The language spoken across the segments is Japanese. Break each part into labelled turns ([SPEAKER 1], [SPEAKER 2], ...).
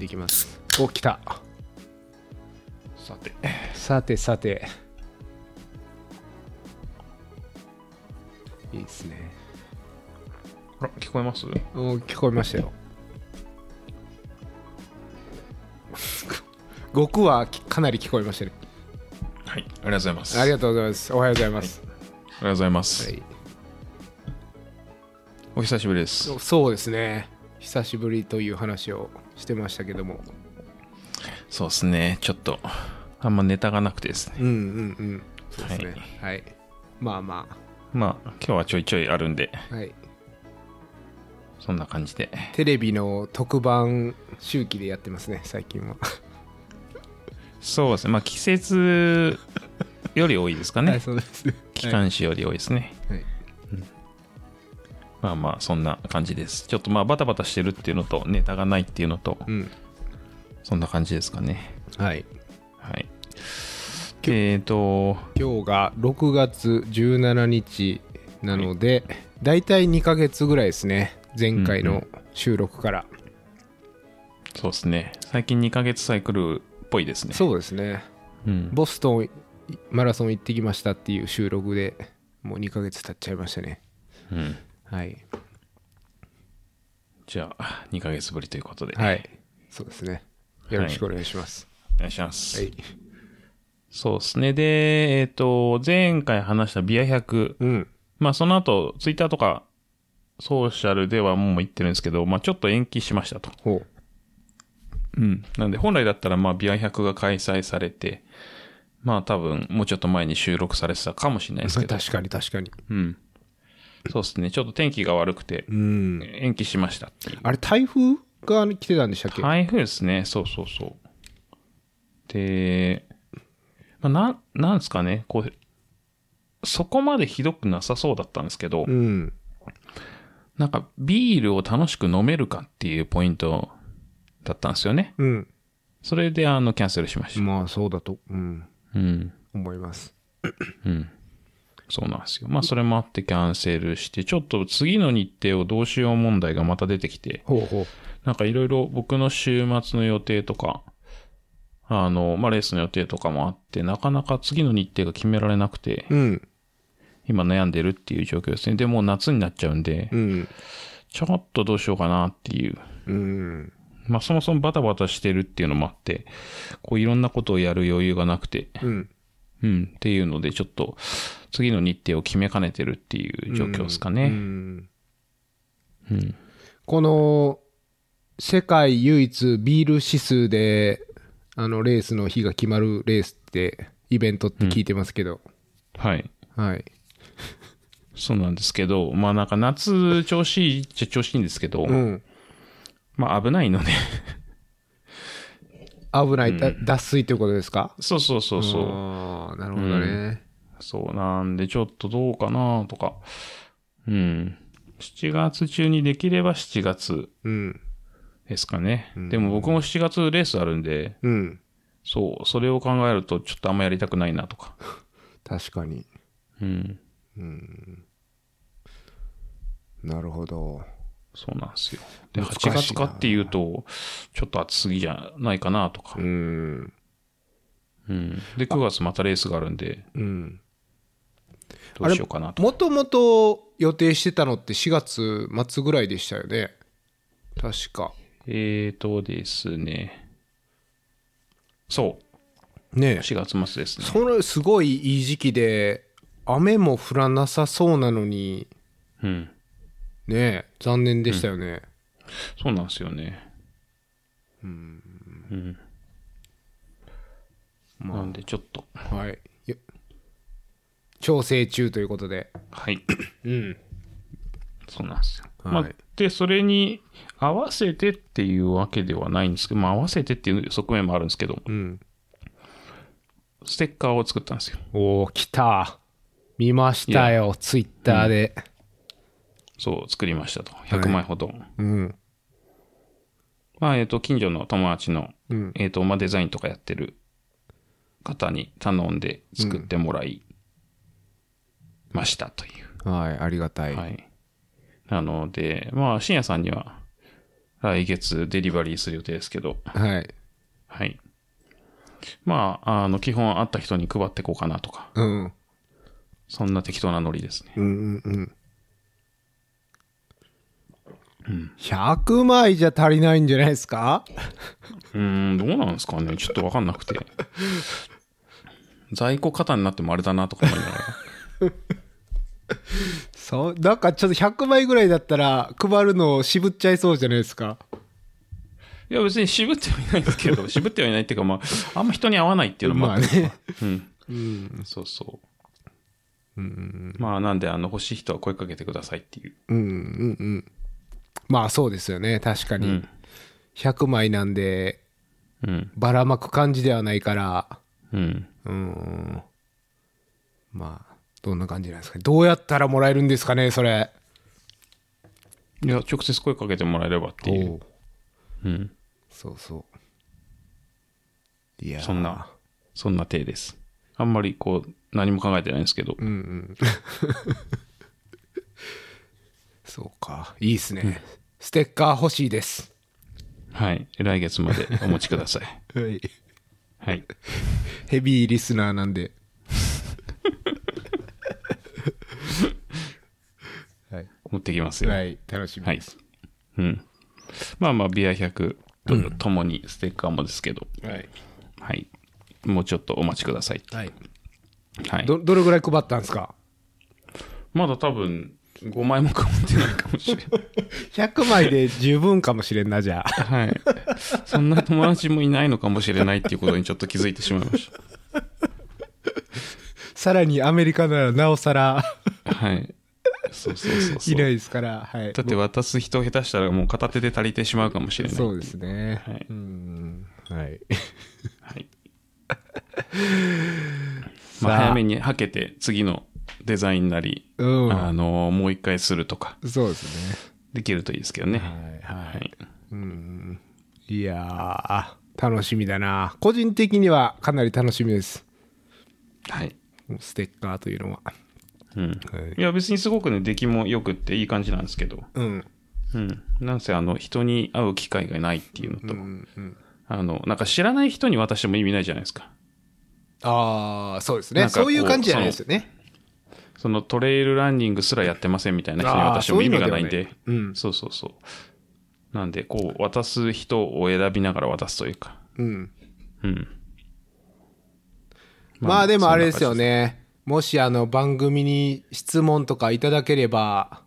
[SPEAKER 1] いきます
[SPEAKER 2] お来た
[SPEAKER 1] さて
[SPEAKER 2] さてさていいですね
[SPEAKER 1] あら聞こえます
[SPEAKER 2] お聞こえましたよ 悟空はきかなり聞こえましたね
[SPEAKER 1] はいありがとうございます
[SPEAKER 2] ありがとうございますおはようございます、
[SPEAKER 1] ありがとうございます、
[SPEAKER 2] はい
[SPEAKER 1] お久しぶりです
[SPEAKER 2] そそうですね久しぶりという話をしてましたけども
[SPEAKER 1] そうですねちょっとあんまネタがなくてですね
[SPEAKER 2] うんうんうんそうですねはい、まあま
[SPEAKER 1] まあ今日はちょいちょいあるんで
[SPEAKER 2] あはい
[SPEAKER 1] そんな感じで
[SPEAKER 2] テレビの特番周期でやってますね最近は
[SPEAKER 1] そうですねまあ季節より多いですか ね、
[SPEAKER 2] はいそうですね
[SPEAKER 1] 機関誌より多いですね、
[SPEAKER 2] はい
[SPEAKER 1] まあまあそんな感じですちょっとまあバタバタしてるっていうのとネタがないっていうのと
[SPEAKER 2] うん
[SPEAKER 1] そんな感じですかね
[SPEAKER 2] はい
[SPEAKER 1] はいえっ、ー、と
[SPEAKER 2] 今日が6月17日なので、だいたい2ヶ月ぐらいですね前回の収録から、
[SPEAKER 1] そうですね最近2ヶ月サイクルっぽいですね
[SPEAKER 2] そうですね
[SPEAKER 1] うん、
[SPEAKER 2] ボストンマラソン行ってきましたっていう収録でもう2ヶ月経っちゃいましたね
[SPEAKER 1] うん、
[SPEAKER 2] はい
[SPEAKER 1] じゃあ2ヶ月ぶりということで、
[SPEAKER 2] はいそうですねよろしくお願いします
[SPEAKER 1] お願いします、
[SPEAKER 2] はい、
[SPEAKER 1] そうですねでえっ、と前回話したビア100
[SPEAKER 2] うん
[SPEAKER 1] まあその後ツイッターとかソーシャルではもう言ってるんですけど、まあ、ちょっと延期しましたと
[SPEAKER 2] ほう
[SPEAKER 1] うん。なんで、本来だったら、まあ、ビア100が開催されて、まあ、多分、もうちょっと前に収録されてたかもしれないですけど、
[SPEAKER 2] 確かに確かに
[SPEAKER 1] うん。そうですね。ちょっと天気が悪くて
[SPEAKER 2] う、ん
[SPEAKER 1] 延期しましたっていう。
[SPEAKER 2] あれ台風が来てたんでしたっけ、
[SPEAKER 1] 台風ですね。そうそうそう。で、まあ、なん、なんですかね。こう、そこまでひどくなさそうだったんですけど、
[SPEAKER 2] うん
[SPEAKER 1] なんか、ビールを楽しく飲めるかっていうポイントだったんですよね。
[SPEAKER 2] うん
[SPEAKER 1] それで、あの、キャンセルしまし
[SPEAKER 2] まあそうだと、うん、
[SPEAKER 1] た。うん。
[SPEAKER 2] 思います
[SPEAKER 1] うん。そうなんですよ。まあ、それもあってキャンセルして、ちょっと次の日程をどうしよう問題がまた出てきて、
[SPEAKER 2] ほうほう
[SPEAKER 1] なんかいろいろ僕の週末の予定とか、あの、まあ、レースの予定とかもあって、なかなか次の日程が決められなくて、
[SPEAKER 2] うん
[SPEAKER 1] 今悩んでるっていう状況ですね。で、もう夏になっちゃうんで
[SPEAKER 2] う、ん
[SPEAKER 1] ちょっとどうしようかなっていう。
[SPEAKER 2] うん
[SPEAKER 1] まあ、そもそもバタバタしてるっていうのもあって、こういろんなことをやる余裕がなくて、
[SPEAKER 2] うん
[SPEAKER 1] うん、っていうので、ちょっと、次の日程を決めかねてるっていう状況ですか
[SPEAKER 2] う
[SPEAKER 1] ね。
[SPEAKER 2] ん
[SPEAKER 1] うん。
[SPEAKER 2] この世界唯一ビール指数であのレースの日が決まるレースってイベントって聞いてますけど、
[SPEAKER 1] はい。
[SPEAKER 2] はい
[SPEAKER 1] そうなんですけど、まあなんか夏調子いいっちゃ調子いいんですけど、
[SPEAKER 2] うん
[SPEAKER 1] まあ危ないので、
[SPEAKER 2] 危ない、だ脱水ということですか
[SPEAKER 1] そうそうそうそう。
[SPEAKER 2] あーなるほどね、
[SPEAKER 1] そうなんで、ちょっとどうかなとか。うん。7月中にできれば7月
[SPEAKER 2] うん
[SPEAKER 1] ですかね。でも僕も7月レースあるんで、
[SPEAKER 2] うん
[SPEAKER 1] そう、それを考えるとちょっとあんまやりたくないなとか。
[SPEAKER 2] 確かに
[SPEAKER 1] うん。
[SPEAKER 2] なるほど
[SPEAKER 1] そうなんですよ。で、
[SPEAKER 2] 難しい
[SPEAKER 1] 8
[SPEAKER 2] な
[SPEAKER 1] 月かっていうと、ちょっと暑すぎじゃないかなとか
[SPEAKER 2] う。ん
[SPEAKER 1] うん。で、9月またレースがあるんで、
[SPEAKER 2] うん
[SPEAKER 1] どうしようかなと。
[SPEAKER 2] もともと予定してたのって4月末ぐらいでしたよね確か
[SPEAKER 1] えーとですね。そ
[SPEAKER 2] ね
[SPEAKER 1] う。4月末ですね。
[SPEAKER 2] それすごいいい時期で雨も降らなさそうなのに
[SPEAKER 1] うん。
[SPEAKER 2] ね残念でしたよね、
[SPEAKER 1] そうなんですよね。うん。なんで、ちょっと。
[SPEAKER 2] はいよ調整中ということで
[SPEAKER 1] はい。
[SPEAKER 2] うん
[SPEAKER 1] そうなんですよ。
[SPEAKER 2] はい
[SPEAKER 1] まあ、で、それに合わせてっていうわけではないんですけど、まあ、合わせてっていう側面もあるんですけど、
[SPEAKER 2] うん
[SPEAKER 1] ステッカーを作ったんですよ。
[SPEAKER 2] おお来た見ましたよツイッターで
[SPEAKER 1] そう、作りましたと。100枚ほど。
[SPEAKER 2] うん
[SPEAKER 1] まあ、えっ、と、近所の友達の、
[SPEAKER 2] うん
[SPEAKER 1] えっ、と、まあ、デザインとかやってる方に頼んで作ってもらいましたという。
[SPEAKER 2] はいありがたい、
[SPEAKER 1] はい。なので、まあ、深夜さんには、来月デリバリーする予定ですけど、
[SPEAKER 2] はい。
[SPEAKER 1] はい。まあ、あの、基本会った人に配ってこうかなとか、
[SPEAKER 2] うん。
[SPEAKER 1] そんな適当なノリですね。
[SPEAKER 2] うんうんうん。100枚じゃ足りないんじゃないですか
[SPEAKER 1] うーん、どうなんですかねちょっとわかんなくて。在庫型になってもあれだなとか思いなが ら。
[SPEAKER 2] そう、なんかちょっと100枚ぐらいだったら配るのを渋っちゃいそうじゃないですか。
[SPEAKER 1] いや、別に渋ってはいないんですけど、渋ってはいないっていうか、まあ、あんま人に合わないっていうのも
[SPEAKER 2] ま
[SPEAKER 1] あ
[SPEAKER 2] あ
[SPEAKER 1] って、
[SPEAKER 2] ね。
[SPEAKER 1] うん。
[SPEAKER 2] うん。
[SPEAKER 1] そうそ
[SPEAKER 2] う
[SPEAKER 1] う。
[SPEAKER 2] ん
[SPEAKER 1] まあ、なんで、あの、欲しい人は声かけてくださいっていう。
[SPEAKER 2] うんうんうん。 まあそうですよね。確か
[SPEAKER 1] う
[SPEAKER 2] に
[SPEAKER 1] ん。。
[SPEAKER 2] 100枚なんで、
[SPEAKER 1] うん。
[SPEAKER 2] ばらまく感じではないから、
[SPEAKER 1] うん。
[SPEAKER 2] うん。まあ、どんな感じなんですかね。どうやったらもらえるんですかね、それ。
[SPEAKER 1] いや、直接声かけてもらえればってい
[SPEAKER 2] お
[SPEAKER 1] う。
[SPEAKER 2] う
[SPEAKER 1] うん。
[SPEAKER 2] そうそう。いやー
[SPEAKER 1] そんな。、そんな体です。あんまり、こう、何も考えてないんですけど。
[SPEAKER 2] うんうん。そうか。いいっすね。ステッカー欲しいです。
[SPEAKER 1] はい。来月までお持ちくださ い。
[SPEAKER 2] はい。
[SPEAKER 1] はい。
[SPEAKER 2] ヘビーリスナーなんで。はい。
[SPEAKER 1] 持ってきますよ。
[SPEAKER 2] はい、楽しみ
[SPEAKER 1] はい
[SPEAKER 2] です。。
[SPEAKER 1] うん。まあまあ、ビア100とともにステッカーもですけど、
[SPEAKER 2] はい。
[SPEAKER 1] はい。もうちょっとお待ちください。
[SPEAKER 2] はい。
[SPEAKER 1] はい。
[SPEAKER 2] ど、どれぐらい配ったんですか
[SPEAKER 1] まだ多分、5枚も買ってないかもしれない。
[SPEAKER 2] ?100 枚で十分かもしれんな、じゃ あ。
[SPEAKER 1] はい。そんな友達もいないのかもしれないっていうことにちょっと気づいてしまいまし
[SPEAKER 2] さらにアメリカならなおさら
[SPEAKER 1] た。はい。そうそうそうそ。
[SPEAKER 2] いうない
[SPEAKER 1] だ
[SPEAKER 2] ですから、はい。
[SPEAKER 1] って渡す人下手したらもう片手で足りてしまうかもしれない。
[SPEAKER 2] そうですね。
[SPEAKER 1] はい
[SPEAKER 2] うん。 はい。
[SPEAKER 1] はい。まあ
[SPEAKER 2] さあ
[SPEAKER 1] 早めにはけて次のデザインなり、
[SPEAKER 2] うん
[SPEAKER 1] あの、もう一回するとか
[SPEAKER 2] そうですね。
[SPEAKER 1] できるといいですけどね。はい。
[SPEAKER 2] はいうん。いやー、楽しみだな。個人的にはかなり楽しみです。
[SPEAKER 1] はい。
[SPEAKER 2] ステッカーというのは。
[SPEAKER 1] うん。
[SPEAKER 2] はい
[SPEAKER 1] いや別にすごくね、出来も良くっていい感じなんですけど。
[SPEAKER 2] うん。
[SPEAKER 1] うん。なんせ、あの、人に会う機会がないっていうのと、
[SPEAKER 2] うんうん。
[SPEAKER 1] あの、なんか知らない人に渡しても意味ないじゃないですか。
[SPEAKER 2] ああ、そうです
[SPEAKER 1] な
[SPEAKER 2] ね。
[SPEAKER 1] んかこう
[SPEAKER 2] そういう感じじゃないですよね。
[SPEAKER 1] そのトレイルランニングすらやってませんみたいな人に渡しても意味がないんで。
[SPEAKER 2] あーそういうのではないうん
[SPEAKER 1] そうそうそう。なんで、こう、渡す人を選びながら渡すというか。
[SPEAKER 2] うん。
[SPEAKER 1] うん。
[SPEAKER 2] まあでもあれですよ。ね。もしあの番組に質問とかいただければ、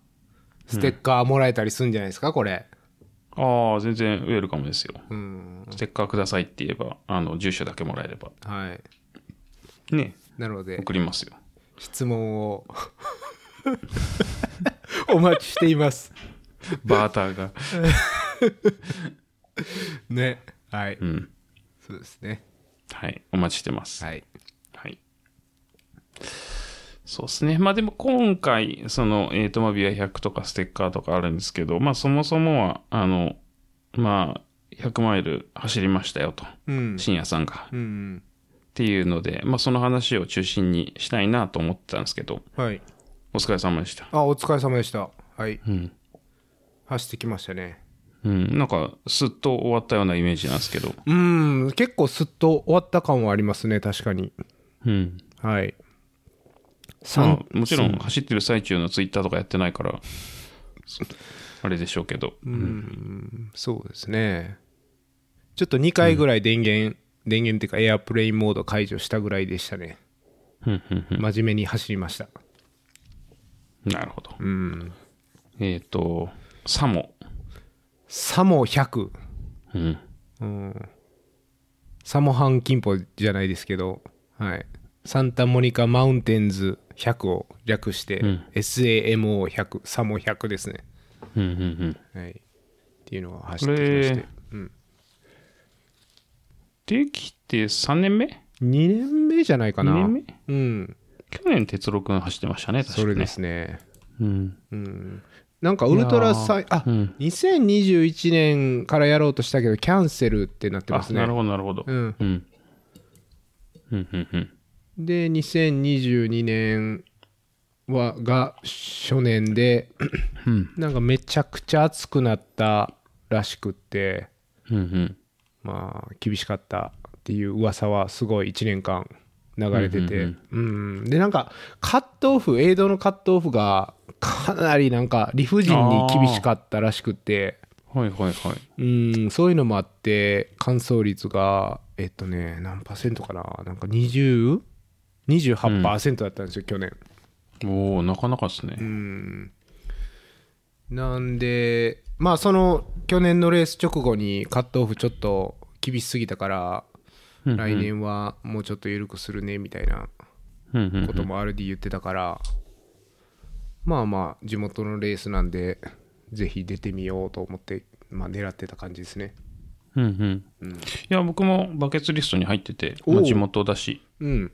[SPEAKER 2] ステッカーもらえたりするんじゃないですか、これ。
[SPEAKER 1] そんな感じですああ、全然ウェルカムですよ。
[SPEAKER 2] うん。
[SPEAKER 1] ステッカーくださいって言えば、あの、住所だけもらえれば。
[SPEAKER 2] はい。
[SPEAKER 1] ね。
[SPEAKER 2] なので、
[SPEAKER 1] 送りますよ。
[SPEAKER 2] 質問をお待ちしています。
[SPEAKER 1] バーターが。
[SPEAKER 2] ね。はい。
[SPEAKER 1] うん。
[SPEAKER 2] そうですね。
[SPEAKER 1] はい。お待ちしてます。
[SPEAKER 2] はい。
[SPEAKER 1] はい。そうですね。まあでも今回、その、えっ、と、まあ、ビア100とかステッカーとかあるんですけど、まあそもそもは、あの、まあ、100マイル走りましたよと、
[SPEAKER 2] うん。
[SPEAKER 1] 深夜さんが。っ
[SPEAKER 2] うん。
[SPEAKER 1] ていうので、まあその話を中心にしたいなと思ってたんですけど、
[SPEAKER 2] はい。
[SPEAKER 1] お疲れ様でした。
[SPEAKER 2] あ、お疲れ様でした。はい。
[SPEAKER 1] うん。
[SPEAKER 2] 走ってきましたね。
[SPEAKER 1] うん。なんか、すっと終わったようなイメージなんですけど、
[SPEAKER 2] うん。結構すっと終わった感はありますね、確かに。
[SPEAKER 1] うん。
[SPEAKER 2] はい。
[SPEAKER 1] まあ、もちろん走ってる最中のツイッターとかやってないから、あれでしょうけど、
[SPEAKER 2] そうですね。ちょっと2回ぐらい電源、電源っていうかエアプレインモード解除したぐらいでしたね。
[SPEAKER 1] うんうん
[SPEAKER 2] 真面目に走りました。
[SPEAKER 1] うんなるほど。
[SPEAKER 2] うん。
[SPEAKER 1] えっ、と、サモ。
[SPEAKER 2] サモ100。
[SPEAKER 1] うん。
[SPEAKER 2] うん。サモハンキンポじゃないですけど、はい。サンタモニカマウンテンズ100を略して、
[SPEAKER 1] ん
[SPEAKER 2] SAMO100、サモ100ですね。
[SPEAKER 1] うんうんうん。
[SPEAKER 2] はい。っていうのを走ってきまして
[SPEAKER 1] こ。
[SPEAKER 2] うん。
[SPEAKER 1] できて3年目
[SPEAKER 2] 2年目じゃないかな。
[SPEAKER 1] 二年
[SPEAKER 2] うん。
[SPEAKER 1] 去年、哲郎くん走ってましたね、確か
[SPEAKER 2] そ
[SPEAKER 1] に、ね。
[SPEAKER 2] れで。すね。
[SPEAKER 1] うん。
[SPEAKER 2] うんなんかウルトラサイあ、
[SPEAKER 1] うん
[SPEAKER 2] 2021年からやろうとしたけどキャンセルってなってま
[SPEAKER 1] あ、
[SPEAKER 2] すね
[SPEAKER 1] なるほど、なるほど。
[SPEAKER 2] う
[SPEAKER 1] うん。
[SPEAKER 2] ん、
[SPEAKER 1] うん、うん、うん。
[SPEAKER 2] で2022年はが初年で、なんかめちゃくちゃ暑くなったらしくって、
[SPEAKER 1] うんうん。
[SPEAKER 2] まあ、厳しかったっていう噂はすごい1年間流れてて、うんで、なんか、カットオフ、映像のカットオフが、かなりなんか、理不尽に厳しかったらしくて、
[SPEAKER 1] はいはいはい。
[SPEAKER 2] うん、そういうのもあって、乾燥率が、えっとね、何パーセントかな、なんか 20?28% だったんですよ、去年。
[SPEAKER 1] おおなかなかですね。
[SPEAKER 2] なんで、まあ、その去年のレース直後にカットオフちょっと厳しすぎたから、
[SPEAKER 1] うんうん
[SPEAKER 2] 来年はもうちょっと緩くするねみたいな
[SPEAKER 1] うんうんうん
[SPEAKER 2] ことも RD 言ってたから、まあまあ、地元のレースなんで、ぜひ出てみようと思って、まあ、狙ってた感じですね。
[SPEAKER 1] うんうん。いや、僕もバケツリストに入ってて、
[SPEAKER 2] おー
[SPEAKER 1] まあ地元だし、
[SPEAKER 2] うん、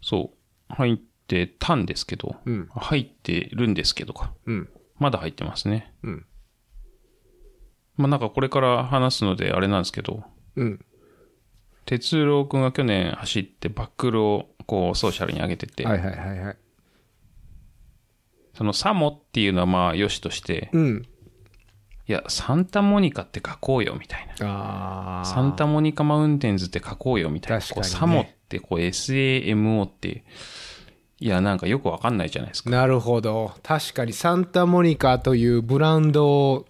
[SPEAKER 1] そう、入ってたんですけど、
[SPEAKER 2] うん
[SPEAKER 1] 入ってるんですけどか。
[SPEAKER 2] うん、
[SPEAKER 1] まだ入ってますね。
[SPEAKER 2] うん、
[SPEAKER 1] まあなんかこれから話すのであれなんですけど、
[SPEAKER 2] うん。
[SPEAKER 1] 哲郎くんが去年走ってバックルをこうソーシャルに上げてて、
[SPEAKER 2] はいはいはいはい。
[SPEAKER 1] そのサモっていうのはまあ良しとして、
[SPEAKER 2] うん。
[SPEAKER 1] いや、サンタモニカって書こうよみたいな。
[SPEAKER 2] ああ。
[SPEAKER 1] サンタモニカマウンテンズって書こうよみたいな。
[SPEAKER 2] 確か
[SPEAKER 1] こ
[SPEAKER 2] に
[SPEAKER 1] う
[SPEAKER 2] ね
[SPEAKER 1] サモってこう SAMO って、いや、なんかよくわかんないじゃないですか。
[SPEAKER 2] なるほど確かにサンタモニカというブランドを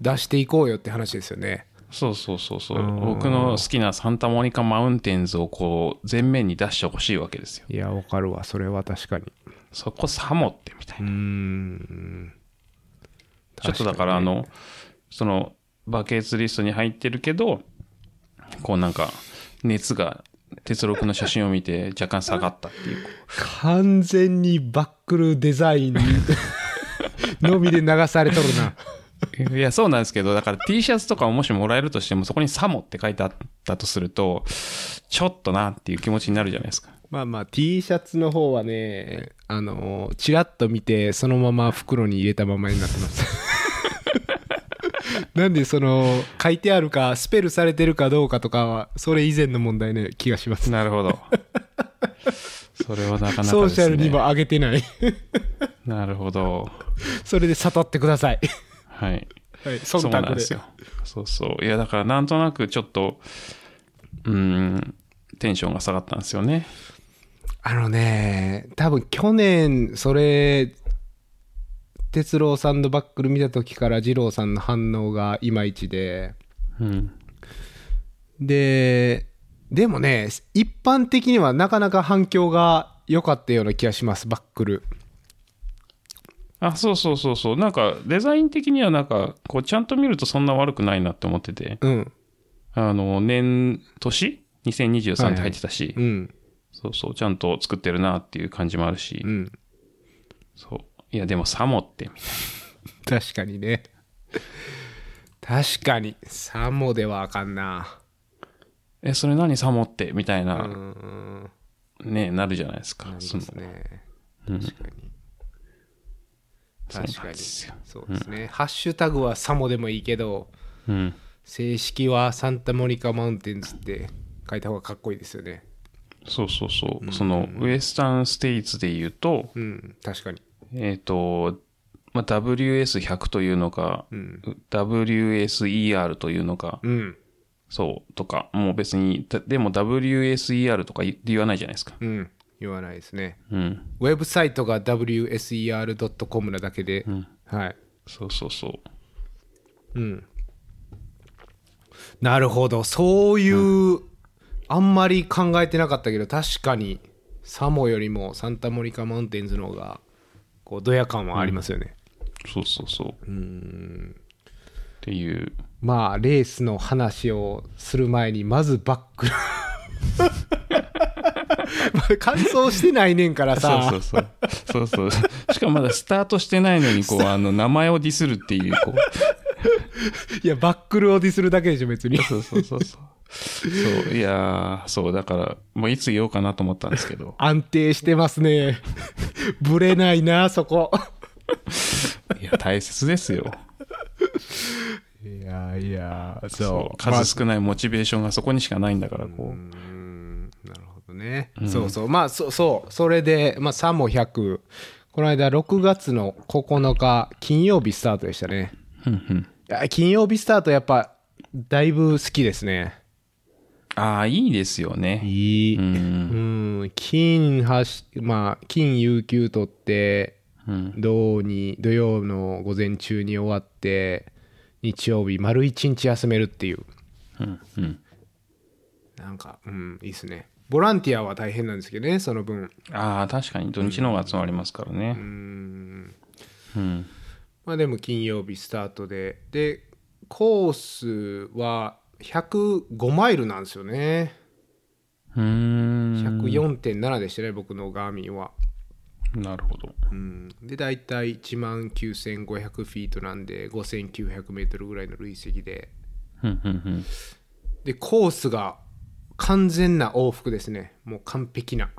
[SPEAKER 2] 出していこうよって話ですよね
[SPEAKER 1] そうそうそうそう。僕の好きなサンタモニカマウンテンズをこう、前面に出してほしいわけですよ。
[SPEAKER 2] いやわかるわそれは確かに
[SPEAKER 1] そこサモってみたいう
[SPEAKER 2] ー
[SPEAKER 1] な。
[SPEAKER 2] ん
[SPEAKER 1] ちょっとだから、あの、その、バケツリストに入ってるけど、こうなんか、熱が、鉄六の写真を見て若干下がったっていう。
[SPEAKER 2] 完全にバックルデザインにのみで流されとるない
[SPEAKER 1] や、そうなんですけど、だから T シャツとかをもしもらえるとしても、そこにサモって書いてあったとすると、ちょっとなっていう気持ちになるじゃないですか。
[SPEAKER 2] まあまあ T シャツの方はねあのチラッと見てそのまま袋に入れたままになってます なんでその書いてあるかスペルされてるかどうかとかはそれ以前の問題の気がします
[SPEAKER 1] なるほど。 それはなかなかですね。
[SPEAKER 2] ソーシャルにも上げてない。
[SPEAKER 1] なるほど。
[SPEAKER 2] それで悟ってください。
[SPEAKER 1] はい。
[SPEAKER 2] はい、
[SPEAKER 1] そ
[SPEAKER 2] 忖
[SPEAKER 1] うなん
[SPEAKER 2] 度
[SPEAKER 1] で
[SPEAKER 2] です
[SPEAKER 1] よ。そうそう。いや、だからなんとなくちょっと、うーん、テンションが下がったんですよね。
[SPEAKER 2] あのね、多分去年、それ、哲郎さんのバックル見た時から二郎さんの反応がいまいちで、
[SPEAKER 1] うん。
[SPEAKER 2] で、でもね、一般的にはなかなか反響が良かったような気がします、バックル。
[SPEAKER 1] あ、そうそうそうそう。なんか、デザイン的にはなんか、こう、ちゃんと見るとそんな悪くないなって思ってて、
[SPEAKER 2] うん、
[SPEAKER 1] あの、年、年 ?2023 って入ってたし、
[SPEAKER 2] うん、
[SPEAKER 1] そうそう、ちゃんと作ってるなっていう感じもあるし、
[SPEAKER 2] うん。
[SPEAKER 1] そう。いや、でも、サモって、みたい
[SPEAKER 2] 確かにね。確かに、サモではあかんな。
[SPEAKER 1] な。え、それ何サモってみたいな、
[SPEAKER 2] うん。
[SPEAKER 1] ね、なるじゃないですか。その
[SPEAKER 2] ね。
[SPEAKER 1] うん
[SPEAKER 2] 確かに。確
[SPEAKER 1] そうな
[SPEAKER 2] か
[SPEAKER 1] んで
[SPEAKER 2] に。
[SPEAKER 1] すよ。
[SPEAKER 2] そうですね。ハッシュタグはサモでもいいけど、
[SPEAKER 1] うん。
[SPEAKER 2] 正式はサンタモニカマウンテンズって書いた方がかっこいいですよね。
[SPEAKER 1] そうそうそう。その、ウエスタンステイツで言うと、
[SPEAKER 2] うん、確かに。
[SPEAKER 1] えっ、と、まあ、WS100 というのか、
[SPEAKER 2] ん
[SPEAKER 1] WSER というのか、
[SPEAKER 2] うん、
[SPEAKER 1] そう、とか、もう別に、だでも WSER とか言言わないじゃないですか。
[SPEAKER 2] うん。言わないですね。
[SPEAKER 1] うん。
[SPEAKER 2] ウェブサイトが wser.com なだけで、はい。
[SPEAKER 1] そうそうそう。
[SPEAKER 2] うん。なるほど。そういう、あんまり考えてなかったけど、確かに、サモよりもサンタモニカマウンテンズの方が、こう、ドヤ感はありますよね。
[SPEAKER 1] そうそうそう。っていう。
[SPEAKER 2] まあ、レースの話をする前に、まずバック ル。まだ完走してないねんから
[SPEAKER 1] そう
[SPEAKER 2] さ。
[SPEAKER 1] そうそう。 そうそう。しかもまだスタートしてないのに、こう、あの、名前をディスるっていう、こう。
[SPEAKER 2] いや、バックルをディスるだけでしょ、別に。
[SPEAKER 1] そうそうそうそう。そう、いやーそう、だから、もういつ言おうかなと思ったんですけど。
[SPEAKER 2] 安定してますね。ぶれないな、そこ。
[SPEAKER 1] いや、大切ですよ。
[SPEAKER 2] いやいや、
[SPEAKER 1] そう。数少ないモチベーションがそこにしかないんだから、こう。
[SPEAKER 2] なるほどね、そうそうまあそうそうそれで、まあ、サモ100この間6月の9日金曜日スタートでしたね
[SPEAKER 1] うんうん。
[SPEAKER 2] や金曜日スタートやっぱ、だいぶ好きですね。
[SPEAKER 1] ああ、いいですよね。
[SPEAKER 2] いい。
[SPEAKER 1] う。
[SPEAKER 2] うんん、金はし、まあ、金有給取って、
[SPEAKER 1] うん。
[SPEAKER 2] 土に、土曜の午前中に終わって、日曜日、丸一日休めるっていう。
[SPEAKER 1] うん。うん。
[SPEAKER 2] なんか、うん、いいっすね。ボランティアは大変なんですけどね、その分。
[SPEAKER 1] ああ、確かに土日の方が集まりますから
[SPEAKER 2] う
[SPEAKER 1] ね。
[SPEAKER 2] ん。
[SPEAKER 1] うん。
[SPEAKER 2] まあでも金曜日スタートで。で、コースは105マイルなんですよね。
[SPEAKER 1] うーん。
[SPEAKER 2] 104.7でしたね、僕のガーミンは。
[SPEAKER 1] なるほど。
[SPEAKER 2] うん、で、大体1万9500フィートなんで、5900メートルぐらいの累積で。
[SPEAKER 1] うん。うん。うん。
[SPEAKER 2] で、コースが完全な往復ですね。もう完璧な。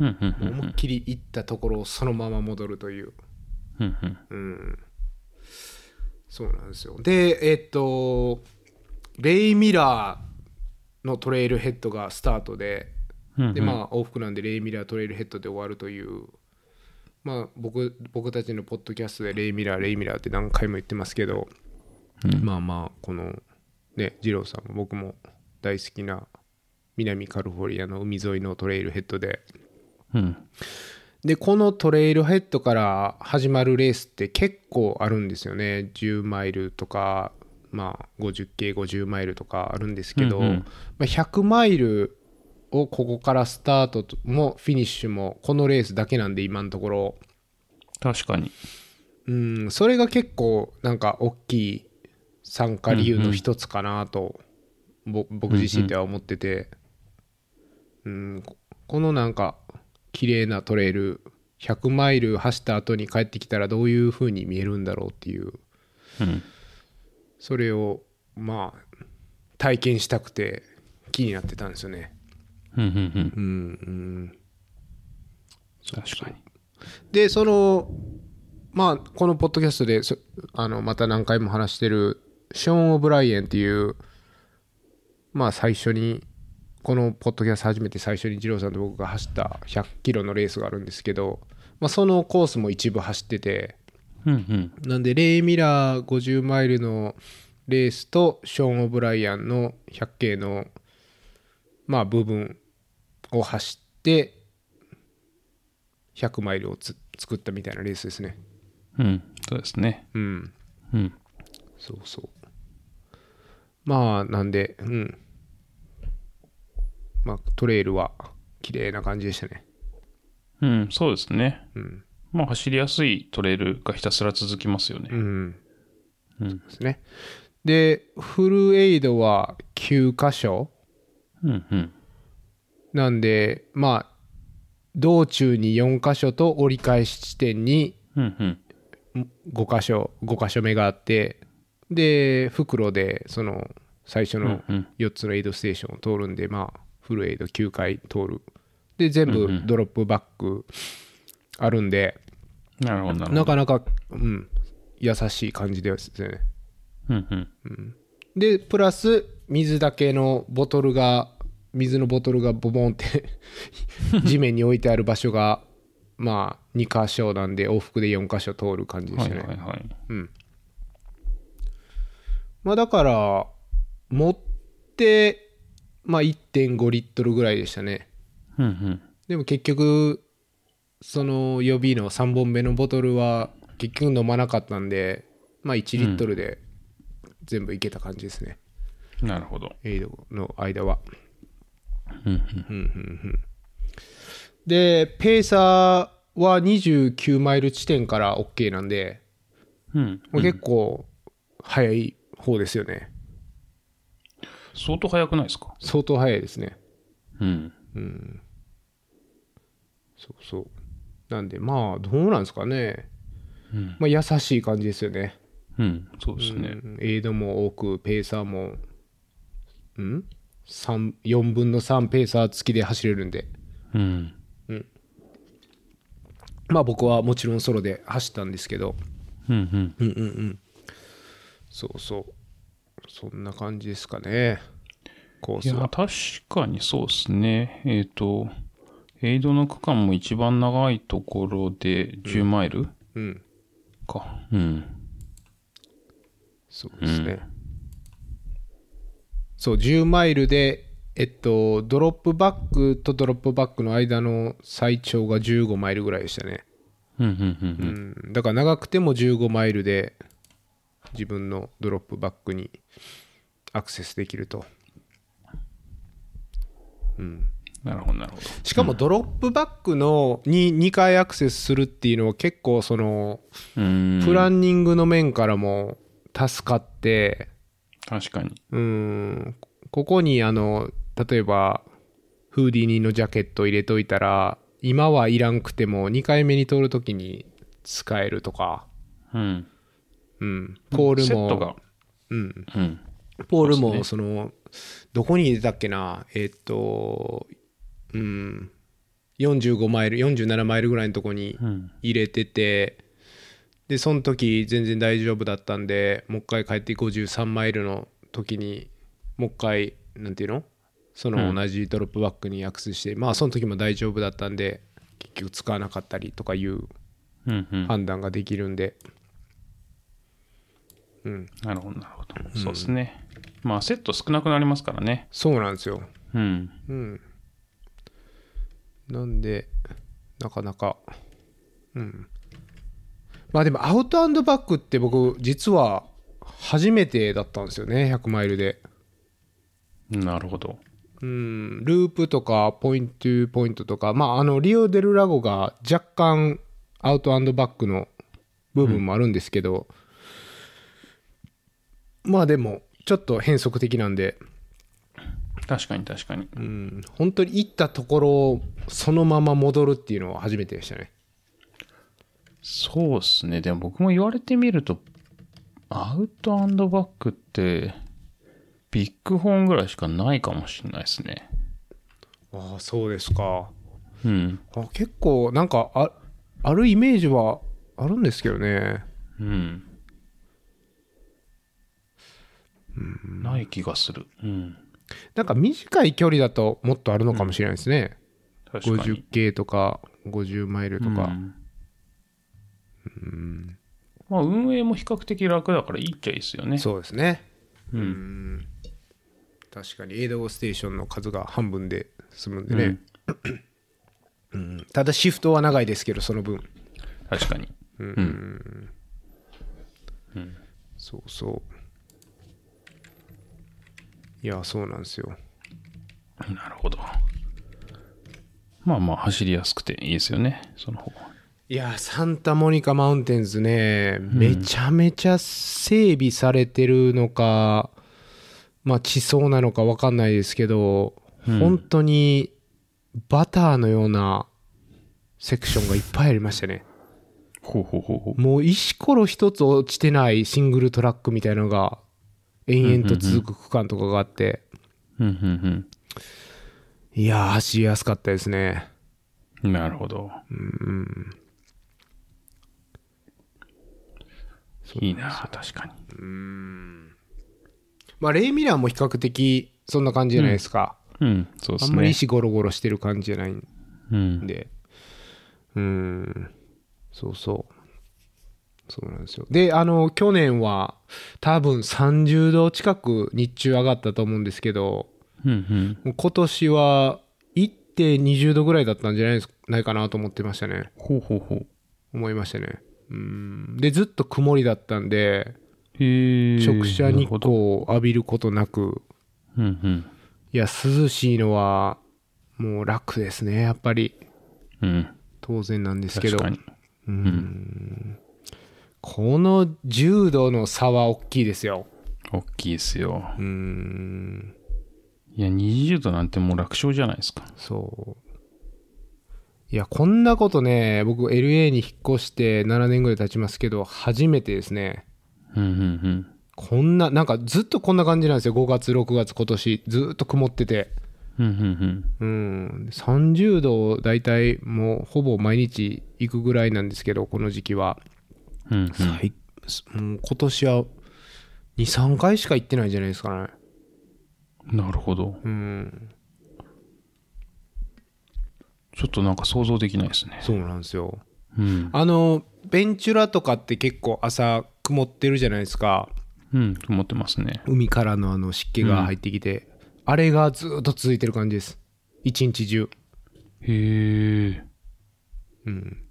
[SPEAKER 1] うん。うん。うん。
[SPEAKER 2] 思いっきり行ったところをそのまま戻るという。
[SPEAKER 1] うん。うん。
[SPEAKER 2] うん。そうなんですよ。で、えっと、レイ・ミラーのトレイルヘッドがスタートで、
[SPEAKER 1] うんうん
[SPEAKER 2] で、まあ、往復なんで、レイ・ミラートレイルヘッドで終わるという、まあ、僕僕たちのポッドキャストで、レイ・ミラー、レイ・ミラーって何回も言ってますけど、まあまあ、この、ね、二郎さんも僕も大好きな南カリフォルニアの海沿いのトレイルヘッドで、
[SPEAKER 1] うん。
[SPEAKER 2] でこのトレイルヘッドから始まるレースって結構あるんですよね10マイルとかまあ 50K50 マイルとかあるんですけど、
[SPEAKER 1] うんうん
[SPEAKER 2] まあ、100マイルをここからスタートともフィニッシュもこのレースだけなんで今のところ
[SPEAKER 1] 確かに。
[SPEAKER 2] うんそれが結構なんか大きい参加理由の一つかなと、ぼ僕自身では思ってて、うん、ここのなんか綺麗なトレイル100マイル走った後に帰ってきたらどういう風に見えるんだろうっていう
[SPEAKER 1] うん。
[SPEAKER 2] それをまあ体験したくて気になってたんですよね。
[SPEAKER 1] うん。うん。うん。
[SPEAKER 2] うんうん、
[SPEAKER 1] 確かに。
[SPEAKER 2] でそのまあこのポッドキャストでそあのまた何回も話してるショーン・オブライエンっていうまあ最初にこのポッドキャスト初めて最初に二郎さんと僕が走った100キロのレースがあるんですけど、まあ、そのコースも一部走ってて
[SPEAKER 1] うん。
[SPEAKER 2] なんでレイ・ミラー50マイルのレースとショーン・オブライアンの 100K のまあ部分を走って100マイルをつ作ったみたいなレースですね
[SPEAKER 1] うん。うん。そうですね。
[SPEAKER 2] うん
[SPEAKER 1] うん。
[SPEAKER 2] そうそうまあなんでうんまあトレイルは綺麗な感じでしたね
[SPEAKER 1] うん。そうですね。
[SPEAKER 2] うん
[SPEAKER 1] まあ、走りやすいトレイルがひたすら続きますよ
[SPEAKER 2] う
[SPEAKER 1] ね。
[SPEAKER 2] ん
[SPEAKER 1] うん。
[SPEAKER 2] ですねでフルエイドは9箇所
[SPEAKER 1] うん。うん。
[SPEAKER 2] なんで、まあ、道中に4箇所と折り返し地点に
[SPEAKER 1] うん。うん。
[SPEAKER 2] 5箇所、5箇所目があって、で、袋で、その、最初の
[SPEAKER 1] うんうん
[SPEAKER 2] 4つのエイドステーションを通るんで、まあ、フルエイド9回通る。で、全部ドロップバックあるんで、
[SPEAKER 1] なるほど、なる
[SPEAKER 2] な
[SPEAKER 1] ほど。
[SPEAKER 2] かなか、うん、優しい感じですね。
[SPEAKER 1] うん。うん。
[SPEAKER 2] でプラス水だけのボトルが水のボトルがボボンって 地面に置いてある場所がまあ2箇所なんで往復で4箇所通る感じでし
[SPEAKER 1] は
[SPEAKER 2] た
[SPEAKER 1] い
[SPEAKER 2] ね、
[SPEAKER 1] はいはい。
[SPEAKER 2] うんまあだから持ってまあ1.5リットルぐらいでしたね
[SPEAKER 1] うんうん。
[SPEAKER 2] でも結局その予備の3本目のボトルは結局飲まなかったんでまあ1リットルで全部いけた感じですね、
[SPEAKER 1] なるほど。
[SPEAKER 2] エイドの間は。
[SPEAKER 1] うん
[SPEAKER 2] うんうんうんで、ペーサーは29マイル地点から OK なんで、
[SPEAKER 1] うん。うん。
[SPEAKER 2] もう結構早い方ですよね。
[SPEAKER 1] 相当早くないですか
[SPEAKER 2] 相当早いですね。
[SPEAKER 1] うん。
[SPEAKER 2] そうそう。なんで、まあ、どうなんですかね。
[SPEAKER 1] うん。
[SPEAKER 2] まあ、優しい感じですよね。
[SPEAKER 1] うん。そうです
[SPEAKER 2] う
[SPEAKER 1] ね。
[SPEAKER 2] んエイドも多く、ペーサーも、うん三 ?4 分の3ペーサー付きで走れるんで。
[SPEAKER 1] うん。
[SPEAKER 2] まあ、僕はもちろんソロで走ったんですけど。
[SPEAKER 1] うん。うん。
[SPEAKER 2] そうそう。そんな感じですかね。コー
[SPEAKER 1] い
[SPEAKER 2] ス
[SPEAKER 1] や、
[SPEAKER 2] は。
[SPEAKER 1] 確かにそうですね。えっと、エイドの区間も一番長いところで10マイル
[SPEAKER 2] うん。
[SPEAKER 1] か。うん。
[SPEAKER 2] そうですね。そう、10マイルで、えっと、ドロップバックとドロップバックの間の最長が15マイルぐらいでしたね。
[SPEAKER 1] うんうんうんう
[SPEAKER 2] うんん、だから長くても15マイルで自分のドロップバックにアクセスできると。
[SPEAKER 1] なるほどなるほど
[SPEAKER 2] しかもドロップバックのに2回アクセスするっていうのは結構その
[SPEAKER 1] うーん
[SPEAKER 2] プランニングの面からも助かって、
[SPEAKER 1] 確かに
[SPEAKER 2] うん、ここにあの、例えば、フーディニーのジャケット入れといたら、今はいらんくても2回目に通るときに使えるとか、
[SPEAKER 1] うん
[SPEAKER 2] うん、ポールも、
[SPEAKER 1] セットが
[SPEAKER 2] うん、
[SPEAKER 1] うん
[SPEAKER 2] ポールも、その、どこに入れたっけな、えっと、うん、45マイル、47マイルぐらいのとこに
[SPEAKER 1] うん
[SPEAKER 2] 入れてて、で、その時全然大丈夫だったんで、もう一回帰って53マイルの時に、もう一回、なんていうのその同じドロップバックにアクセスして、まあその時も大丈夫だったんで、結局使わなかったりとかいう
[SPEAKER 1] うんうん
[SPEAKER 2] 判断ができるんで、うん、
[SPEAKER 1] なるほどなるほどそうですねまあセット少なくなりますからね
[SPEAKER 2] そうなんですよ。
[SPEAKER 1] うん
[SPEAKER 2] うん。なんで、なかなか。うん。まあでも、アウトバックって僕、実は初めてだったんですよね、100マイルで。
[SPEAKER 1] なるほど
[SPEAKER 2] うん、ループとか、ポイントゥーポイントとか、まあ、あの、リオ・デル・ラゴが若干、アウトバックの部分もあるんですけど、まあでも、ちょっと変則的なんで、
[SPEAKER 1] 確かに確かに
[SPEAKER 2] うん、本当に行ったところをそのまま戻るっていうのは初めてでしたね。
[SPEAKER 1] そうっすね。でも僕も言われてみると、アウトバックって、ビッグホーンぐらいしかないかもしれないですね。
[SPEAKER 2] ああそうですか
[SPEAKER 1] うん。
[SPEAKER 2] あ結構なんかああるイメージはあるんですけどね
[SPEAKER 1] うん。ない気がする。うん。
[SPEAKER 2] なんか短い距離だともっとあるのかもしれないですね、
[SPEAKER 1] 確かに。
[SPEAKER 2] 50系とか50マイルと
[SPEAKER 1] う
[SPEAKER 2] か、
[SPEAKER 1] んまあ、運営も比較的楽だからいいっちゃいいですよね。
[SPEAKER 2] そうですね
[SPEAKER 1] うん
[SPEAKER 2] ん確かにエイドステーションの数が半分で済むんで
[SPEAKER 1] う
[SPEAKER 2] ね、
[SPEAKER 1] ん
[SPEAKER 2] うんただシフトは長いですけどその分
[SPEAKER 1] 確かに。うん。
[SPEAKER 2] そうそういやそうなんですよ
[SPEAKER 1] なるほど。まあまあ、走りやすくていいですよね。その方が。
[SPEAKER 2] いやーサンタモニカマウンテンズね、めちゃめちゃ整備されてるのか、まあ、地層なのか分かんないですけど、
[SPEAKER 1] うん
[SPEAKER 2] 本当にバターのようなセクションがいっぱいありましたね。
[SPEAKER 1] ほうほうほうほう。
[SPEAKER 2] もう石ころ一つ落ちてないシングルトラックみたいのが、延々と続く区間とかがあって、
[SPEAKER 1] うんうん
[SPEAKER 2] いやー、走りやすかったですね。
[SPEAKER 1] うん。なるほど。いいな、確かに。
[SPEAKER 2] まあ、レイ・ミラーも比較的そんな感じじゃないですか。
[SPEAKER 1] うん、そうで
[SPEAKER 2] あ
[SPEAKER 1] す
[SPEAKER 2] んまり
[SPEAKER 1] ね。
[SPEAKER 2] 石ゴロゴロしてる感じじゃないん
[SPEAKER 1] うん、
[SPEAKER 2] で。うーん。そうそう。そうなんですよ。で、あの、去年は多分30度近く日中上がったと思うんですけど、
[SPEAKER 1] うん、うん。
[SPEAKER 2] もう今年は1.20度ぐらいだったんじゃないですないかなと思ってましたね。
[SPEAKER 1] ほうほうほう。
[SPEAKER 2] 思いましたね。うーん。で、ずっと曇りだったんで、
[SPEAKER 1] へえ。
[SPEAKER 2] 直射
[SPEAKER 1] な
[SPEAKER 2] 日
[SPEAKER 1] るほど
[SPEAKER 2] 光を浴びることなく、
[SPEAKER 1] うん、うん。
[SPEAKER 2] いや、涼しいのはもう楽ですね、やっぱり。
[SPEAKER 1] うん、
[SPEAKER 2] 当然なんですけ
[SPEAKER 1] 確
[SPEAKER 2] ど
[SPEAKER 1] かに。
[SPEAKER 2] この10度の差は大きいですよ
[SPEAKER 1] 大きいですよ。
[SPEAKER 2] うーん
[SPEAKER 1] いや、20度なんてもう楽勝じゃないですか。
[SPEAKER 2] そういやこんなことね僕 LA に引っ越して7年ぐらい経ちますけど初めてですね
[SPEAKER 1] うん、うん、
[SPEAKER 2] こんななんかずっとこんな感じなんですよ5月6月今年ずっと曇ってて
[SPEAKER 1] うん。うん、うん、
[SPEAKER 2] うん30度だいたいもうほぼ毎日行くぐらいなんですけどこの時期は、
[SPEAKER 1] うん。うん、うん。
[SPEAKER 2] 最もう今年は23回しか行ってないんじゃないですかね
[SPEAKER 1] なるほど。
[SPEAKER 2] うん
[SPEAKER 1] ちょっとなんか想像できないですね。
[SPEAKER 2] そうなんですよ
[SPEAKER 1] うん。
[SPEAKER 2] あのベンチュラとかって結構朝曇ってるじゃないですか
[SPEAKER 1] うん、と思ってますね。
[SPEAKER 2] 海からのあの湿気が入ってきて、あれがずっと続いてる感じです一日中
[SPEAKER 1] へえ。
[SPEAKER 2] うん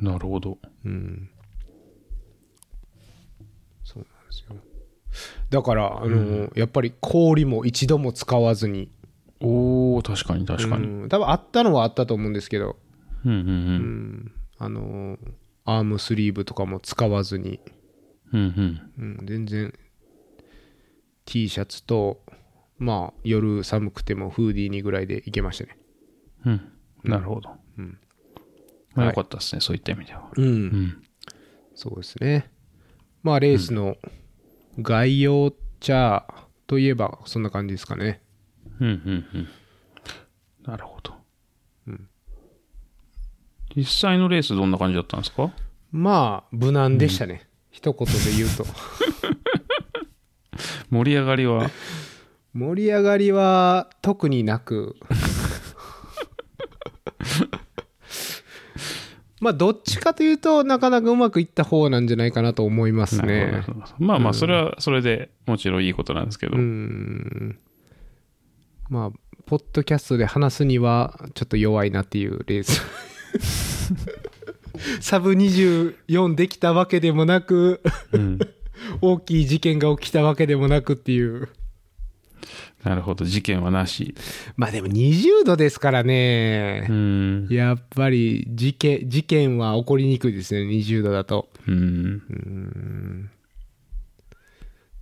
[SPEAKER 1] なるほど。
[SPEAKER 2] うんそうなんですよだからあの、やっぱり氷も一度も使わずに
[SPEAKER 1] おお確かに確かに。
[SPEAKER 2] うん多分あったのはあったと思うんですけど、
[SPEAKER 1] うんうん
[SPEAKER 2] うん、あのアームスリーブとかも使わずに、
[SPEAKER 1] うん。うんうん。
[SPEAKER 2] うん、全然 T シャツとまあ夜寒くてもフーディーにぐらいでいけましたね
[SPEAKER 1] うん。なるほど。
[SPEAKER 2] うん
[SPEAKER 1] ま
[SPEAKER 2] は
[SPEAKER 1] あ
[SPEAKER 2] い
[SPEAKER 1] よかったですね、そういった意味では。
[SPEAKER 2] うん、
[SPEAKER 1] うん。
[SPEAKER 2] そうですねまあレースの概要っちゃといえばそんな感じですかね
[SPEAKER 1] うんうんうん。なるほど。実際のレースどんな感じだったんですか
[SPEAKER 2] まあ無難でしたね、一言で言うと
[SPEAKER 1] 盛り上がり は。
[SPEAKER 2] 盛り上がりは特にな くまあどっちかというとなかなかうまくいった方なんじゃないかなと思います
[SPEAKER 1] なる
[SPEAKER 2] ね
[SPEAKER 1] ほどなるほどまあまあ、それはそれでもちろんいいことなんですけど。
[SPEAKER 2] うーんまあポッドキャストで話すにはちょっと弱いなっていうレー スサブ24できたわけでもなく
[SPEAKER 1] うん
[SPEAKER 2] 大きい事件が起きたわけでもなくっていう
[SPEAKER 1] なるほど、事件はなし。
[SPEAKER 2] まあでも20度ですから
[SPEAKER 1] う
[SPEAKER 2] ね、
[SPEAKER 1] ん。
[SPEAKER 2] やっぱり事件事件は起こりにくいですね20度だと
[SPEAKER 1] うん。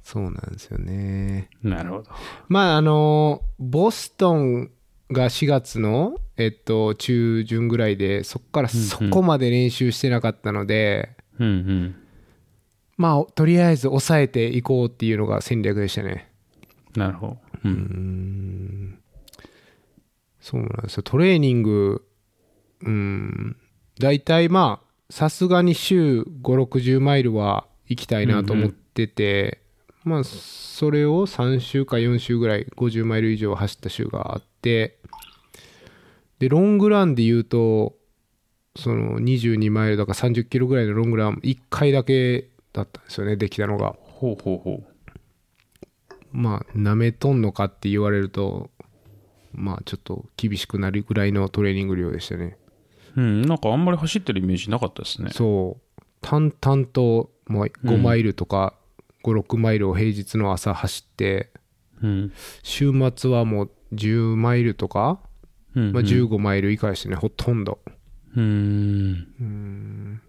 [SPEAKER 2] そうなんですよね
[SPEAKER 1] なるほど。
[SPEAKER 2] まああのボストンが4月の、えっと、中旬ぐらいでそこからそこまで練習してなかったので、
[SPEAKER 1] うんうん。
[SPEAKER 2] まあとりあえず抑えていこうっていうのが戦略でしたね
[SPEAKER 1] なるほど。うん。
[SPEAKER 2] そうなんですよトレーニングうん大体まあさすがに週560マイルは行きたいなと思ってて、まあそれを3週か4週ぐらい50マイル以上走った週があってでロングランで言うとその22マイルだから30キロぐらいのロングラン1回だけだったんですよねできたのが
[SPEAKER 1] ほうほうほ
[SPEAKER 2] まあなめとんのかって言われるとまあちょっと厳しくなるぐらいのトレーニング量でしたね
[SPEAKER 1] う。うん。なんかあんまり走ってるイメージなかったですね。
[SPEAKER 2] そう淡々ともう5マイルとか56マイルを平日の朝走って、
[SPEAKER 1] うん。
[SPEAKER 2] 週末はもう10マイルとか、
[SPEAKER 1] うん。
[SPEAKER 2] まあ、15マイル以下でしたねほとんど
[SPEAKER 1] うん。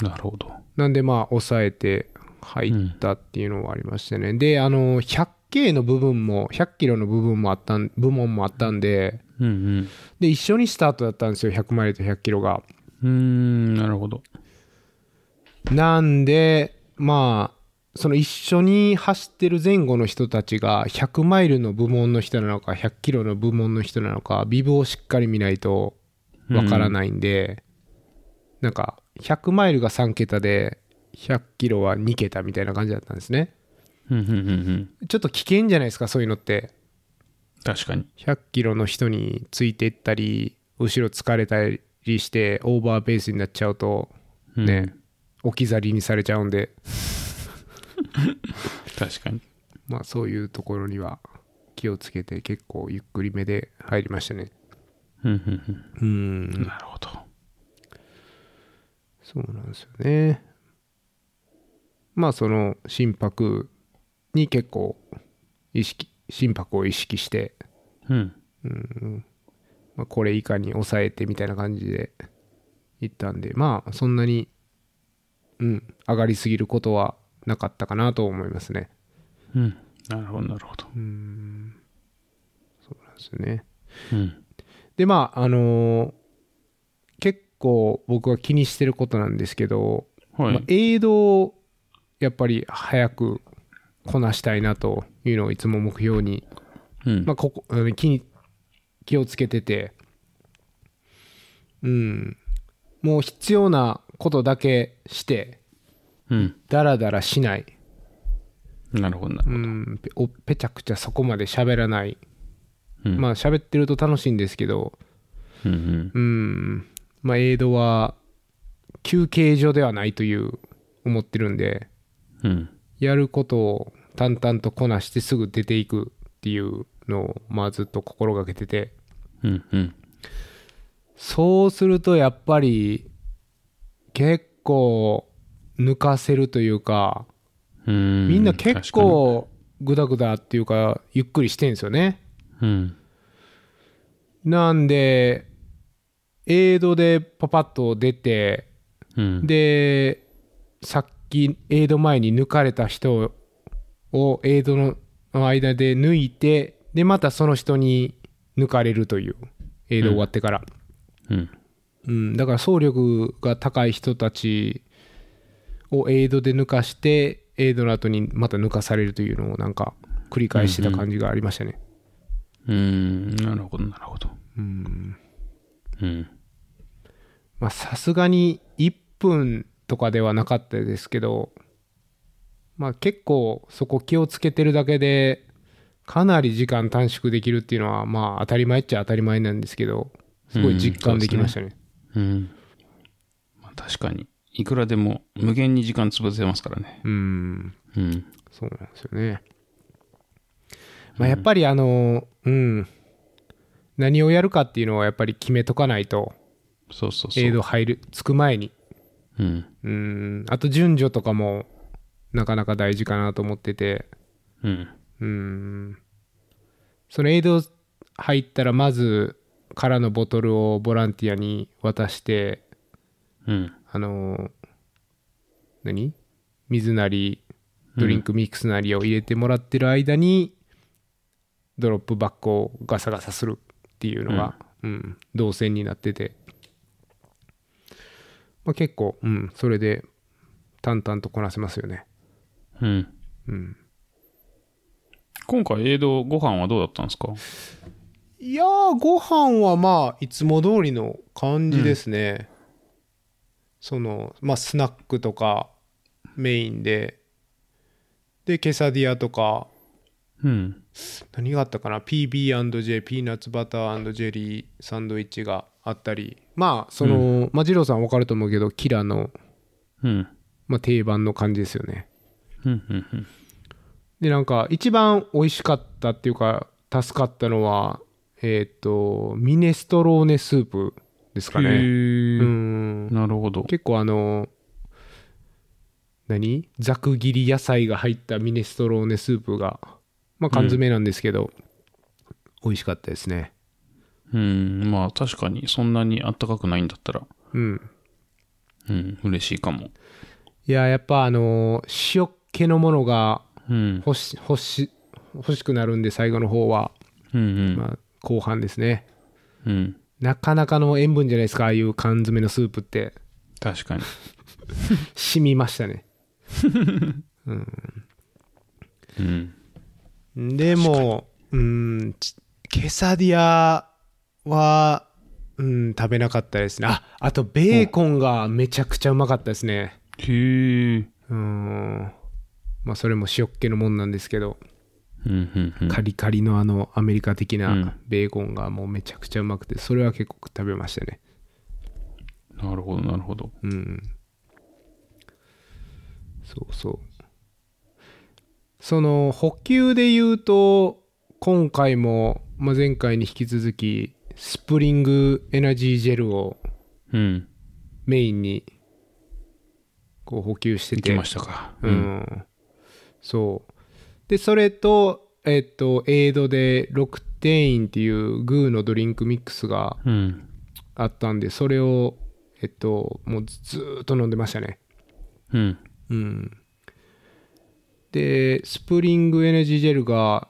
[SPEAKER 1] なるほど。
[SPEAKER 2] なんでまあ抑えて入ったっていうのはありましたね、であの 100K の部分も100キロの部分もあったん部門もあったんで
[SPEAKER 1] うん
[SPEAKER 2] で一緒にスタートだったんですよ100マイルと100キロが
[SPEAKER 1] うん。うん。なるほど。
[SPEAKER 2] なんでまあその一緒に走ってる前後の人たちが100マイルの部門の人なのか100キロの部門の人なのかビブをしっかり見ないとわからないんで、なんか100マイルが3桁で100キロは2桁みたいな感じだったんですね
[SPEAKER 1] うんうんうんうん。
[SPEAKER 2] ちょっと危険じゃないですかそういうのって
[SPEAKER 1] 確かに。
[SPEAKER 2] 100キロの人についていったり後ろ疲れたりしてオーバーペースになっちゃうと
[SPEAKER 1] うん
[SPEAKER 2] ね、置き去りにされちゃうんで
[SPEAKER 1] 確かに。
[SPEAKER 2] まあそういうところには気をつけて結構ゆっくりめで入りましたね
[SPEAKER 1] うんうん
[SPEAKER 2] う
[SPEAKER 1] うん。
[SPEAKER 2] ん
[SPEAKER 1] なるほど。
[SPEAKER 2] そうなんですよねまあその心拍に結構意識心拍を意識して、
[SPEAKER 1] うん。
[SPEAKER 2] まあ、これ以下に抑えてみたいな感じで行ったんでまあそんなにうん上がりすぎることはなかったかなと思いますね
[SPEAKER 1] うん。なるほど、なるほど。
[SPEAKER 2] そうなんですよね
[SPEAKER 1] うん。
[SPEAKER 2] でまああのー結構僕が気にしてることなんですけど、
[SPEAKER 1] は
[SPEAKER 2] まあ
[SPEAKER 1] い。
[SPEAKER 2] エイドをやっぱり早くこなしたいなというのをいつも目標に、
[SPEAKER 1] うん
[SPEAKER 2] まあ、ここあの気に気をつけててうんもう必要なことだけして
[SPEAKER 1] うん。
[SPEAKER 2] ダラダラしない、
[SPEAKER 1] なるほど、なる
[SPEAKER 2] う
[SPEAKER 1] ほど。
[SPEAKER 2] ん、ぺおぺちゃくちゃそこまで喋らない、
[SPEAKER 1] うん
[SPEAKER 2] まあ喋ってると楽しいんですけど
[SPEAKER 1] うんうん。
[SPEAKER 2] うん、まあ、エイドは休憩所ではないという思ってるんで、
[SPEAKER 1] うん。
[SPEAKER 2] やることを淡々とこなしてすぐ出ていくっていうのを、まあずっと心がけてて、
[SPEAKER 1] うん。うん。
[SPEAKER 2] そうするとやっぱり結構抜かせるというか、
[SPEAKER 1] うん。
[SPEAKER 2] みんな結構グダグダっていうかゆっくりしてんですよね。
[SPEAKER 1] 確かに。うん。
[SPEAKER 2] なんで、エイドでパパッと出て、
[SPEAKER 1] うん。
[SPEAKER 2] で、さっきエイド前に抜かれた人をエイドの間で抜いて、で、またその人に抜かれるという、エイド終わってから。
[SPEAKER 1] うん。
[SPEAKER 2] うん、だから総力が高い人たちをエイドで抜かしてエイドの後にまた抜かされるというのをなんか繰り返してた感じがありましたね。
[SPEAKER 1] うん。なるほど、なるほど。うん。
[SPEAKER 2] まあさすがに1分とかではなかったですけど、まあ、結構そこ気をつけてるだけでかなり時間短縮できるっていうのはまあ当たり前っちゃ当たり前なんですけどすごい実感できましたね。
[SPEAKER 1] うん。まあ、確かに。いくらでも無限に時間潰せますからね。
[SPEAKER 2] うん
[SPEAKER 1] うん。
[SPEAKER 2] そうなんですよね。まあ、やっぱりあの、うん、何をやるかっていうのはやっぱり決めとかないと、
[SPEAKER 1] そうそうそう。
[SPEAKER 2] エイド入る、つく前に。
[SPEAKER 1] うん。
[SPEAKER 2] うん、あと順序とかもなかなか大事かなと思ってて、
[SPEAKER 1] うん。
[SPEAKER 2] うん、そのエイド入ったらまず空のボトルをボランティアに渡して、
[SPEAKER 1] うん。
[SPEAKER 2] あの、何水なり、ドリンクミックスなりを入れてもらってる間に、ドロップバックをガサガサするっていうのが、うん、動線になってて、まあ、結構、うん、それで淡々とこなせますよね。
[SPEAKER 1] うん。
[SPEAKER 2] うん。
[SPEAKER 1] 今回、エイドご飯はどうだったんですか
[SPEAKER 2] いやー、ご飯はまあ、いつも通りの感じですね。その、まあ、スナックとかメインで、で、ケサディアとか、
[SPEAKER 1] うん。
[SPEAKER 2] 何があったかな PB&J ピーナッツバタージェリーサンドイッチがあったりまあその、まあ二郎さん分かると思うけどキラの、
[SPEAKER 1] うん。
[SPEAKER 2] まあ、定番の感じですよね
[SPEAKER 1] うん。うん。うん。
[SPEAKER 2] でなんか一番美味しかったっていうか助かったのはえっ、とミネストローネスープですか
[SPEAKER 1] へ
[SPEAKER 2] ねう
[SPEAKER 1] ー
[SPEAKER 2] ん
[SPEAKER 1] なるほど。
[SPEAKER 2] 結構あの何ざく切り野菜が入ったミネストローネスープがまあ缶詰なんですけど、美味しかったですね
[SPEAKER 1] うん。まあ、確かに、そんなにあったかくないんだったら、
[SPEAKER 2] うん
[SPEAKER 1] うん。嬉しいかも。
[SPEAKER 2] いや、やっぱあのー塩気のものが
[SPEAKER 1] うん。
[SPEAKER 2] 欲し、欲し、欲しくなるんで、最後の方は、
[SPEAKER 1] うん。うん。
[SPEAKER 2] まあ、後半ですね。
[SPEAKER 1] うん。
[SPEAKER 2] なかなかの塩分じゃないですか、ああいう缶詰のスープって。
[SPEAKER 1] 確かに。
[SPEAKER 2] 染みましたね。
[SPEAKER 1] うん。
[SPEAKER 2] でも、うん、ちケサディアは、うん、食べなかったですね。あ、あと、ベーコンがめちゃくちゃうまかったですね。
[SPEAKER 1] へえ。
[SPEAKER 2] うん。まあ、それも塩っ気のもんなんですけど。
[SPEAKER 1] うん。うん。うん。
[SPEAKER 2] カリカリのあのアメリカ的
[SPEAKER 1] うん
[SPEAKER 2] なベーコンがもうめちゃくちゃうまくてそれは結構食べましたね
[SPEAKER 1] なるほど、なるほど。
[SPEAKER 2] うんそうそうその補給で言うと今回も、まあ、前回に引き続きスプリングエナジージェルを
[SPEAKER 1] うん。
[SPEAKER 2] メインにこう補給して
[SPEAKER 1] 行
[SPEAKER 2] て
[SPEAKER 1] きましたか。
[SPEAKER 2] う。ん、そうでそれとえっとエイドでロクテインっていうグーのドリンクミックスが
[SPEAKER 1] うん。
[SPEAKER 2] あったんでそれをえっともうずーっと飲んでましたね
[SPEAKER 1] うん。
[SPEAKER 2] うんでスプリングエナジージェルが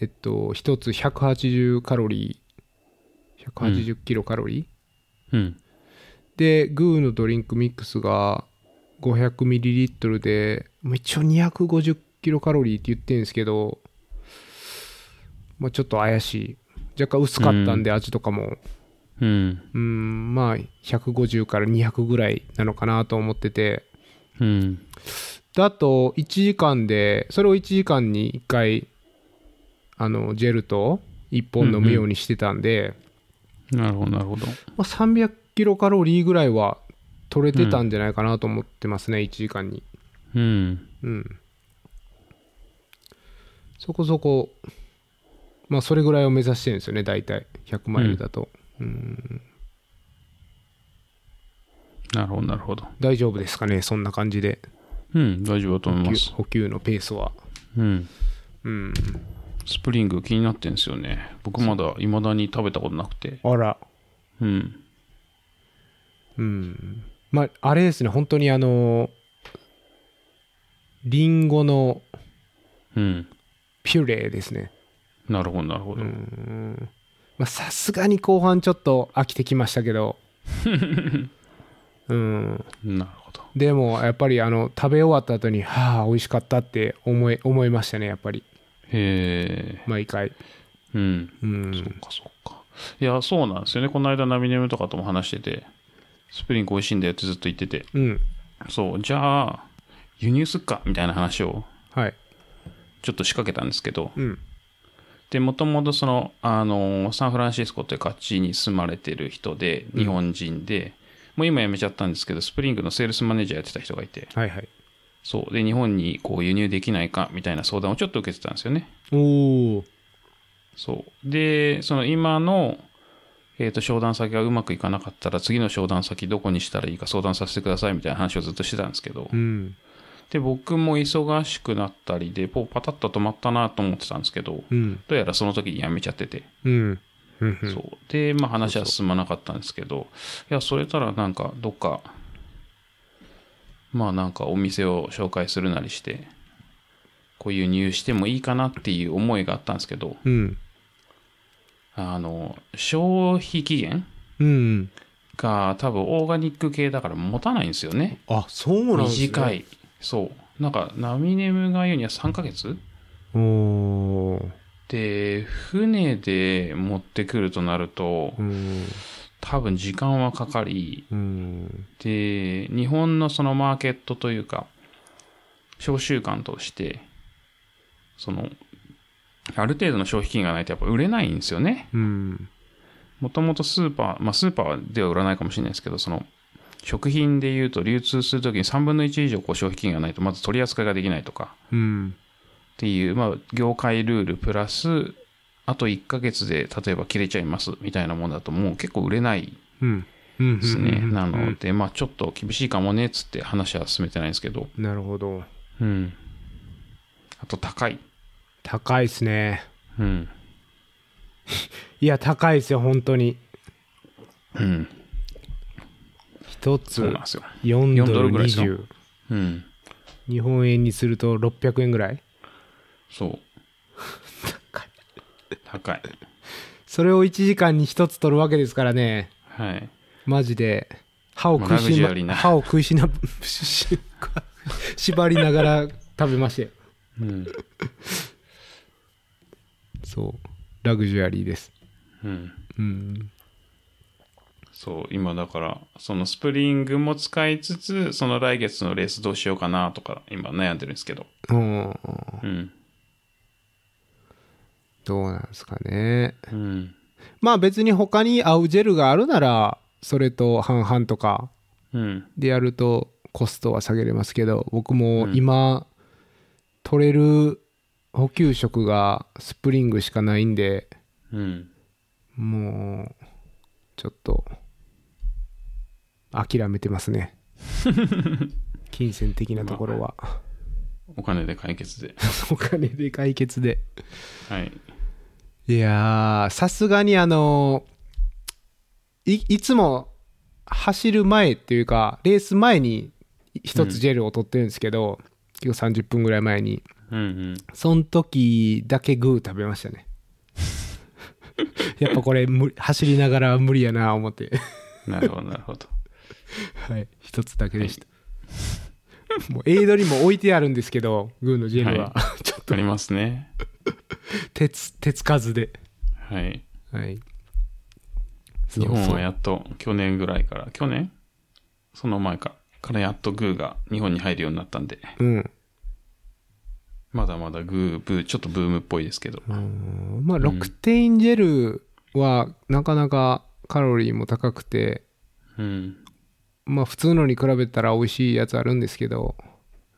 [SPEAKER 2] えっと1つ180カロリー180キロカロリー、
[SPEAKER 1] うん。
[SPEAKER 2] でグーのドリンクミックスが 500ml でまあ一応250キロカロリーって言ってるんですけど、まあ、ちょっと怪しい若干薄かったんで味とかも
[SPEAKER 1] うん。
[SPEAKER 2] うんまあ150から200ぐらいなのかなと思ってて
[SPEAKER 1] うん。
[SPEAKER 2] だと1時間でそれを1時間に1回あのジェルと1本飲むようにしてたんで、
[SPEAKER 1] なるほど、なるほど。
[SPEAKER 2] まあ、300キロカロリーぐらいは取れてたんじゃないかなと思ってますね、1時間に。
[SPEAKER 1] ううん。
[SPEAKER 2] うん。そこそこ、まあ、それぐらいを目指してるんですよね、大体。100マイルだと。うん
[SPEAKER 1] なるほど、なるほど。
[SPEAKER 2] 大丈夫ですかね、そんな感じで。
[SPEAKER 1] うん、大丈夫だと思い
[SPEAKER 2] 補
[SPEAKER 1] ま
[SPEAKER 2] 給
[SPEAKER 1] す。
[SPEAKER 2] 補給のペースは。
[SPEAKER 1] うん。
[SPEAKER 2] うん。
[SPEAKER 1] スプリング気になってんですよね。僕まだ未だに食べたことなくて。
[SPEAKER 2] あら。
[SPEAKER 1] うん。
[SPEAKER 2] うん。まあ、あれですね、本当にあの、リンゴの
[SPEAKER 1] うん。
[SPEAKER 2] ピュレですね。
[SPEAKER 1] なるほど、なるほど。
[SPEAKER 2] うん。まあ、さすがに後半ちょっと飽きてきましたけ ど。うん。
[SPEAKER 1] なるほど。
[SPEAKER 2] でもやっぱりあの食べ終わった後にはあ美味しかったって思い思いましたねやっぱり
[SPEAKER 1] へえ。
[SPEAKER 2] 毎回
[SPEAKER 1] うん。
[SPEAKER 2] う
[SPEAKER 1] そっ
[SPEAKER 2] ん
[SPEAKER 1] か、そっか。いや、そうなんですよね。この間、ナビネムとかとも話してて、スプリング美味しいんだよってずっと言ってて。
[SPEAKER 2] うん
[SPEAKER 1] そう、じゃあ、輸入すっかみたいな話を
[SPEAKER 2] はい
[SPEAKER 1] ちょっと仕掛けたんですけど、
[SPEAKER 2] うん
[SPEAKER 1] で、もともとその、あの、サンフランシスコという勝ちに住まれてる人で、日本人で、もう今辞めちゃったんですけど、スプリングのセールスマネージャーやってた人がいて、
[SPEAKER 2] はいはい
[SPEAKER 1] そう、で、日本にこう輸入できないかみたいな相談をちょっと受けてたんですよね。
[SPEAKER 2] おお
[SPEAKER 1] そう。で、その今の、えっ、と、商談先がうまくいかなかったら、次の商談先どこにしたらいいか相談させてくださいみたいな話をずっとしてたんですけど、
[SPEAKER 2] うん
[SPEAKER 1] で、僕も忙しくなったりで、ポうパタッと止まったなと思ってたんですけど、
[SPEAKER 2] うん
[SPEAKER 1] どうやらその時に辞めちゃってて、
[SPEAKER 2] うんうんうん
[SPEAKER 1] そう。で、まあ話は進まなかったんですけど、いや、それたらなんか、どっか、まあなんかお店を紹介するなりして、こう輸入してもいいかなっていう思いがあったんですけど、
[SPEAKER 2] うん
[SPEAKER 1] あの、消費期限
[SPEAKER 2] うん
[SPEAKER 1] が多分オーガニック系だから持たないんですよね。
[SPEAKER 2] あそうなんですね
[SPEAKER 1] 短い。そう。なんか、ナミネムが言うには3ヶ月
[SPEAKER 2] おお
[SPEAKER 1] で、船で持ってくるとなると、
[SPEAKER 2] うん
[SPEAKER 1] 多分時間はかかり、
[SPEAKER 2] うん
[SPEAKER 1] で、日本のそのマーケットというか、商習慣として、その、ある程度の消費金がないとやっぱ売れないんですよね。
[SPEAKER 2] うん
[SPEAKER 1] もともとスーパー、まあスーパーでは売らないかもしれないですけど、その、食品で言うと流通するときに3分の1以上こう消費金がないとまず取り扱いができないとか、
[SPEAKER 2] うん
[SPEAKER 1] っていう、まあ、業界ルールプラス、あと1ヶ月で例えば切れちゃいますみたいなもんだともう結構売れない
[SPEAKER 2] うんうん
[SPEAKER 1] ですね。
[SPEAKER 2] うん
[SPEAKER 1] な
[SPEAKER 2] う
[SPEAKER 1] の
[SPEAKER 2] ん
[SPEAKER 1] で、まあちょっと厳しいかもねっつって話は進めてないんですけど。
[SPEAKER 2] なるほど
[SPEAKER 1] うん。あと高い。
[SPEAKER 2] 高いっすね
[SPEAKER 1] うん。
[SPEAKER 2] いや高いっすよ本当に
[SPEAKER 1] うん。
[SPEAKER 2] 一
[SPEAKER 1] そう
[SPEAKER 2] つ
[SPEAKER 1] なんですよ。
[SPEAKER 2] 4ド
[SPEAKER 1] ド
[SPEAKER 2] ル
[SPEAKER 1] ルぐらいですよ
[SPEAKER 2] 20
[SPEAKER 1] うん。
[SPEAKER 2] 日本円にすると600円ぐらい
[SPEAKER 1] そう。 高い。
[SPEAKER 2] それを1時間に1つ取るわけですからね
[SPEAKER 1] はい。
[SPEAKER 2] マジで歯を食い
[SPEAKER 1] ラグ
[SPEAKER 2] し
[SPEAKER 1] ジュ
[SPEAKER 2] ば
[SPEAKER 1] アリーな
[SPEAKER 2] 歯を食いしな縛りながら食べましたよ
[SPEAKER 1] うん。
[SPEAKER 2] そうラグジュアリーです
[SPEAKER 1] うん。
[SPEAKER 2] うん
[SPEAKER 1] そう、今だから、そのスプリングも使いつつ、その来月のレースどうしようかなとか、今悩んでるんですけど。
[SPEAKER 2] うん
[SPEAKER 1] うん。
[SPEAKER 2] どうなんですかね
[SPEAKER 1] うん。
[SPEAKER 2] まあ別に他に合うジェルがあるならそれと半々とか
[SPEAKER 1] うん。
[SPEAKER 2] でやるとコストは下げれますけど僕も今、取れる補給食がスプリングしかないんで
[SPEAKER 1] うん。
[SPEAKER 2] もうちょっと諦めてますね金銭的なところは、
[SPEAKER 1] お金で解決で。
[SPEAKER 2] お金で解決で
[SPEAKER 1] はい。
[SPEAKER 2] いやーさすがにあのいいつも走る前っていうかレース前に一つジェルを取ってるんですけど、結構30分ぐらい前に
[SPEAKER 1] うんうん。
[SPEAKER 2] その時だけグー食べましたねやっぱこれ無理走りながら無理やな思って
[SPEAKER 1] なるほど、なるほど。
[SPEAKER 2] はい、一つだけでした。もうエイドにも置いてあるんですけど、グーのジェルは、 ちょっと
[SPEAKER 1] ありますね。
[SPEAKER 2] 手つ手つかずで。
[SPEAKER 1] はい。
[SPEAKER 2] はい。そ
[SPEAKER 1] 日
[SPEAKER 2] う
[SPEAKER 1] 本
[SPEAKER 2] そ
[SPEAKER 1] は
[SPEAKER 2] う
[SPEAKER 1] やっと去年ぐらいから、去年その前か。からやっとグーが日本に入るようになったんで、
[SPEAKER 2] うん。
[SPEAKER 1] まだまだグー、ブー、ちょっとブームっぽいですけど。
[SPEAKER 2] うんまあ、ロクテインジェルはなかなかカロリーも高くて、
[SPEAKER 1] うん。
[SPEAKER 2] まあ普通のに比べたら美味しいやつあるんですけど、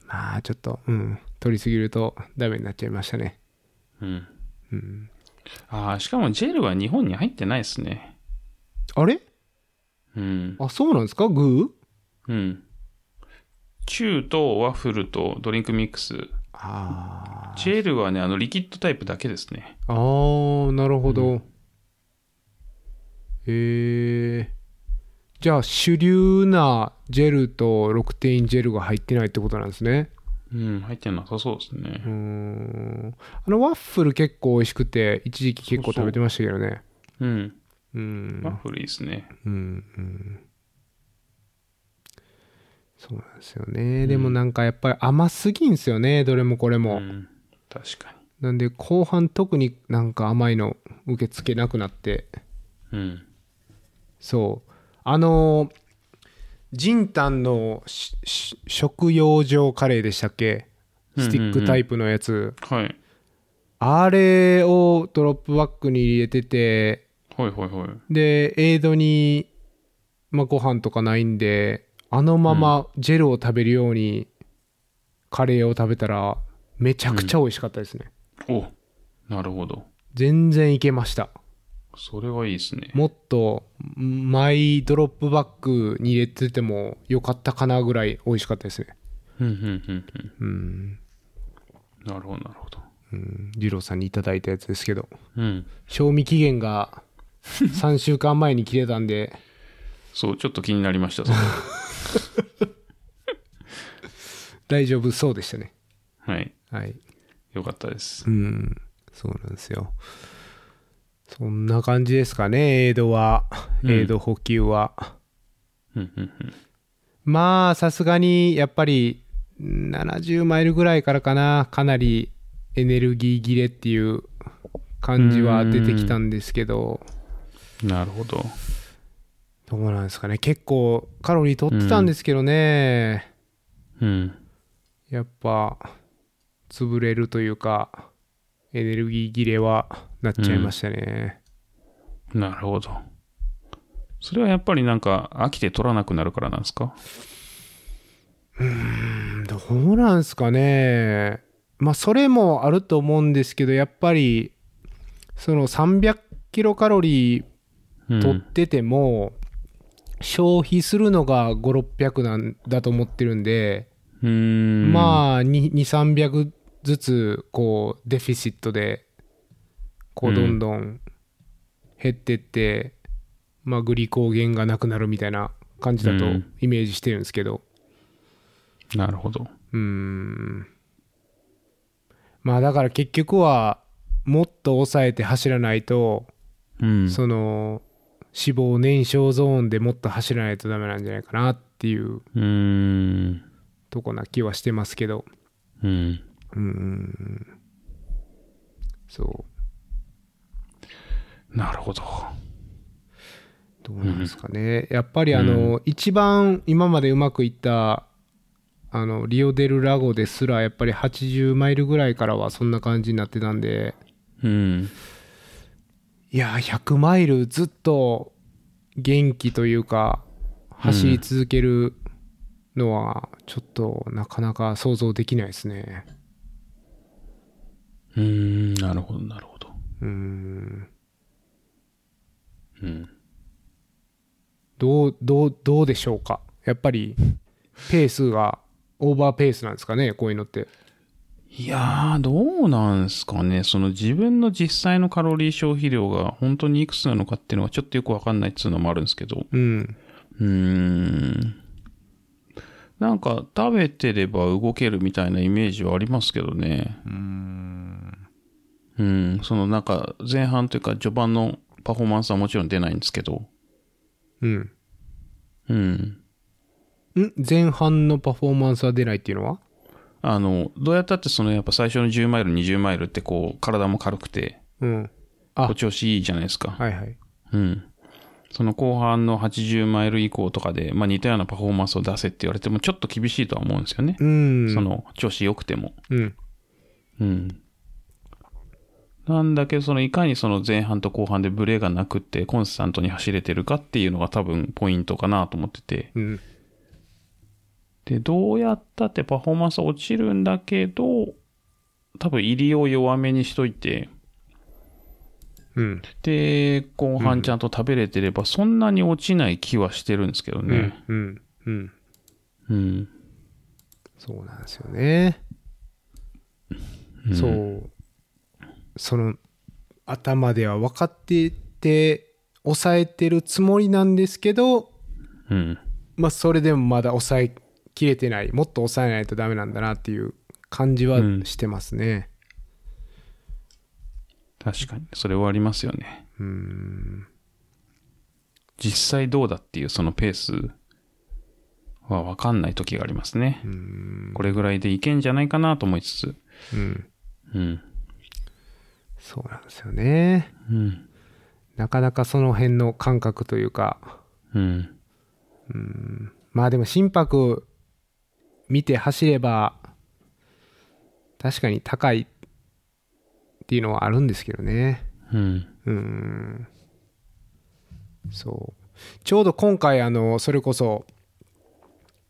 [SPEAKER 2] まあちょっと、うん、取りすぎるとダメになっちゃいましたね。
[SPEAKER 1] うん。
[SPEAKER 2] うん、
[SPEAKER 1] ああ、しかもジェルは日本に入ってないですね。
[SPEAKER 2] あれ
[SPEAKER 1] うん。
[SPEAKER 2] あ、そうなんですかグー
[SPEAKER 1] うん。チューとワッフルとドリンクミックス。
[SPEAKER 2] あ
[SPEAKER 1] ジェルはね、あの、リキッドタイプだけですね。
[SPEAKER 2] あ。あー、なるほど。へえ。じゃあ、主流なジェルとロクテインジェルが入ってないってことなんですね。
[SPEAKER 1] うん、入ってなさそうですね
[SPEAKER 2] うー。ん。あの、ワッフル結構美味しくて、一時期結構食べてましたけどね。
[SPEAKER 1] うん。
[SPEAKER 2] うん。
[SPEAKER 1] ワッフルいいですね。
[SPEAKER 2] うんうんそうなんですよね、でもなんかやっぱり甘すぎんすよねどれもこれ
[SPEAKER 1] う
[SPEAKER 2] も、
[SPEAKER 1] ん。確か
[SPEAKER 2] なんで後半特になんか甘いの受け付けなくなって
[SPEAKER 1] に。うん。
[SPEAKER 2] そうあのージンタンのしし食用上カレーでしたっけスティックタイプのやつ、
[SPEAKER 1] はい。
[SPEAKER 2] あれをドロップバッグに入れてて
[SPEAKER 1] はいはいはい。
[SPEAKER 2] でエイドに、まあ、ご飯とかないんであのままジェルを食べるようにカレーを食べたらめちゃくちゃ美味しかったですね、
[SPEAKER 1] おなるほど。
[SPEAKER 2] 全然いけました
[SPEAKER 1] それはいいですね。
[SPEAKER 2] もっとマイドロップバッグに入れててもよかったかなぐらい美味しかったですね
[SPEAKER 1] うんうんうんうん。
[SPEAKER 2] うん
[SPEAKER 1] なるほどなるほど。
[SPEAKER 2] うん二郎さんにいただいたやつですけど
[SPEAKER 1] うん。
[SPEAKER 2] 賞味期限が3週間前に切れたんで
[SPEAKER 1] そう、ちょっと気になりました、それ
[SPEAKER 2] 大丈夫そうでしたね
[SPEAKER 1] はい。
[SPEAKER 2] はい
[SPEAKER 1] よかったです
[SPEAKER 2] う。ん、そうなんですよ。そんな感じですかね、エイドは、
[SPEAKER 1] うん
[SPEAKER 2] エイド補給は。
[SPEAKER 1] うんうんうん。
[SPEAKER 2] まあ、さすがに、やっぱり、70マイルぐらいからかな、かなりエネルギー切れっていう感じは出てきたんですけど、
[SPEAKER 1] なるほど。
[SPEAKER 2] どうなんですかね、結構カロリー取ってたんですけどね、
[SPEAKER 1] うん。
[SPEAKER 2] やっぱ、潰れるというか、エネルギー切れはなっちゃいましたね。
[SPEAKER 1] なるほど。それはやっぱりなんか飽きて取らなくなるからなんですか
[SPEAKER 2] どうなんすかねまあそれもあると思うんですけどやっぱりその300キロカロリー
[SPEAKER 1] うん。
[SPEAKER 2] 取ってても、消費するのが5600なんだと思ってるんで、
[SPEAKER 1] うーん。あ。
[SPEAKER 2] まあ2300ずつこうデフィシットでこ
[SPEAKER 1] う
[SPEAKER 2] うんどんどん減ってって、まあグリコーゲンがなくなるみたいな感じだと
[SPEAKER 1] うん
[SPEAKER 2] イメージしてるんですけど、
[SPEAKER 1] なるほど。
[SPEAKER 2] うーんまあだから結局はもっと抑えて走らないと、
[SPEAKER 1] うん。
[SPEAKER 2] その脂肪燃焼ゾーンでもっと走らないとダメなんじゃないかなっていう
[SPEAKER 1] うーん。
[SPEAKER 2] とこな気はしてますけど
[SPEAKER 1] うん。
[SPEAKER 2] うーんそう
[SPEAKER 1] なるほど。
[SPEAKER 2] どうなんですかね、やっぱりあの、一番今までうまくいったあのリオデルラゴですらやっぱり80マイルぐらいからはそんな感じになってたんで
[SPEAKER 1] うん。
[SPEAKER 2] いやー100マイルずっと元気というか走り続けるのはちょっとなかなか想像できないですね
[SPEAKER 1] うーん。なるほど、なるほど。
[SPEAKER 2] うーん
[SPEAKER 1] うん。
[SPEAKER 2] どうどうどうでしょうかやっぱりペースがオーバーペースなんですかねこういうのって
[SPEAKER 1] いやー、どうなんすかね。その自分の実際のカロリー消費量が本当にいくつなのかっていうのはちょっとよくわかんないっていうのもあるんですけど。
[SPEAKER 2] うん
[SPEAKER 1] うーん。なんか食べてれば動けるみたいなイメージはありますけどね。うん。そのなんか前半というか序盤のパフォーマンスはもちろん出ないんですけど。
[SPEAKER 2] うん
[SPEAKER 1] うん。
[SPEAKER 2] ん前半のパフォーマンスは出ないっていうのは
[SPEAKER 1] あの、どうやったってそのやっぱ最初の10マイル、20マイルってこう体も軽くて、
[SPEAKER 2] うんあ
[SPEAKER 1] お調子いいじゃないですか。
[SPEAKER 2] はいはい
[SPEAKER 1] うん。その後半の80マイル以降とかで、まあ似たようなパフォーマンスを出せって言われてもちょっと厳しいとは思うんですよね。
[SPEAKER 2] うん
[SPEAKER 1] その調子良くても。
[SPEAKER 2] うん
[SPEAKER 1] うん。なんだけど、そのいかにその前半と後半でブレがなくってコンスタントに走れてるかっていうのが多分ポイントかなと思ってて。
[SPEAKER 2] うん
[SPEAKER 1] で、どうやったってパフォーマンス落ちるんだけど、多分入りを弱めにしといて、
[SPEAKER 2] うん。
[SPEAKER 1] で、後半ちゃんと食べれてれば、そんなに落ちない気はしてるんですけど
[SPEAKER 2] う
[SPEAKER 1] ね
[SPEAKER 2] ん。。うん。うん。
[SPEAKER 1] うん。
[SPEAKER 2] そうなんですよね。
[SPEAKER 1] ん
[SPEAKER 2] そう。その、頭では分かってて、抑えてるつもりなんですけど、
[SPEAKER 1] うん。
[SPEAKER 2] まあ、それでもまだ抑えきれてない。もっと抑えないとダメなんだなっていう感じは
[SPEAKER 1] うん
[SPEAKER 2] してますね。
[SPEAKER 1] 確かに。それはありますよね。
[SPEAKER 2] うん。
[SPEAKER 1] 実際どうだっていうそのペースは分かんない時がありますね。
[SPEAKER 2] うん。
[SPEAKER 1] これぐらいでいけんじゃないかなと思いつつ。
[SPEAKER 2] うん。
[SPEAKER 1] うん。
[SPEAKER 2] そうなんですよね。
[SPEAKER 1] うん。
[SPEAKER 2] なかなかその辺の感覚というか、
[SPEAKER 1] うん。
[SPEAKER 2] まあでも心拍見て走れば確かに高いっていうのはあるんですけどね
[SPEAKER 1] うん。
[SPEAKER 2] うーんそうちょうど今回あのそれこそ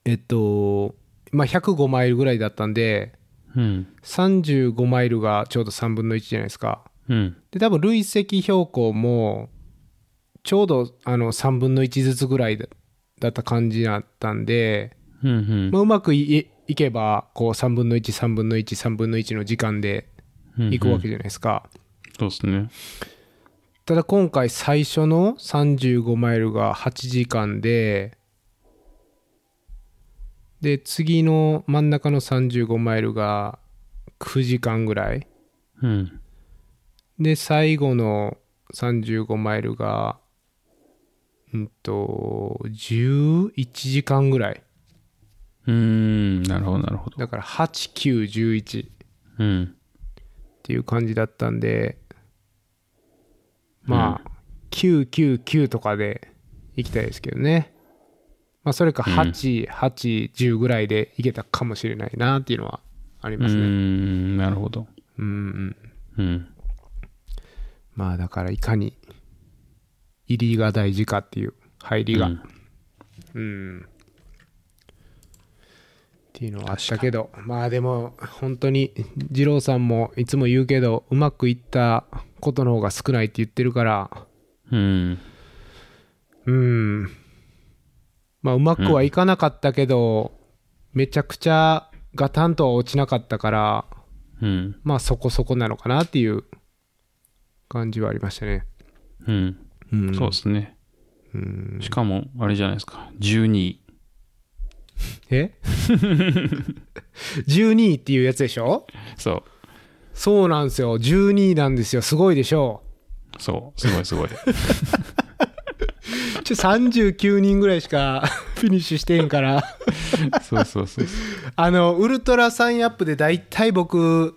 [SPEAKER 2] えっとまあ105マイルぐらいだったんで
[SPEAKER 1] うん。
[SPEAKER 2] 35マイルがちょうど3分の1じゃないですか
[SPEAKER 1] うん。
[SPEAKER 2] で多分累積標高もちょうどあの3分の1ずつぐらいだだった感じだったんで
[SPEAKER 1] うん。うん
[SPEAKER 2] まあ、うまくいいけばこう3分の13分の13分の1の時間で
[SPEAKER 1] うん。
[SPEAKER 2] いくわけじゃないですか、
[SPEAKER 1] そうですね。
[SPEAKER 2] ただ今回最初の35マイルが8時間でで次の真ん中の35マイルが9時間ぐらい
[SPEAKER 1] うん。
[SPEAKER 2] で最後の35マイルがうんと11時間ぐらいう
[SPEAKER 1] ーん。なるほど、なるほど。
[SPEAKER 2] だから8911
[SPEAKER 1] う
[SPEAKER 2] っ
[SPEAKER 1] ん。
[SPEAKER 2] ていう感じだったんでまあ、999とかで行きたいですけどねまあそれか
[SPEAKER 1] うん
[SPEAKER 2] 8810ぐらいで行けたかもしれないなっていうのはあり
[SPEAKER 1] うー
[SPEAKER 2] ますね
[SPEAKER 1] ん。なるほど。
[SPEAKER 2] うんうん
[SPEAKER 1] うん。
[SPEAKER 2] まあだからいかに入りが大事かっていう入りが
[SPEAKER 1] う
[SPEAKER 2] うんん、っていうのはあったけどまあでも本当に二郎さんもいつも言うけどうまくいったことの方が少ないって言ってるから
[SPEAKER 1] うん。
[SPEAKER 2] うんまあうまくはいかなかったけど、めちゃくちゃガタンとは落ちなかったから
[SPEAKER 1] うん。
[SPEAKER 2] まあそこそこなのかなっていう感じはありましたね
[SPEAKER 1] うん。
[SPEAKER 2] うん
[SPEAKER 1] そうですね。
[SPEAKER 2] うん
[SPEAKER 1] しかも、あれじゃないですか。12位。
[SPEAKER 2] え12位っていうやつでしょ
[SPEAKER 1] そ
[SPEAKER 2] そうなんですよ12位なんですよすごいでしょ
[SPEAKER 1] う。そう。すごい、すごい。
[SPEAKER 2] ちょ39人ぐらいしか フィニッシュしてへんから
[SPEAKER 1] そうそうそうそう。
[SPEAKER 2] あのウルトラサインアップでだいたい僕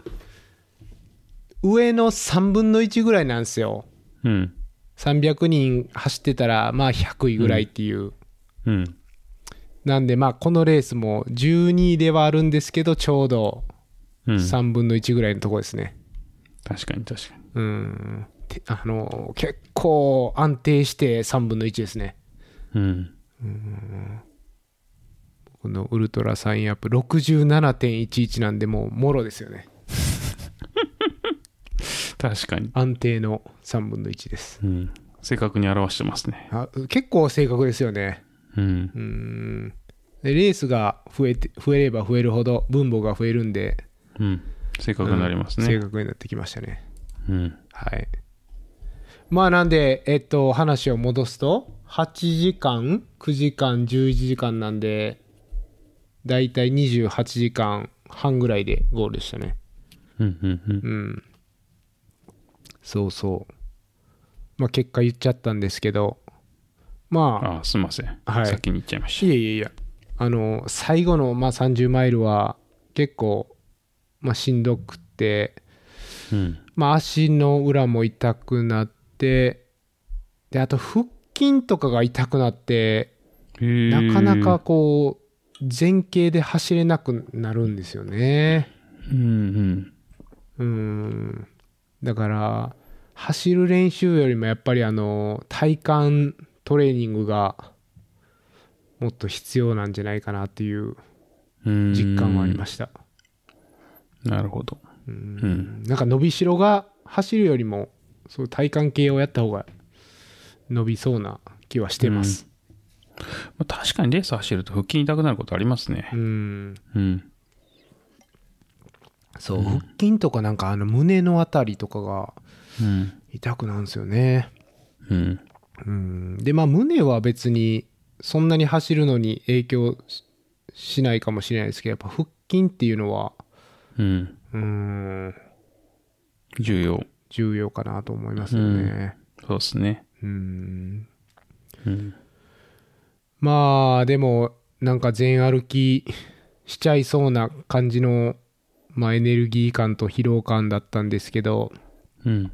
[SPEAKER 2] 上の3分の1ぐらいなんですよ
[SPEAKER 1] うん。
[SPEAKER 2] 300人走ってたらまあ100位ぐらいっていう、
[SPEAKER 1] うん。
[SPEAKER 2] なんでまあこのレースも12位ではあるんですけどちょうど
[SPEAKER 1] うん。
[SPEAKER 2] 3分の1ぐらいのとこですね、
[SPEAKER 1] 確かに確かに。
[SPEAKER 2] うんてあの結構安定して3分の1ですね
[SPEAKER 1] うん。
[SPEAKER 2] このウルトラサインアップ67.11なんでもうもろですよね
[SPEAKER 1] 確かに。
[SPEAKER 2] 安定の3分の1です
[SPEAKER 1] うん。正確に表してますね。
[SPEAKER 2] あ結構正確ですよね
[SPEAKER 1] うん
[SPEAKER 2] う。んでレースが増えて増えれば増えるほど分母が増えるんで、
[SPEAKER 1] うん。正確になります
[SPEAKER 2] 正
[SPEAKER 1] ね。
[SPEAKER 2] 確になってきましたね
[SPEAKER 1] うん。
[SPEAKER 2] はいまあなんでえっと話を戻すと8時間9時間11時間なんでだいたい28時間半ぐらいでゴールでしたね
[SPEAKER 1] うん。うん。
[SPEAKER 2] うんそうそうまあ結果言っちゃったんですけどまあ
[SPEAKER 1] ああ、すいません。
[SPEAKER 2] はい
[SPEAKER 1] 先に行っちゃいまし
[SPEAKER 2] いやいやいやあの最後のまあ30マイルは結構まあしんどくて
[SPEAKER 1] た。うん。
[SPEAKER 2] まあ、足の裏も痛くなってであと腹筋とかが痛くなってな
[SPEAKER 1] な
[SPEAKER 2] かなか。こう前傾で走れなくなるんですよね
[SPEAKER 1] うん
[SPEAKER 2] うんだから走る練習よりもやっぱりあの体幹トレーニングがもっと必要なんじゃないかなっていう
[SPEAKER 1] うん。
[SPEAKER 2] 実感はあり
[SPEAKER 1] ま
[SPEAKER 2] ました。
[SPEAKER 1] す。なるほど。
[SPEAKER 2] うんなんか伸びしろが走るよりも、そう体幹系をやった方が伸びそうな気はしてます。
[SPEAKER 1] まあ確かにレース走ると腹筋痛くなることありますね
[SPEAKER 2] う。ん。
[SPEAKER 1] うん。
[SPEAKER 2] そう、腹筋とかなんかあの胸のあたりとかが
[SPEAKER 1] うん。
[SPEAKER 2] 痛くなんですよね。
[SPEAKER 1] うん。
[SPEAKER 2] うん。で、まあ胸は別にそんなに走るのに影響ししないかもしれないですけど、やっぱ腹筋っていうのは、
[SPEAKER 1] うん。
[SPEAKER 2] うん、
[SPEAKER 1] 重要。
[SPEAKER 2] 重要かなと思いますよね。
[SPEAKER 1] そうですね。
[SPEAKER 2] うん
[SPEAKER 1] うん。
[SPEAKER 2] まあでもなんか全歩きしちゃいそうな感じの、まあ、エネルギー感と疲労感だったんですけど、
[SPEAKER 1] うん。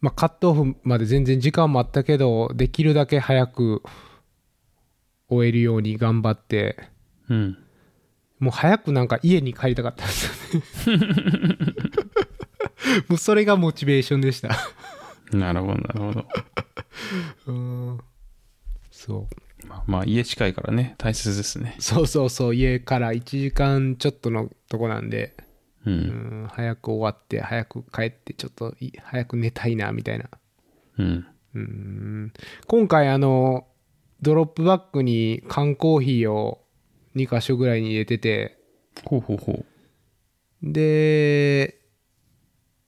[SPEAKER 2] まあ、カットオフまで全然時間もあったけどできるだけ早く終えるように頑張って
[SPEAKER 1] うん。
[SPEAKER 2] もう早くなんか家に帰りたかったですよねもうそれがモチベーションでした
[SPEAKER 1] なるほど、なるほど。
[SPEAKER 2] うんそう
[SPEAKER 1] まあ、まあ、家近いからね、大切ですね。
[SPEAKER 2] そうそうそう家から1時間ちょっとのとこなんで
[SPEAKER 1] う。
[SPEAKER 2] うんん早く終わって早く帰ってちょっとい早く寝たいなみたいな
[SPEAKER 1] うん。
[SPEAKER 2] うん今回あのドロップバッグに缶コーヒーを2箇所ぐらいに入れてて
[SPEAKER 1] ほうほうほう。
[SPEAKER 2] で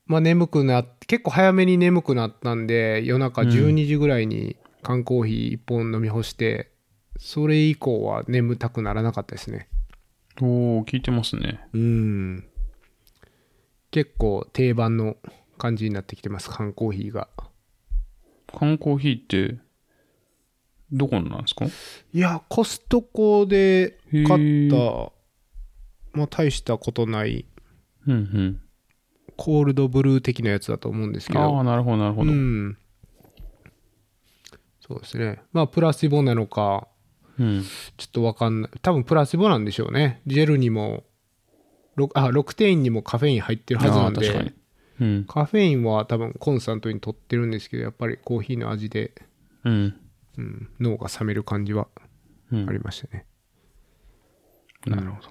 [SPEAKER 2] まあ眠くなって結構早めに眠くなったんで夜中12時ぐらいに缶コーヒー1本飲み干して、それ以降は眠たくならなかったですね
[SPEAKER 1] おお聞いてますね。
[SPEAKER 2] うん結構定番の感じになってきてます缶コーヒーが
[SPEAKER 1] 缶コーヒーって、どこのなんですか
[SPEAKER 2] いやコストコで買
[SPEAKER 1] へ
[SPEAKER 2] ったまあ大したことない
[SPEAKER 1] うん
[SPEAKER 2] コールドブルー的なやつだと思うんです
[SPEAKER 1] う
[SPEAKER 2] け
[SPEAKER 1] ん。あ
[SPEAKER 2] ど
[SPEAKER 1] あ、なるほど、なるほ
[SPEAKER 2] う
[SPEAKER 1] ど。
[SPEAKER 2] んそうですねまあプラシボなのか
[SPEAKER 1] うん。
[SPEAKER 2] ちょっとわかんない多分プラシボなんでしょうねジェルにもろあロクテインにもカフェイン入ってるはず
[SPEAKER 1] あ
[SPEAKER 2] な
[SPEAKER 1] あ
[SPEAKER 2] ん
[SPEAKER 1] 確か
[SPEAKER 2] で
[SPEAKER 1] に。うん。
[SPEAKER 2] カフェインは多分コンスタントに取ってるんですけどやっぱりコーヒーの味で、
[SPEAKER 1] うん。
[SPEAKER 2] うん、脳が冷める感じは
[SPEAKER 1] うん
[SPEAKER 2] ありましたね、
[SPEAKER 1] なるほど。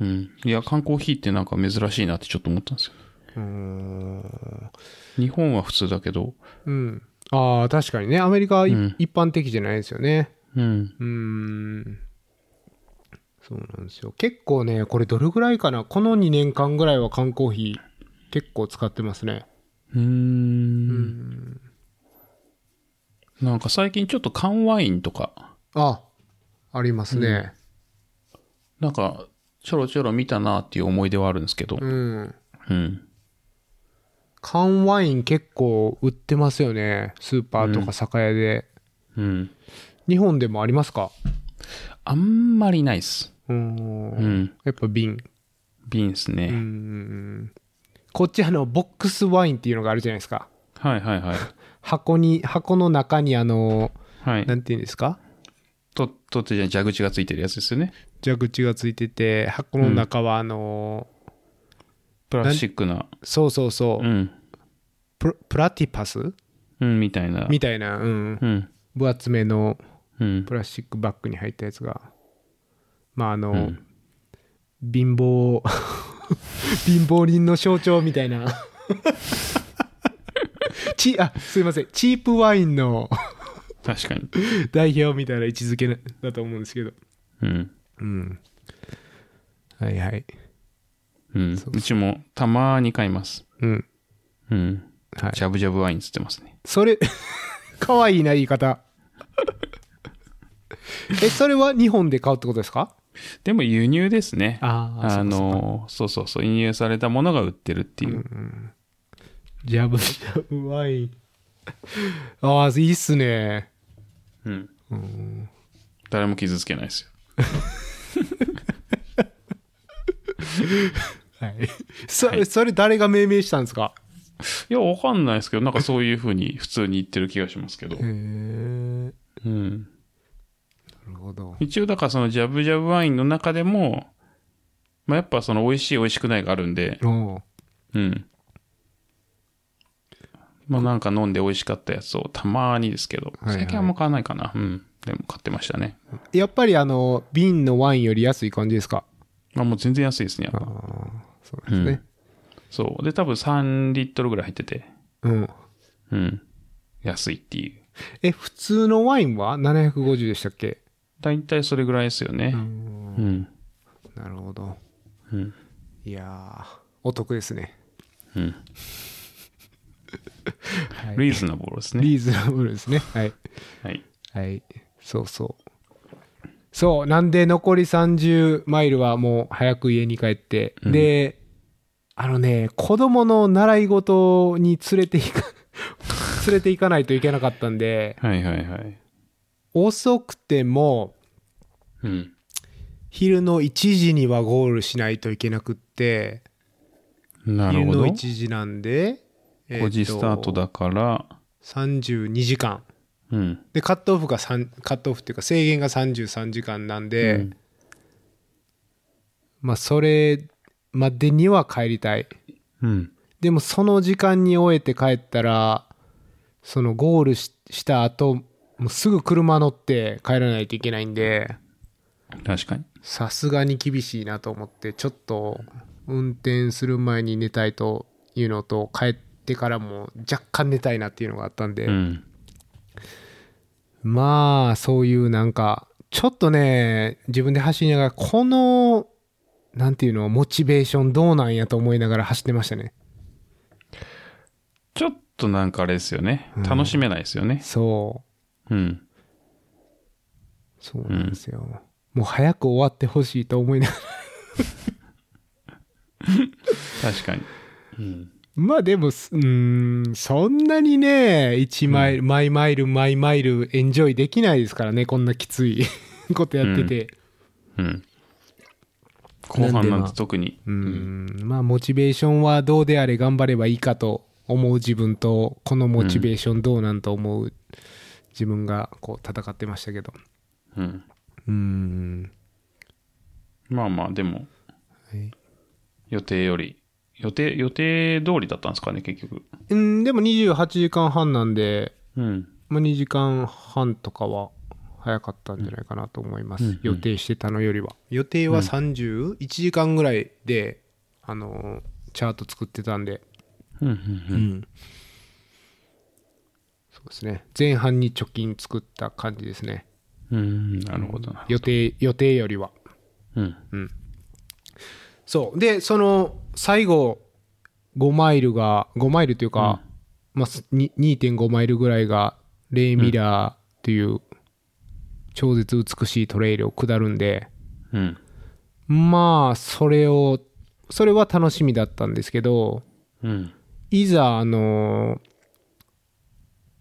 [SPEAKER 1] うん。いや、缶コーヒーってなんか珍しいなってちょっと思ったんですよ。
[SPEAKER 2] うーん
[SPEAKER 1] 日本は普通だけど、
[SPEAKER 2] うん。ああ、確かにね。アメリカは、い
[SPEAKER 1] うん
[SPEAKER 2] 一般的じゃないですよね。
[SPEAKER 1] うん。
[SPEAKER 2] うーん。そうなんですよ。結構ね、これどれぐらいかな。この2年間ぐらいは缶コーヒー結構使ってますね。
[SPEAKER 1] うーん。なんか最近ちょっと缶ワインとか、
[SPEAKER 2] あ、ありますね。
[SPEAKER 1] なんかちょろちょろ見たなっていう思い出はあるんですけど
[SPEAKER 2] う、ん。
[SPEAKER 1] うん。
[SPEAKER 2] 缶ワイン結構売ってますよね。スーパーとか酒屋で。
[SPEAKER 1] うん。
[SPEAKER 2] 日本でもありますか
[SPEAKER 1] あんまりないっす。
[SPEAKER 2] うー。
[SPEAKER 1] うんん。
[SPEAKER 2] やっぱ瓶。
[SPEAKER 1] 瓶っすね。
[SPEAKER 2] うーん。こっちあの、ボックスワインっていうのがあるじゃないですか。
[SPEAKER 1] はいはいはい。
[SPEAKER 2] 箱に、箱の中にあの、
[SPEAKER 1] はい
[SPEAKER 2] な。んていうんですか
[SPEAKER 1] と、とってじゃ蛇口がついてるやつですよね。
[SPEAKER 2] 蛇口がついてて箱の中はあのー
[SPEAKER 1] プラスチックな。
[SPEAKER 2] そうそうそう、
[SPEAKER 1] うん。
[SPEAKER 2] プロプラティパス
[SPEAKER 1] うん、みたいな。
[SPEAKER 2] みたいな、うん、
[SPEAKER 1] うん。
[SPEAKER 2] 分厚めの
[SPEAKER 1] うん
[SPEAKER 2] プ。ラスチックバッグに入ったやつがまああの、
[SPEAKER 1] うん
[SPEAKER 2] 貧乏 貧乏人の象徴みたいなチあすいませんチープワインの
[SPEAKER 1] 確かに。
[SPEAKER 2] 代表みたいな位置づけなだと思うんですけど
[SPEAKER 1] うん。
[SPEAKER 2] うんはいはい
[SPEAKER 1] うん。うちもたまーに買います。
[SPEAKER 2] うん
[SPEAKER 1] うん。
[SPEAKER 2] はい
[SPEAKER 1] ジャブジャブワインつってますね。
[SPEAKER 2] それ、 かわいいな、言い方。え、それは日本で買うってことですか
[SPEAKER 1] でも輸入ですね。
[SPEAKER 2] あ
[SPEAKER 1] あ、のー、そうそうそう、輸入されたものが売ってるっていう。
[SPEAKER 2] ジャブジャブワイン。ああ、いいっすね。
[SPEAKER 1] うん。誰も傷つけないですよ。
[SPEAKER 2] はい。それ、それ誰が命名したんですか
[SPEAKER 1] いや、わかんないですけど、なんかそういうふうに普通に言ってる気がしますけど
[SPEAKER 2] へ。え。な
[SPEAKER 1] うん。
[SPEAKER 2] るほど。
[SPEAKER 1] 一応、だからそのジャブジャブワインの中でも、まあ、やっぱその美味しい美味しくないがあるんで、
[SPEAKER 2] おう
[SPEAKER 1] うん。まあなんか飲んで美味しかったやつをたまーにですけど、
[SPEAKER 2] いはい
[SPEAKER 1] 最近あんま買わないかな。うん。でも買ってましたね。
[SPEAKER 2] やっぱりあの、瓶のワインより安い感じですか
[SPEAKER 1] まあもう全然安いですね。やっ
[SPEAKER 2] あ
[SPEAKER 1] ぱ
[SPEAKER 2] あ、そうですね。
[SPEAKER 1] そう。で、多分3リットルぐらい入ってて、
[SPEAKER 2] うん。
[SPEAKER 1] うん。安いっていう。
[SPEAKER 2] え、普通のワインは750でしたっけ
[SPEAKER 1] 大体それぐらいですよね。うん。
[SPEAKER 2] なるほど。
[SPEAKER 1] うん。
[SPEAKER 2] いやー、お得ですね。
[SPEAKER 1] うん。
[SPEAKER 2] はい
[SPEAKER 1] リーズナブルですね。
[SPEAKER 2] リーズナブルですね。はい。
[SPEAKER 1] はい。
[SPEAKER 2] はい。そうそう。そう。なんで、残り30マイルはもう早く家に帰って。
[SPEAKER 1] うん
[SPEAKER 2] で、あのね、子供の習い事に連れて行か、 連れて行かないといけなかったんで、
[SPEAKER 1] はいはいはい。
[SPEAKER 2] 遅くても、
[SPEAKER 1] うん。
[SPEAKER 2] 昼の1時にはゴールしないといけなくって、
[SPEAKER 1] な
[SPEAKER 2] 昼
[SPEAKER 1] るほど。
[SPEAKER 2] の1
[SPEAKER 1] 5
[SPEAKER 2] 時なんで、えーと
[SPEAKER 1] 時スタートだから、
[SPEAKER 2] 32時間。
[SPEAKER 1] うん。
[SPEAKER 2] で、カットオフが3、カットオフっていうか制限が33時間なんで、
[SPEAKER 1] うん
[SPEAKER 2] まあ、それまでには帰りたい。
[SPEAKER 1] うん。
[SPEAKER 2] でも、その時間に終えて帰ったら、そのゴールしした後、もうすぐ車乗って帰らないといけないんで、
[SPEAKER 1] 確かに。
[SPEAKER 2] さすがに厳しいなと思って、ちょっと運転する前に寝たいというのと、帰ってからも若干寝たいなっていうのがあったんで、
[SPEAKER 1] うん。
[SPEAKER 2] まあ、そういうなんか、ちょっとね、自分で走りながら、この、なんていうの、モチベーションどうなんやと思いながら走ってましたね。
[SPEAKER 1] ちょっとなんかあれですよね。楽しめないですよね。
[SPEAKER 2] そ
[SPEAKER 1] うん。
[SPEAKER 2] う、そうなんですよ。もう早く終わってほしいと思いながら。
[SPEAKER 1] 確かに。うん。
[SPEAKER 2] まあでも、すうーん、そんなにね、1マイル、マイマイル、マイマイル、エンジョイできないですからね、こんなきつい ことやってて。
[SPEAKER 1] うん。後半なんて特に。
[SPEAKER 2] うーん、まあ、モチベーションはどうであれ頑張ればいいかと思う自分と、このモチベーションどうなんと思う自分が、こう、戦ってましたけど。
[SPEAKER 1] うん。
[SPEAKER 2] うーん。
[SPEAKER 1] まあまあ、でも、
[SPEAKER 2] はい
[SPEAKER 1] 予定より、予定、予定通りだったんですかね、結局。
[SPEAKER 2] うん、でも28時間半なんで、
[SPEAKER 1] うん。
[SPEAKER 2] まあ、2時間半とかは早かったんじゃないかなと思います、
[SPEAKER 1] うんうん
[SPEAKER 2] 予定してたのよりは予定は31時間ぐらいで、あのーチャート作ってたんで、
[SPEAKER 1] うん、うん、う。
[SPEAKER 2] うんんそうですね前半に貯金作った感じですね
[SPEAKER 1] うん、なるほどな。
[SPEAKER 2] 予定予定よりは
[SPEAKER 1] うん。
[SPEAKER 2] そうでその最後5マイルが5マイルというか、まあ、すに2.5マイルぐらいがレイ・ミラーという超絶美しいトレイルを下るんで
[SPEAKER 1] うん。
[SPEAKER 2] まあそれをそれは楽しみだったんですけど
[SPEAKER 1] うん。
[SPEAKER 2] いざあの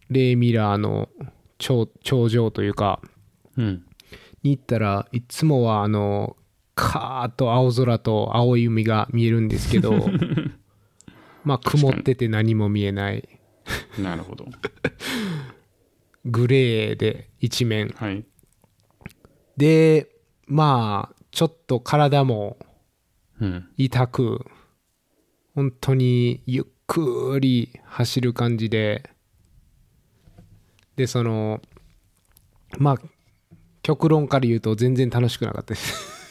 [SPEAKER 2] レイ・ミラーの頂頂上というか
[SPEAKER 1] うん。
[SPEAKER 2] に行ったらいつもはあのカーッと青空と青い海が見えるんですけどまあ曇ってて何も見えない
[SPEAKER 1] なるほど。
[SPEAKER 2] グレーで一面
[SPEAKER 1] はい。
[SPEAKER 2] でまあちょっと体も
[SPEAKER 1] うん。
[SPEAKER 2] 痛く本当にゆっくり走る感じででそのまあ極論から言うと全然楽しくなかったです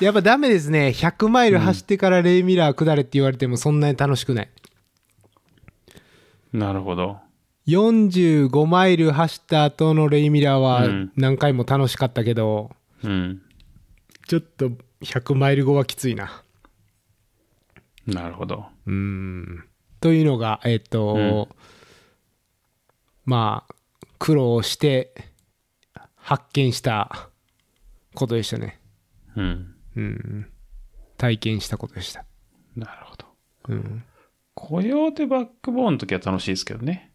[SPEAKER 2] やっぱダメですね100マイル走ってからレイミラー下れって言われてもそんなに楽しくない
[SPEAKER 1] なるほど。
[SPEAKER 2] 45マイル走った後のレイミラーは
[SPEAKER 1] うん
[SPEAKER 2] 何回も楽しかったけど、
[SPEAKER 1] うん。
[SPEAKER 2] ちょっと100マイル後はきついな
[SPEAKER 1] なるほど。
[SPEAKER 2] うーんというのが、えっ、と、まあ、苦労して発見したことでしたね。
[SPEAKER 1] うん。
[SPEAKER 2] うん。体験したことでした。
[SPEAKER 1] なるほど。
[SPEAKER 2] うん。
[SPEAKER 1] コヨーテバックボーンの時は楽しいですけどね。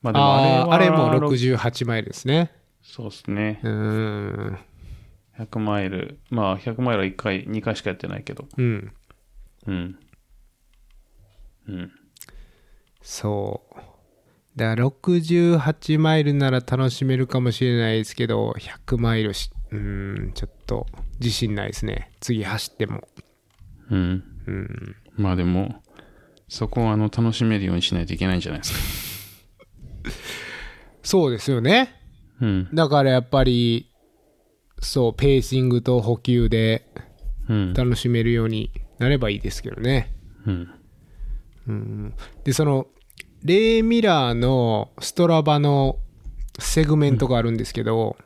[SPEAKER 1] まあでもあれ
[SPEAKER 2] あ
[SPEAKER 1] は
[SPEAKER 2] あ、あれも68マイルですね。
[SPEAKER 1] そうですね
[SPEAKER 2] う。ーん。
[SPEAKER 1] 100マイル。まあ100マイルは1回、2回しかやってないけど。
[SPEAKER 2] うん。
[SPEAKER 1] うん。うん。
[SPEAKER 2] そう。だから68マイルなら楽しめるかもしれないですけど、100マイルし、うーん、ちょっと自信ないですね。次走っても。
[SPEAKER 1] うん。
[SPEAKER 2] うん。
[SPEAKER 1] まあでも、そこをあの楽しめるようにしないといけないんじゃないですか。
[SPEAKER 2] そうですよね。
[SPEAKER 1] うん。
[SPEAKER 2] だからやっぱり、そう、ペーシングと補給で
[SPEAKER 1] うん。
[SPEAKER 2] 楽しめるようになればいいですけどね。
[SPEAKER 1] うん。
[SPEAKER 2] うん、で、その、レイ・ミラーのストラバのセグメントがあるんですけど、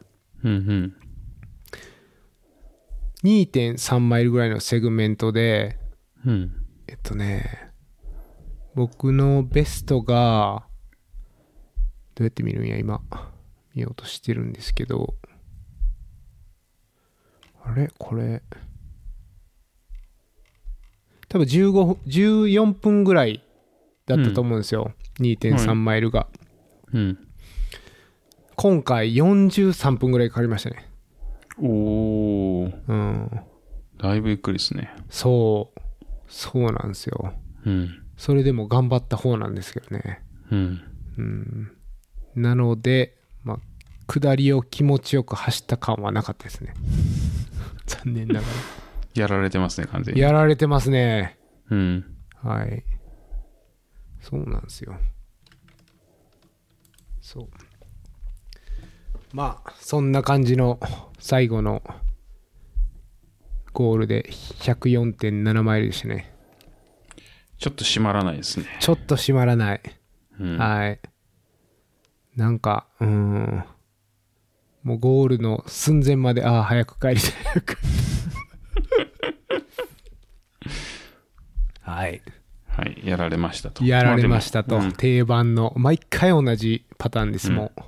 [SPEAKER 1] うん。うん。
[SPEAKER 2] 2.3マイルぐらいのセグメントで、
[SPEAKER 1] うん。
[SPEAKER 2] えっとね、僕のベストが、どうやって見るんや、今。見ようとしてるんですけど。あれこれ。多分15分、14分ぐらいだったと思うんですよ。
[SPEAKER 1] は
[SPEAKER 2] 2.3
[SPEAKER 1] い
[SPEAKER 2] マイルが。
[SPEAKER 1] うん。
[SPEAKER 2] 今回43分ぐらいかかりましたね。
[SPEAKER 1] おー。
[SPEAKER 2] うん。
[SPEAKER 1] だいぶゆっくりですね。
[SPEAKER 2] そう。そうなんですよ。
[SPEAKER 1] うん。
[SPEAKER 2] それでも頑張った方なんですけどね。
[SPEAKER 1] うん。
[SPEAKER 2] うんなので、まあ、下りを気持ちよく走った感はなかったですね。 残念なが
[SPEAKER 1] やられてますね、完全
[SPEAKER 2] ら。
[SPEAKER 1] に。
[SPEAKER 2] やられてますね。
[SPEAKER 1] うん。
[SPEAKER 2] はい。そうなんですよ。そう。まあ、そんな感じの最後のゴールで104.7マイルでしたね。
[SPEAKER 1] ちょっと締まらないですね。
[SPEAKER 2] ちょっと締まらない。
[SPEAKER 1] うん。
[SPEAKER 2] はい。なんか、うーん。もうゴールの寸前まで、ああ、早く帰りたい。早く帰りたい はい。
[SPEAKER 1] はい。やられましたと。
[SPEAKER 2] やられましたと、
[SPEAKER 1] あでも
[SPEAKER 2] 定番の、毎回同じパターンです、もう。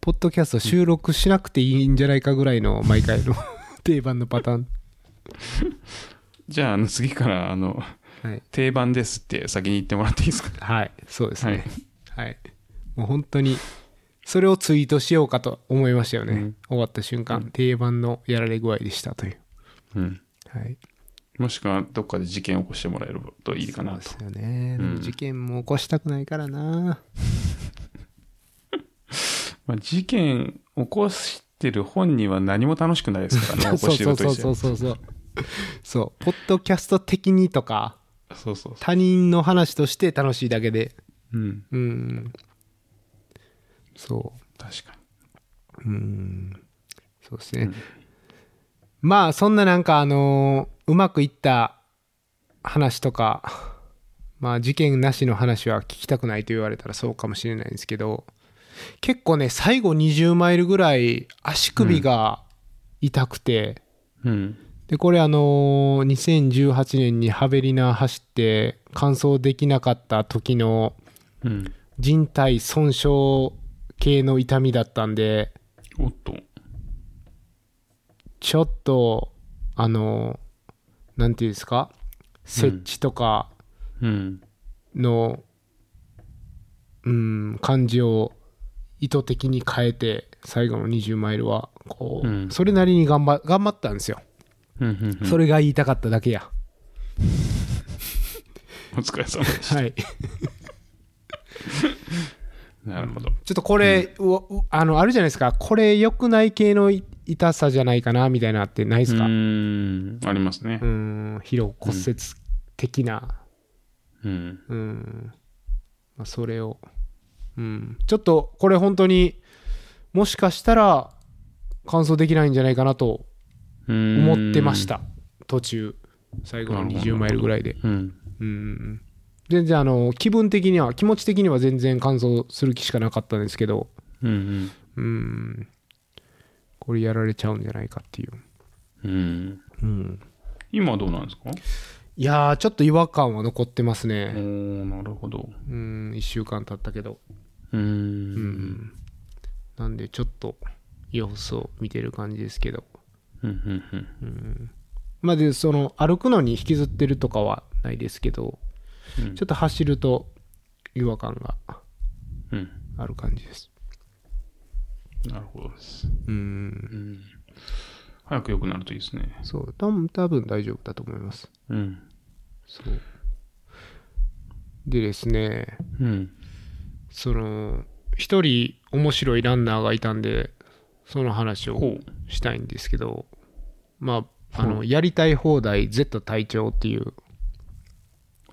[SPEAKER 2] ポッドキャスト収録しなくていいんじゃないかぐらいの、毎回の 定番のパターン。
[SPEAKER 1] うんじゃあ、あの次から、あの、
[SPEAKER 2] はい。
[SPEAKER 1] 定番ですって先に言ってもらっていいですか
[SPEAKER 2] はい、そうですね。はい。もう本当に、それをツイートしようかと思いましたよね。
[SPEAKER 1] うん
[SPEAKER 2] 終わった瞬間、定番のやられ具合でしたという。
[SPEAKER 1] うん。
[SPEAKER 2] はい。
[SPEAKER 1] もしくは、どっかで事件を起こしてもらえるといいかな
[SPEAKER 2] そうで
[SPEAKER 1] と
[SPEAKER 2] す。よね。で
[SPEAKER 1] う
[SPEAKER 2] も
[SPEAKER 1] ん
[SPEAKER 2] 事件も起こしたくないからな。
[SPEAKER 1] まあ、事件起こしてる本人は何も楽しくないです からね、起
[SPEAKER 2] そ
[SPEAKER 1] こ
[SPEAKER 2] う
[SPEAKER 1] して
[SPEAKER 2] そ
[SPEAKER 1] る
[SPEAKER 2] う
[SPEAKER 1] と
[SPEAKER 2] そう
[SPEAKER 1] し
[SPEAKER 2] そ
[SPEAKER 1] て
[SPEAKER 2] うそうそ
[SPEAKER 1] も
[SPEAKER 2] う。そう、ポッドキャスト的にとか、
[SPEAKER 1] そうそうそ
[SPEAKER 2] 他人の話として楽しいだけで。
[SPEAKER 1] う。うん。
[SPEAKER 2] うん。そう。
[SPEAKER 1] 確か
[SPEAKER 2] うんそうですね、
[SPEAKER 1] うん
[SPEAKER 2] まあそんななんかあのーうまくいった話とかまあ事件なしの話は聞きたくないと言われたらそうかもしれないんですけど結構ね最後20マイルぐらい足首が痛くて、
[SPEAKER 1] に。うん。
[SPEAKER 2] でこれあのー2018年にハベリナ走って完走できなかった時の
[SPEAKER 1] うん。
[SPEAKER 2] 人体損傷系の痛みだったんで
[SPEAKER 1] おっと。
[SPEAKER 2] ちょっとあのなんていうんですか設置とか
[SPEAKER 1] うん。
[SPEAKER 2] のうん、感じを意図的に変えて最後の20マイルはこう、
[SPEAKER 1] うん
[SPEAKER 2] それなりに頑張頑張ったんですよ、
[SPEAKER 1] うんうんうん
[SPEAKER 2] それが言いたかっただけや
[SPEAKER 1] お疲れ様でした。
[SPEAKER 2] はいちょ
[SPEAKER 1] なるほど。
[SPEAKER 2] っとこれ、うわうあのあるじゃないですかこれ良くない系のい痛さじゃないかなみたいなってないです
[SPEAKER 1] う
[SPEAKER 2] かうん
[SPEAKER 1] ーん。ありますね。
[SPEAKER 2] 疲労骨折的な、
[SPEAKER 1] うん。
[SPEAKER 2] うん。まあ、それを。うん。ちょっと、これ本当に、もしかしたら、完走できないんじゃないかなと思ってまし。た。途中。最後の20マイルぐらいで。
[SPEAKER 1] うん。
[SPEAKER 2] うん。全然、あの、気分的には、気持ち的には全然完走する気しかなかったんですけど、
[SPEAKER 1] うん
[SPEAKER 2] うん。これやられちゃうんじゃないかっていう。
[SPEAKER 1] うん。うん。
[SPEAKER 2] うん。
[SPEAKER 1] 今はどうなんですか
[SPEAKER 2] いやー、ちょっと違和感は残ってます
[SPEAKER 1] お
[SPEAKER 2] ね。
[SPEAKER 1] ー、なるほど。
[SPEAKER 2] うん、1週間経ったけど。
[SPEAKER 1] うー。
[SPEAKER 2] うんんなんでちょっと様子を見てる感じですけど
[SPEAKER 1] うん。うん。うん。
[SPEAKER 2] まあでその歩くのに引きずってるとかはないですけど、
[SPEAKER 1] うん
[SPEAKER 2] ちょっと走ると違和感が
[SPEAKER 1] うん。
[SPEAKER 2] ある感じです
[SPEAKER 1] なるほどです。
[SPEAKER 2] うん
[SPEAKER 1] うん。早く良くなるといいですね。
[SPEAKER 2] そう多分多分大丈夫だと思います
[SPEAKER 1] うん。
[SPEAKER 2] そうでですね
[SPEAKER 1] うん。
[SPEAKER 2] その一人面白いランナーがいたんでその話を
[SPEAKER 1] ほう。
[SPEAKER 2] したいんですけどまああのやりたい放題 Z 隊長っていう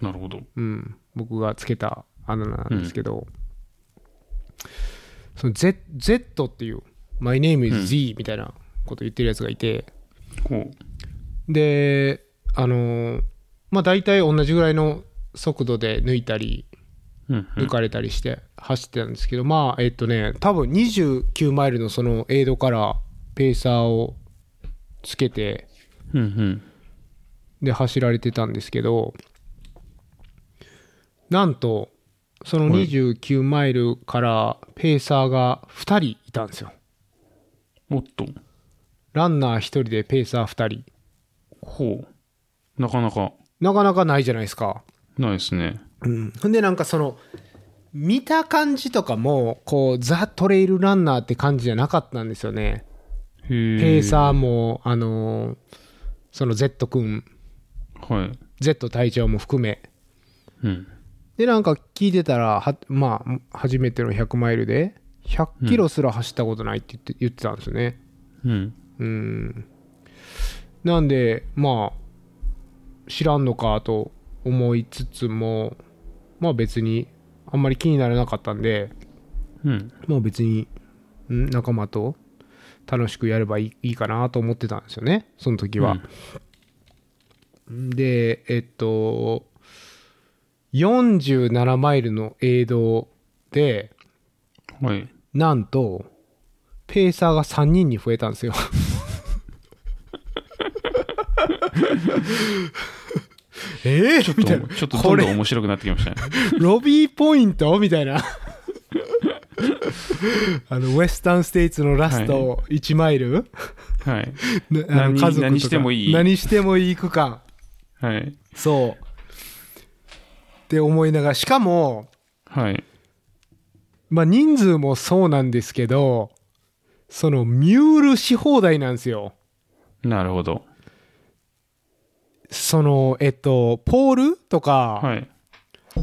[SPEAKER 1] なるほど。
[SPEAKER 2] うん、僕がつけたあだ名なんですけど、その Z, Z っていう「My name is Z」みたいなこと言ってるやつがいて、
[SPEAKER 1] ほ
[SPEAKER 2] であのーまあ大体同じぐらいの速度で抜いたり
[SPEAKER 1] う。うんうん
[SPEAKER 2] 抜かれたりして走ってたんですけど、まあえっとね多分29マイルのそのエイドからペーサーをつけて
[SPEAKER 1] うんうん。
[SPEAKER 2] で走られてたんですけどなんとその
[SPEAKER 1] はい
[SPEAKER 2] 29マイルからペーサーが2人いたんですよ
[SPEAKER 1] おっと。
[SPEAKER 2] ランナー1人でペーサー2人
[SPEAKER 1] ほう。なかなか
[SPEAKER 2] なかなかないじゃないですか
[SPEAKER 1] ないですね。
[SPEAKER 2] うんほんでなんかその見た感じとかもこうザ・トレイルランナーって感じじゃなかったんですよねペ
[SPEAKER 1] ペ
[SPEAKER 2] ーサーも、あのーその Z 君、
[SPEAKER 1] ー。はい。
[SPEAKER 2] Z 隊長も含め。
[SPEAKER 1] うん。
[SPEAKER 2] で、なんか聞いてたら、はまあ、初めての100マイルで、100キロすら走ったことないって言って,、言ってたんですよね。
[SPEAKER 1] うん。
[SPEAKER 2] うん。なんで、まあ、知らんのかと思いつつも、まあ別に、あんまり気にならなかったんで、
[SPEAKER 1] うん。
[SPEAKER 2] まあ別に、ん仲間と楽しくやればいいいいかなと思ってたんですよね、その時は。で、えっと、47マイルの映像で、
[SPEAKER 1] はい。
[SPEAKER 2] なんと、ペーサーが3人に増えたんですよ。 え ー、み
[SPEAKER 1] ち
[SPEAKER 2] た
[SPEAKER 1] ょ
[SPEAKER 2] い
[SPEAKER 1] っ
[SPEAKER 2] な
[SPEAKER 1] と、ちょっとど
[SPEAKER 2] こ
[SPEAKER 1] んど
[SPEAKER 2] れ
[SPEAKER 1] ん面白くなってきましたね。
[SPEAKER 2] ロビーポイントみたいな。 あのウェスタンステイツのラスト1マイル、
[SPEAKER 1] はい。
[SPEAKER 2] なあの家
[SPEAKER 1] 何
[SPEAKER 2] 族とか
[SPEAKER 1] 何してもいい
[SPEAKER 2] 何してもいい区間
[SPEAKER 1] はい。
[SPEAKER 2] そうって思いながらしかも、
[SPEAKER 1] はい。
[SPEAKER 2] まあ、人数もそうなんですけどそのミュールし放題なんですよ
[SPEAKER 1] なるほど。
[SPEAKER 2] そのえっとポールとか、
[SPEAKER 1] はい。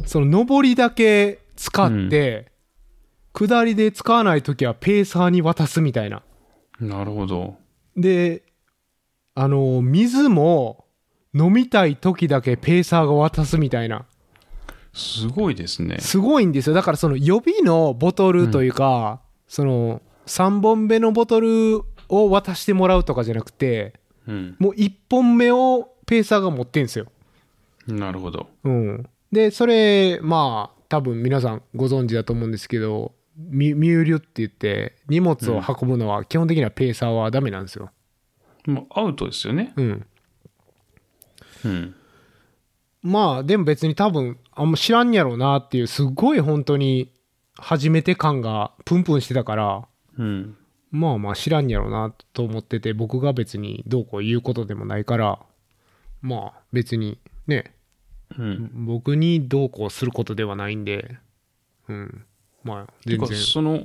[SPEAKER 2] その上りだけ使って、下りで使わない時はペーサーに渡すみたいな
[SPEAKER 1] なるほど。
[SPEAKER 2] であの水も飲みたい時だけペーサーが渡すみたいな
[SPEAKER 1] すごいですね。
[SPEAKER 2] すごいんですよだからその予備のボトルというか、その3本目のボトルを渡してもらうとかじゃなくて
[SPEAKER 1] うん。
[SPEAKER 2] もう1本目をペーサーが持ってんですよ、
[SPEAKER 1] なるほど。
[SPEAKER 2] うん、でそれまあ多分皆さんご存知だと思うんですけどミミューリュって言って荷物を運ぶのは基本的にはペーサーはダメなんですよ、
[SPEAKER 1] もうアウトですよね。
[SPEAKER 2] うん、
[SPEAKER 1] うん。
[SPEAKER 2] まあでも別に多分あんま知らんやろうなっていうすごい本当に初めて感がプンプンしてたから
[SPEAKER 1] うん。
[SPEAKER 2] まあまあ知らんやろうなと思ってて僕が別にどうこう言うことでもないからまあ別にね
[SPEAKER 1] うん。
[SPEAKER 2] 僕にどうこうすることではないんでうんまあ
[SPEAKER 1] て
[SPEAKER 2] 全
[SPEAKER 1] か、
[SPEAKER 2] 然
[SPEAKER 1] その、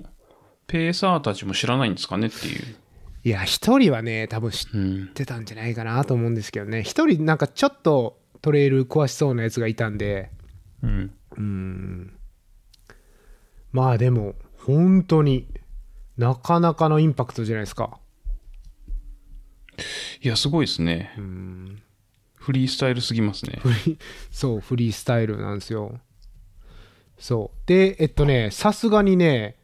[SPEAKER 1] ペーサーたちも知らないんですかねっていう。
[SPEAKER 2] いや一人はね多分知っ
[SPEAKER 1] うん。
[SPEAKER 2] てたんじゃないかなと思うんですけどね一人なんかちょっとトレイル詳しそうなやつがいたんで
[SPEAKER 1] うん。
[SPEAKER 2] うんまあでも本当になかなかのインパクトじゃないですか
[SPEAKER 1] いや、すごいですね。フリースタイルすぎますね。
[SPEAKER 2] フリーそうフリースタイルなんですよそうでえっとねさすがにね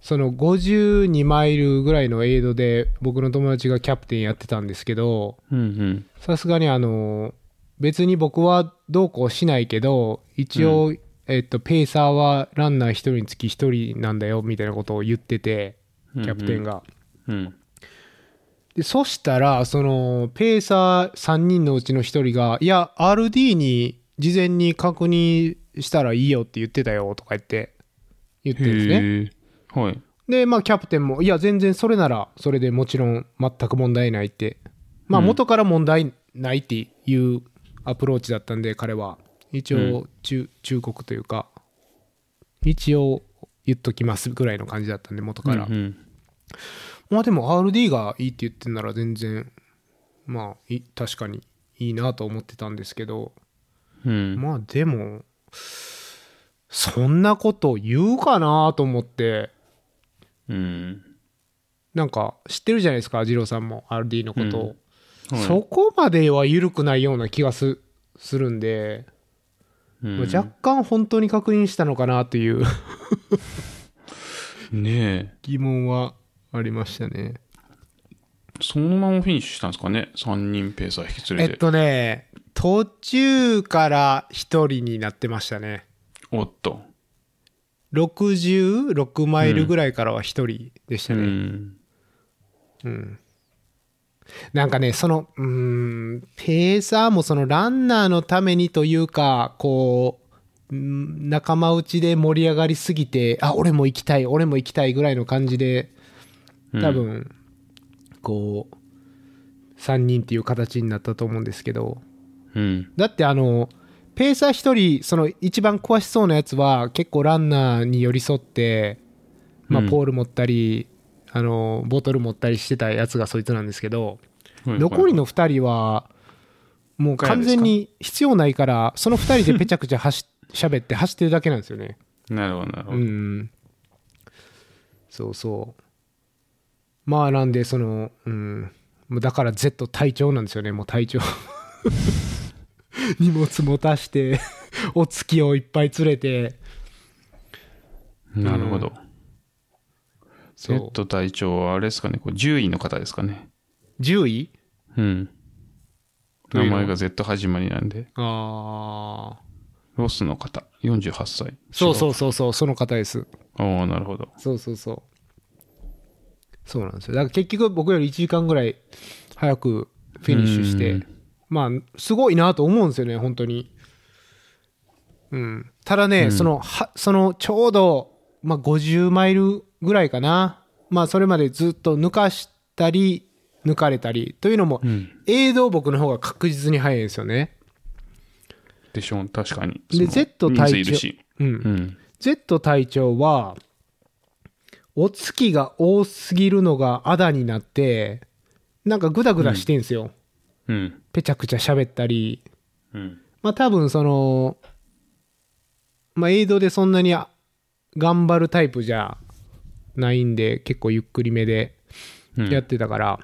[SPEAKER 2] その52マイルぐらいのエイドで僕の友達がキャプテンやってたんですけど
[SPEAKER 1] うんうん。
[SPEAKER 2] さすがにあの別に僕はどうこうしないけど一応、えっと、ペーサーはランナー1人につき1人なんだよみたいなことを言っててキャプテンが、
[SPEAKER 1] うん。
[SPEAKER 2] でそしたらそのペーサー3人のうちの1人が「いや RD に事前に確認したらいいよ」って言ってたよとか言って言ってるんですね
[SPEAKER 1] へえ。はい。
[SPEAKER 2] でまあキャプテンも「いや全然それならそれでもちろん全く問題ない」ってまあ
[SPEAKER 1] うん
[SPEAKER 2] 元から問題ないっていうアプローチだったんで彼は一応中,、忠告というか一応言っときますぐらいの感じだったんで元から
[SPEAKER 1] うん、うん。
[SPEAKER 2] まあでも RD がいいって言ってんなら全然まあい確かにいいなと思ってたんですけど
[SPEAKER 1] うん。
[SPEAKER 2] まあでもそんなこと言うかなと思って
[SPEAKER 1] うん。
[SPEAKER 2] なんか知ってるじゃないですか二郎さんも RD のことを、
[SPEAKER 1] はい
[SPEAKER 2] そこまでは緩くないような気がすするんで、
[SPEAKER 1] うん
[SPEAKER 2] まあ若干本当に確認したのかなという
[SPEAKER 1] ねえ。
[SPEAKER 2] 疑問はありましたね。
[SPEAKER 1] そのままフィニッシュしたんですかね ?3 人ペーサー引き連
[SPEAKER 2] え
[SPEAKER 1] れて。
[SPEAKER 2] っとね、途中から一人になってましたね。
[SPEAKER 1] おっと。
[SPEAKER 2] 66マイルぐらいからは一人でした
[SPEAKER 1] う
[SPEAKER 2] ね。
[SPEAKER 1] ん。
[SPEAKER 2] なんかね、その、うーん、ペーサーもそのランナーのためにというか、こう、うん仲間内で盛り上がりすぎて、あ、俺も行きたい、俺も行きたいぐらいの感じで、多分、こう、3人っていう形になったと思うんですけど、
[SPEAKER 1] うん。
[SPEAKER 2] だってあの、ペーサー1人、その一番詳しそうなやつは、結構ランナーに寄り添って、まあ、
[SPEAKER 1] うん
[SPEAKER 2] ポール持ったり、あの、ボトル持ったりしてたやつがそいつなんですけど、残り
[SPEAKER 1] の。
[SPEAKER 2] の2人はもう
[SPEAKER 1] ガヤ
[SPEAKER 2] 完
[SPEAKER 1] です
[SPEAKER 2] 全
[SPEAKER 1] か
[SPEAKER 2] に必要ないからその2人でぺちゃくちゃ走喋って走ってるだけなんですよね
[SPEAKER 1] なるほど、なるほ
[SPEAKER 2] う
[SPEAKER 1] ど。
[SPEAKER 2] んそうそうまあなんでそのうんもうだから Z 隊長なんですよねもう隊長荷物持たしてお月をいっぱい連れて
[SPEAKER 1] なるほど。
[SPEAKER 2] そう
[SPEAKER 1] Z 隊長はあれですかね、こう10位の方ですかね。
[SPEAKER 2] 10位
[SPEAKER 1] うん。
[SPEAKER 2] どういう
[SPEAKER 1] 名
[SPEAKER 2] の
[SPEAKER 1] 前が Z 始まりなんで、
[SPEAKER 2] ああ
[SPEAKER 1] ロスの方、48歳。
[SPEAKER 2] そうそうそうそうその方です
[SPEAKER 1] う。おおなるほど。
[SPEAKER 2] そうそうそう。そうなんですよ。だから結局僕より1時間ぐらい早くフィニッシュし
[SPEAKER 1] う
[SPEAKER 2] て
[SPEAKER 1] ん、
[SPEAKER 2] まあ、すごいなと思うんですよね、本当に。うん。ただね、その、は、その、ちょうど、まあ、50マイルぐらいかな。まあ、それまでずっと抜かしたり、抜かれたり、というのも、
[SPEAKER 1] ん
[SPEAKER 2] 映像僕の方が確実に早いんですよね。
[SPEAKER 1] でしょ、確かに。
[SPEAKER 2] で Z
[SPEAKER 1] その人数
[SPEAKER 2] 隊
[SPEAKER 1] いるし。
[SPEAKER 2] うん。
[SPEAKER 1] うん。
[SPEAKER 2] Z 隊長は、お月が多すぎるのがあだになって、なんかグダグダしてんすよ。
[SPEAKER 1] うん。
[SPEAKER 2] ぺちゃくちゃ喋ったり。
[SPEAKER 1] うん。
[SPEAKER 2] まあ多分その、まあ映像でそんなにあ頑張るタイプじゃないんで、結構ゆっくりめで
[SPEAKER 1] うん
[SPEAKER 2] やってたから、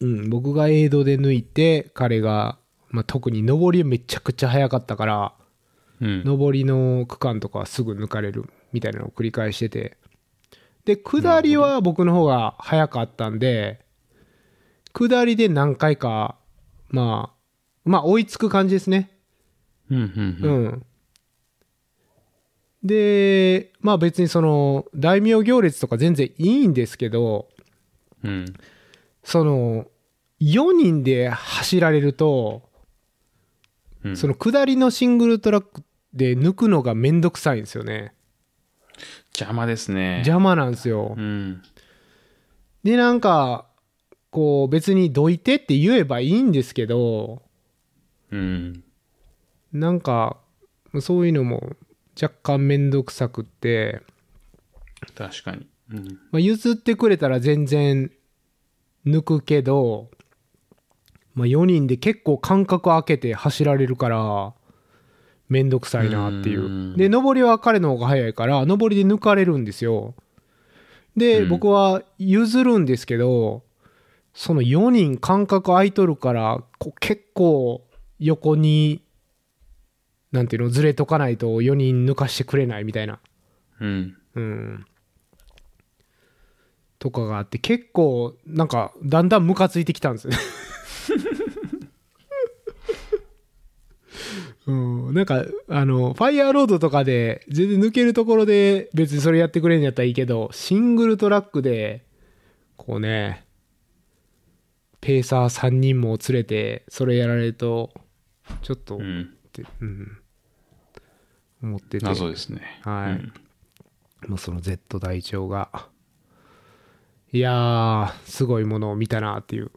[SPEAKER 2] うん、僕が映像で抜いて、彼が、まあ特に上りめちゃくちゃ早かったから、
[SPEAKER 1] うん。
[SPEAKER 2] 上りの区間とかはすぐ抜かれるみたいなのを繰り返しててで下りは僕の方が早かったんで下りで何回かまあまあ追いつく感じですね
[SPEAKER 1] うん。うん
[SPEAKER 2] うん、でまあ別にその大名行列とか全然いいんですけど
[SPEAKER 1] うん。
[SPEAKER 2] その4人で走られると、
[SPEAKER 1] うん。
[SPEAKER 2] その下りのシングルトラックで抜くのがめんどくさいんですよね
[SPEAKER 1] 邪魔ですね。
[SPEAKER 2] 邪魔なんですよ、
[SPEAKER 1] うん。
[SPEAKER 2] でなんかこう別にどいてって言えばいいんですけど
[SPEAKER 1] うん。
[SPEAKER 2] なんかそういうのも若干面倒くさくって、
[SPEAKER 1] 確かに。うん。
[SPEAKER 2] まあ、譲ってくれたら全然抜くけど、まあ、4人で結構間隔空けて走られるから面倒くさいなっていう
[SPEAKER 1] うーん
[SPEAKER 2] で上りは彼の方が早いから上りで抜かれるんですよで、
[SPEAKER 1] うん
[SPEAKER 2] 僕は譲るんですけどその4人間隔空いとるからこう結構横になんていうのずれとかないと4人抜かしてくれないみたいな
[SPEAKER 1] うん。
[SPEAKER 2] うん。とかがあって、結構、なんか、だんだんムカついてきたんですよね。うん、なんかあのファイヤーロードとかで全然抜けるところで別にそれやってくれんやったらいいけどシングルトラックでこうねペーサー3人も連れてそれやられるとちょっとっ
[SPEAKER 1] うん。
[SPEAKER 2] て、うん、思ってて
[SPEAKER 1] 謎ですね。
[SPEAKER 2] はい
[SPEAKER 1] うん
[SPEAKER 2] もうその Z 代長が、いやー、すごいものを見たなっていう。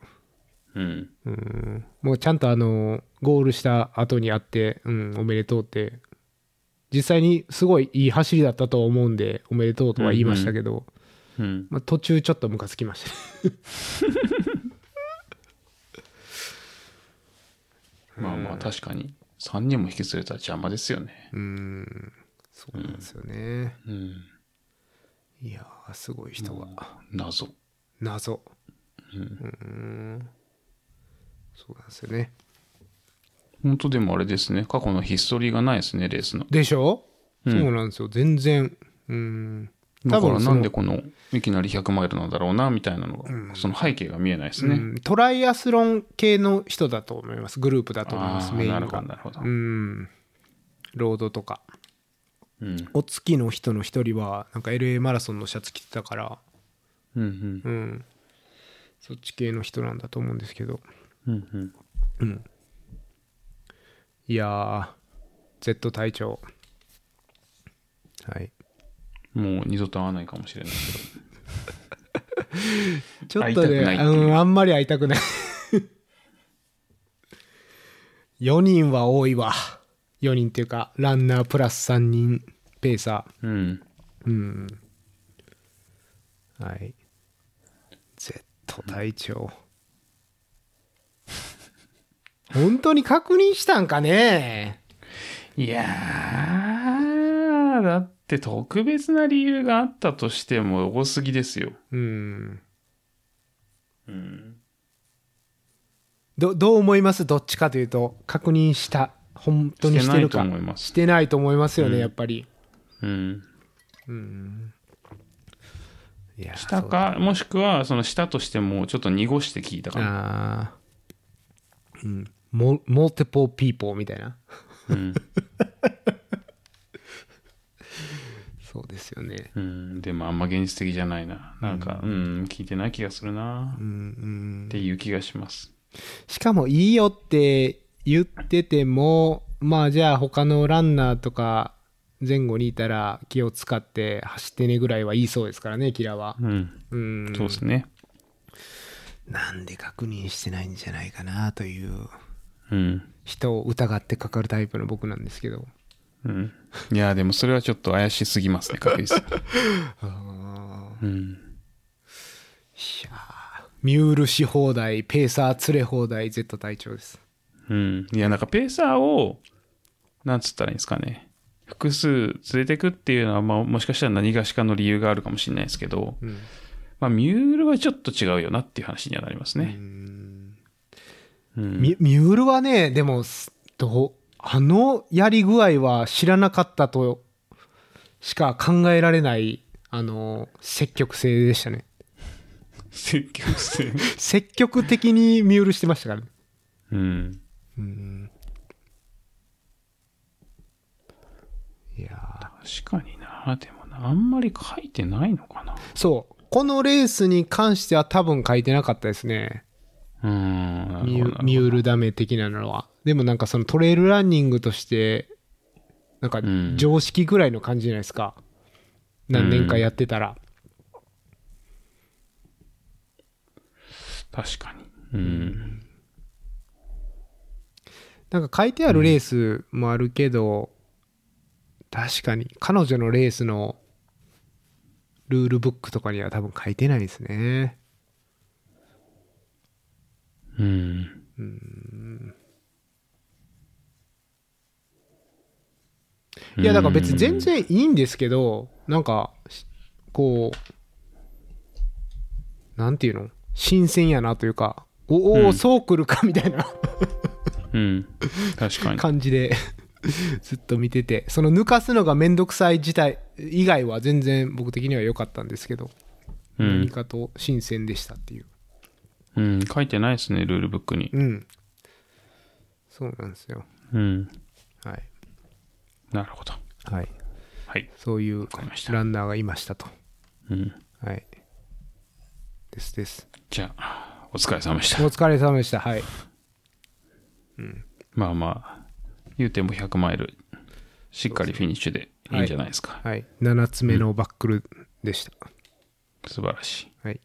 [SPEAKER 1] うん。
[SPEAKER 2] うん。もうちゃんとあの、ゴールした後に会って、うん、おめでとうって、実際にすごいいい走りだったと思うんで、おめでとうとは言いましたけど、
[SPEAKER 1] うん。
[SPEAKER 2] まあ、途中ちょっとムカつきましたね。
[SPEAKER 1] まあまあ、確かに。3人も引き連れたら邪魔ですよね。
[SPEAKER 2] うん。そうなんですよね。
[SPEAKER 1] うん。
[SPEAKER 2] いやー、すごい人が。
[SPEAKER 1] 謎。
[SPEAKER 2] 謎。
[SPEAKER 1] うん。
[SPEAKER 2] そうなんですよね。
[SPEAKER 1] 本当でもあれですね。過去のヒストリーがないですね、レースの。
[SPEAKER 2] でしょ、
[SPEAKER 1] うん
[SPEAKER 2] そうなんですよ。全然。うん。
[SPEAKER 1] だから
[SPEAKER 2] そ
[SPEAKER 1] な
[SPEAKER 2] の
[SPEAKER 1] んでこの、いきなり100マイルなんだろうな、みたいなのが、その背景が見えないですね。
[SPEAKER 2] うんトライアスロン系の人だと思いますグループだと思いま
[SPEAKER 1] あ
[SPEAKER 2] す
[SPEAKER 1] あ、
[SPEAKER 2] メイン
[SPEAKER 1] な
[SPEAKER 2] が
[SPEAKER 1] るほど、なるほど。
[SPEAKER 2] うんロードとか
[SPEAKER 1] うん。
[SPEAKER 2] お月の人の一人はなんか LA マラソンのシャツ着てたから
[SPEAKER 1] うんうん
[SPEAKER 2] うんそっち系の人なんだと思うんですけど
[SPEAKER 1] うんうん。
[SPEAKER 2] いやー Z 隊長はい
[SPEAKER 1] もう二度と会わないかもしれない
[SPEAKER 2] ち
[SPEAKER 1] けど。
[SPEAKER 2] ょっと
[SPEAKER 1] 会いたくない
[SPEAKER 2] ね
[SPEAKER 1] っていう
[SPEAKER 2] うんあんまり会いたくない 4人は多いわ4人っていうかランナープラス3人ペーサ
[SPEAKER 1] うん。
[SPEAKER 2] ーうんはい Z 隊 長本当に確認したんかね
[SPEAKER 1] いやー、だって特別な理由があったとしても多すぎですよ。
[SPEAKER 2] うん
[SPEAKER 1] うん。
[SPEAKER 2] どどう思いますどっちかというと確認した本当にしてるか
[SPEAKER 1] してないと思います
[SPEAKER 2] してないと思いますよね、やっぱり
[SPEAKER 1] うん。
[SPEAKER 2] いや
[SPEAKER 1] したか、もしくは、そのしたとしても、ちょっと濁して聞いたから。
[SPEAKER 2] あーうんモモルティポーピーポーみたいな
[SPEAKER 1] うん。
[SPEAKER 2] そうですよね
[SPEAKER 1] うん。でもあんま現実的じゃないな。なんか、うん、聞いてない気がするな。っていう気がします。
[SPEAKER 2] しかもいいよって言っててもまあじゃあ他のランナーとか前後にいたら気を使って走ってねぐらいはいいそうですからねキラは
[SPEAKER 1] うん。
[SPEAKER 2] うん
[SPEAKER 1] そうですね。
[SPEAKER 2] なんで確認してないんじゃないかなという
[SPEAKER 1] うん。
[SPEAKER 2] 人を疑ってかかるタイプの僕なんですけど
[SPEAKER 1] うん。いや、でもそれはちょっと怪しすぎますね、確実に。うん。
[SPEAKER 2] ミュールし放題ペーサー釣れ放題 Z 隊長です
[SPEAKER 1] うん。いや、なんかペーサーを、なんつったらいいんですかね。複数連れてくっていうのは、まあ、もしかしたら何がしかの理由があるかもしれないですけど、
[SPEAKER 2] ん
[SPEAKER 1] まあ、ミュールはちょっと違うよなっていう話にはなりますね。うん
[SPEAKER 2] ミミュールはねでもすどうあのやり具合は知らなかったとしか考えられないあの積極性でしたね
[SPEAKER 1] 積極性。
[SPEAKER 2] 積極的にミュールしてましたからね
[SPEAKER 1] うん。
[SPEAKER 2] いや
[SPEAKER 1] 確かにな。でもな、あんまり書いてないのかな。
[SPEAKER 2] そうこのレースに関しては多分書いてなかったですね
[SPEAKER 1] うーん。なる
[SPEAKER 2] ミ
[SPEAKER 1] ほど
[SPEAKER 2] ュミュールダメ的なのはでもなんかそのトレイルランニングとしてなんか
[SPEAKER 1] ん
[SPEAKER 2] 常識ぐらいの感じじゃないですか、何年かやってたら、
[SPEAKER 1] 確かに。うん。
[SPEAKER 2] なんか書いてあるレースもあるけど、確かに彼女のレースのルールブックとかには多分書いてないですね
[SPEAKER 1] うん。
[SPEAKER 2] いやだから別に全然いいんですけどなんかしこうなんていうの新鮮やなというかおおー、そうくるかみたいな
[SPEAKER 1] うん。確かに。
[SPEAKER 2] 感じで ずっと見ててその抜かすのがめんどくさい自体以外は全然僕的には良かったんですけど、
[SPEAKER 1] うん
[SPEAKER 2] 何かと新鮮でしたっていう
[SPEAKER 1] うん。書いてないですね、ルールブックに。
[SPEAKER 2] うんそうなんですよ
[SPEAKER 1] うん。
[SPEAKER 2] はい、
[SPEAKER 1] なるほど。
[SPEAKER 2] はい、
[SPEAKER 1] はい。
[SPEAKER 2] そういう
[SPEAKER 1] りました
[SPEAKER 2] ランナーがいましたと
[SPEAKER 1] うん。
[SPEAKER 2] はいですです
[SPEAKER 1] じゃあ、お疲れ様でし
[SPEAKER 2] お
[SPEAKER 1] た。
[SPEAKER 2] 疲れ様でしたはい
[SPEAKER 1] まあまあ、言うても100マイル、しっかりフィニッシュでいいんじゃないですか。
[SPEAKER 2] はい7つ目のバックルでした、
[SPEAKER 1] 素晴らしい。
[SPEAKER 2] はい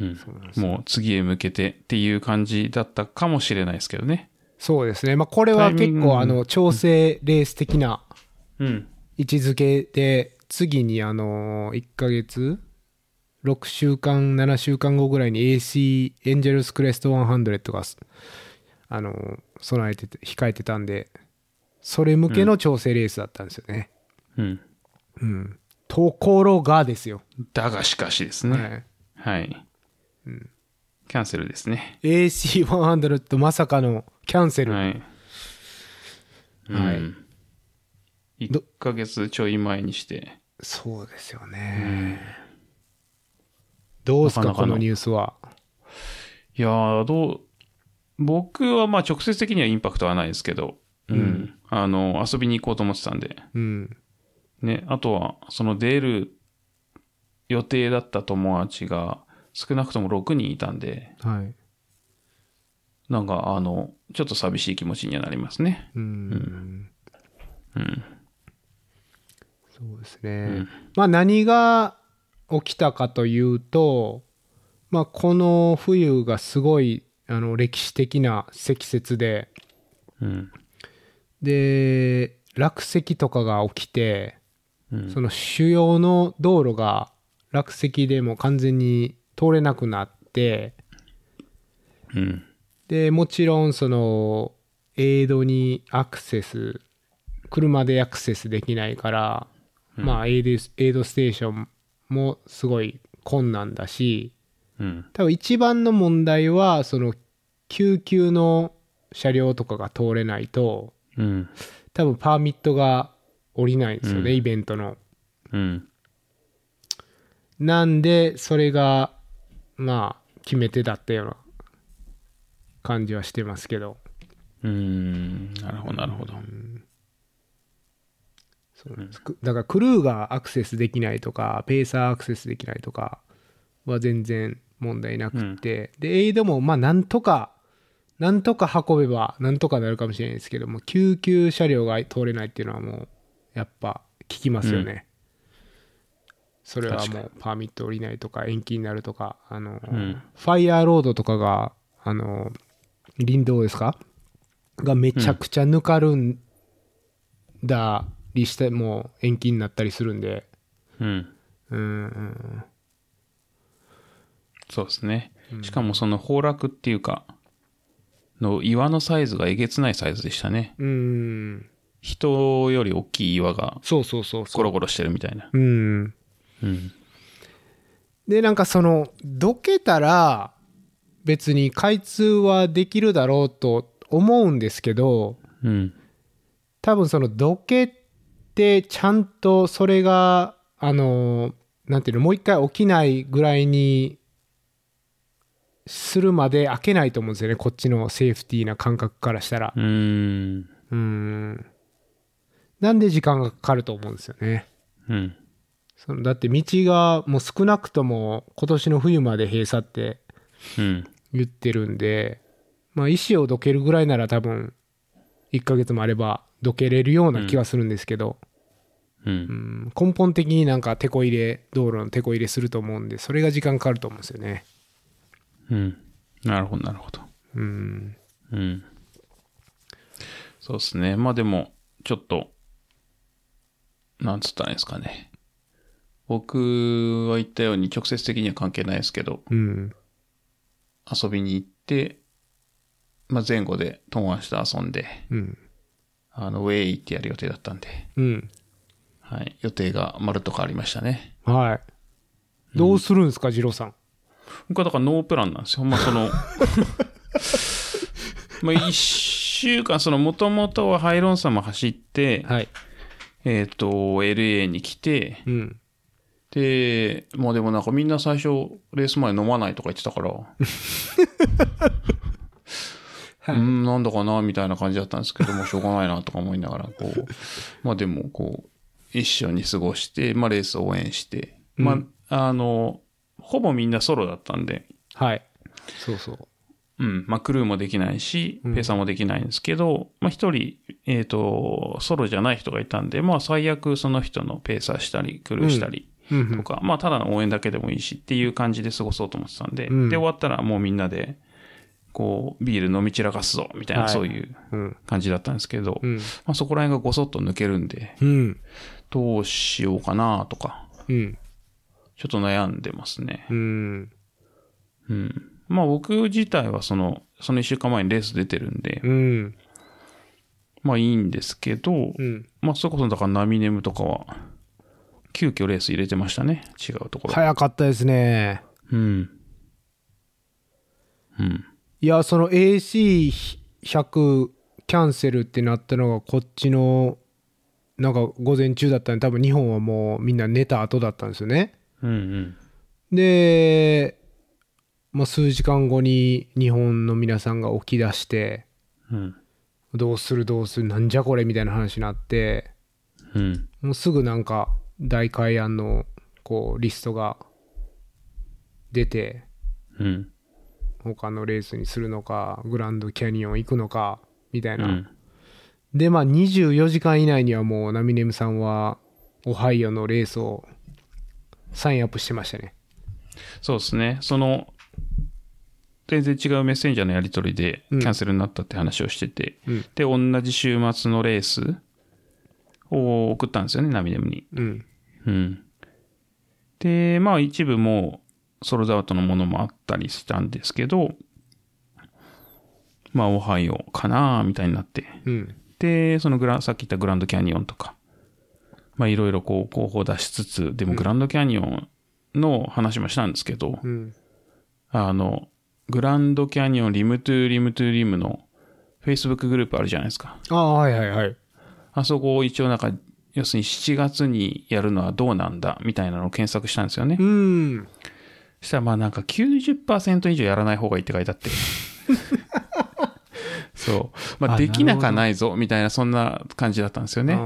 [SPEAKER 1] うん、もう次へ向けてっていう感じだったかもしれないですけどね。
[SPEAKER 2] そうですねまあこれは
[SPEAKER 1] タイミ
[SPEAKER 2] 結
[SPEAKER 1] ング
[SPEAKER 2] 構あの調整レース的な、
[SPEAKER 1] うん。
[SPEAKER 2] 位置づけで次にあの1ヶ月6週間7週間後ぐらいに AC エンジェルスクレスト100がすあの備えてて控えてたんでそれ向けの調整レースだったんですよね、
[SPEAKER 1] うん。
[SPEAKER 2] うんところがですよ、
[SPEAKER 1] だがしかしです
[SPEAKER 2] は
[SPEAKER 1] ね。
[SPEAKER 2] い、
[SPEAKER 1] はい。キャンセルですね。
[SPEAKER 2] AC100 まさかのキャンセル、
[SPEAKER 1] はい。
[SPEAKER 2] はい
[SPEAKER 1] うん1ヶ月ちょい前にして。
[SPEAKER 2] そうですよね。どうですか、
[SPEAKER 1] なかなか
[SPEAKER 2] こ
[SPEAKER 1] の
[SPEAKER 2] のニュースは。
[SPEAKER 1] いやー、どう、僕はまあ直接的にはインパクトはないですけど、うん。あの、遊びに行こうと思ってたんで、
[SPEAKER 2] うん。
[SPEAKER 1] ね、あとは、その出る予定だった友達が少なくとも6人いたんで、
[SPEAKER 2] はい。
[SPEAKER 1] なんかあの、ちょっと寂しい気持ちにはなりますね。
[SPEAKER 2] うん。
[SPEAKER 1] うん。
[SPEAKER 2] そうです
[SPEAKER 1] う
[SPEAKER 2] ね。
[SPEAKER 1] ん。
[SPEAKER 2] まあ何が起きたかというと、まあ、この冬がすごいあの歴史的な積雪で、
[SPEAKER 1] うん。
[SPEAKER 2] で、落石とかが起きて、
[SPEAKER 1] うん
[SPEAKER 2] その主要の道路が落石でもう完全に通れなくなって、
[SPEAKER 1] うん。
[SPEAKER 2] でもちろんそのエイドにアクセス車でアクセスできないから、まあエイドエイドステーションもすごい困難だし
[SPEAKER 1] うん。
[SPEAKER 2] 多分一番の問題はその救急の車両とかが通れないと
[SPEAKER 1] うん。
[SPEAKER 2] 多分パーミットが下りないんですよね、
[SPEAKER 1] うん
[SPEAKER 2] イベントの。
[SPEAKER 1] うん。
[SPEAKER 2] なんでそれがまあ決め手だったような感じはしてますけど。
[SPEAKER 1] うん。なるほど、なるほど。
[SPEAKER 2] そうなんですくだからクルーがアクセスできないとかペーサーアクセスできないとかは全然問題なくて、でエイドもまあなんとかなんとか運べばなんとかなるかもしれないですけども救急車両が通れないっていうのはもうやっぱ聞きますよね、それは
[SPEAKER 1] 確
[SPEAKER 2] も
[SPEAKER 1] かに
[SPEAKER 2] うパーミット降りないとか延期になるとかあの、
[SPEAKER 1] ん
[SPEAKER 2] ファイヤーロードとかがあの林道ですかがめちゃくちゃぬかるんだりしても延期になったりするんで
[SPEAKER 1] うん。
[SPEAKER 2] うんうん
[SPEAKER 1] そうですね。しかもその崩落っていうか、の岩のサイズがえげつないサイズでしたね。
[SPEAKER 2] うんうん
[SPEAKER 1] 人より大きい岩が
[SPEAKER 2] そうそうそうそ
[SPEAKER 1] ゴロゴロしてるみたいな。
[SPEAKER 2] ううん
[SPEAKER 1] うん。
[SPEAKER 2] でなんかそのどけたら別に開通はできるだろうと思うんですけど
[SPEAKER 1] うん。
[SPEAKER 2] 多分そのどけてちゃんとそれがあのなんていうのもう一回起きないぐらいにするまで開けないと思うんですよねこっちのセーフティーな感覚からしたら
[SPEAKER 1] うーん。
[SPEAKER 2] うんなんで時間がかかると思うんですよね
[SPEAKER 1] うん。
[SPEAKER 2] そのだって道がもう少なくとも今年の冬まで閉鎖って
[SPEAKER 1] うん。
[SPEAKER 2] 言ってるんでまあ石をどけるぐらいなら多分1ヶ月もあればどけれるような気はするんですけど、う
[SPEAKER 1] う。
[SPEAKER 2] んん根本的になんか手こ入れ道路の手こ入れすると思うんでそれが時間かかると思うんですよね
[SPEAKER 1] うん。なるほど、なるほど。
[SPEAKER 2] うん
[SPEAKER 1] うん。そうですね。まあでも、ちょっと、なんつったらいいんですかね。僕は言ったように直接的には関係ないですけど、
[SPEAKER 2] うん
[SPEAKER 1] 遊びに行って、まあ、前後で友達と遊んで、
[SPEAKER 2] うん
[SPEAKER 1] あの、ウェイ行ってやる予定だったんで、
[SPEAKER 2] うん
[SPEAKER 1] はい、予定が丸とかありましたね。
[SPEAKER 2] はいどうするんですか、二郎さん
[SPEAKER 1] 僕はだからノープランなんですよ。まあ、そ の、まあ、一週間、その、もともとはハイロンさんも走って、
[SPEAKER 2] はい
[SPEAKER 1] えっ、と、LA に来て、
[SPEAKER 2] うん
[SPEAKER 1] で、まあでもなんかみんな最初、レース前飲まないとか言ってたから、うん、なんだかな、みたいな感じだったんですけど、もうしょうがないなとか思いながら、こう、まあでも、こう、一緒に過ごして、まあレースを応援して、まあ、あの、ほぼみんなソロだったんで、
[SPEAKER 2] はいそうそう
[SPEAKER 1] うん、まあクルーもできないし、ペーサーもできないんですけど、まあ一人、えっ、と、ソロじゃない人がいたんで、まあ最悪その人のペーサーしたり、クルーしたり、
[SPEAKER 2] うんう
[SPEAKER 1] と
[SPEAKER 2] ん
[SPEAKER 1] か、まあ、ただの応援だけでもいいしっていう感じで過ごそうと思ってたんで、
[SPEAKER 2] うん
[SPEAKER 1] で、終わったらもうみんなで、こう、ビール飲み散らかすぞ、みたいな、
[SPEAKER 2] はい
[SPEAKER 1] そういう
[SPEAKER 2] うん
[SPEAKER 1] 感じだったんですけど、
[SPEAKER 2] うん
[SPEAKER 1] まあ、そこら辺がごそっと抜けるんで、
[SPEAKER 2] うん
[SPEAKER 1] どうしようかなとか、
[SPEAKER 2] うん
[SPEAKER 1] ちょっと悩んでますね。
[SPEAKER 2] うん
[SPEAKER 1] うん。まあ、僕自体はその、その一週間前にレース出てるんで、
[SPEAKER 2] うん
[SPEAKER 1] まあ、いいんですけど、
[SPEAKER 2] うん
[SPEAKER 1] まあ、それこそだからナミネムとかは、急遽レース入れてましたね。違うところ。
[SPEAKER 2] 早かったですね
[SPEAKER 1] うん。うん。
[SPEAKER 2] いやその AC100 キャンセルってなったのがこっちのなんか午前中だったんで多分日本はもうみんな寝た後だったんですよね
[SPEAKER 1] うんうん。
[SPEAKER 2] で、まあ、数時間後に日本の皆さんが起き出して
[SPEAKER 1] うん。
[SPEAKER 2] どうするどうするなんじゃこれみたいな話になって
[SPEAKER 1] うん。
[SPEAKER 2] もうすぐなんか大会案のこうリストが出て
[SPEAKER 1] うん。
[SPEAKER 2] 他のレースにするのかグランドキャニオン行くのかみたいうな、
[SPEAKER 1] ん。
[SPEAKER 2] でまあ24時間以内にはもうナミネムさんはオハイオのレースをサインアップしてましたね
[SPEAKER 1] そうですね。その、全然違うメッセンジャーのやり取りでキ
[SPEAKER 2] うん
[SPEAKER 1] ャンセルになったって話をしてて、
[SPEAKER 2] うん
[SPEAKER 1] で、同じ週末のレースを送ったんですよね、ナミデムに。
[SPEAKER 2] うん
[SPEAKER 1] うん。で、まあ一部もうソロザウトのものもあったりしたんですけど、まあ、オハイオかなみたいになって。
[SPEAKER 2] うん
[SPEAKER 1] で、そのグラ、さっき言ったグランドキャニオンとか、まあいろいろこう候補を出しつつ、でもグランドキャニオンの話もしたんですけど、
[SPEAKER 2] うん
[SPEAKER 1] あの、グランドキャニオンリムトゥーリムトゥーリムの Facebook グループあるじゃないですか。
[SPEAKER 2] ああはいはいはい
[SPEAKER 1] あそこを一応なんか、要するに7月にやるのはどうなんだみたいなのを検索したんですよね
[SPEAKER 2] う。ん
[SPEAKER 1] そしたらまあなんか90%以上やらない方がいいって書いて あって。そう。まあ
[SPEAKER 2] あ
[SPEAKER 1] できなかないぞみたいなそんな感じだったんですよね。
[SPEAKER 2] あ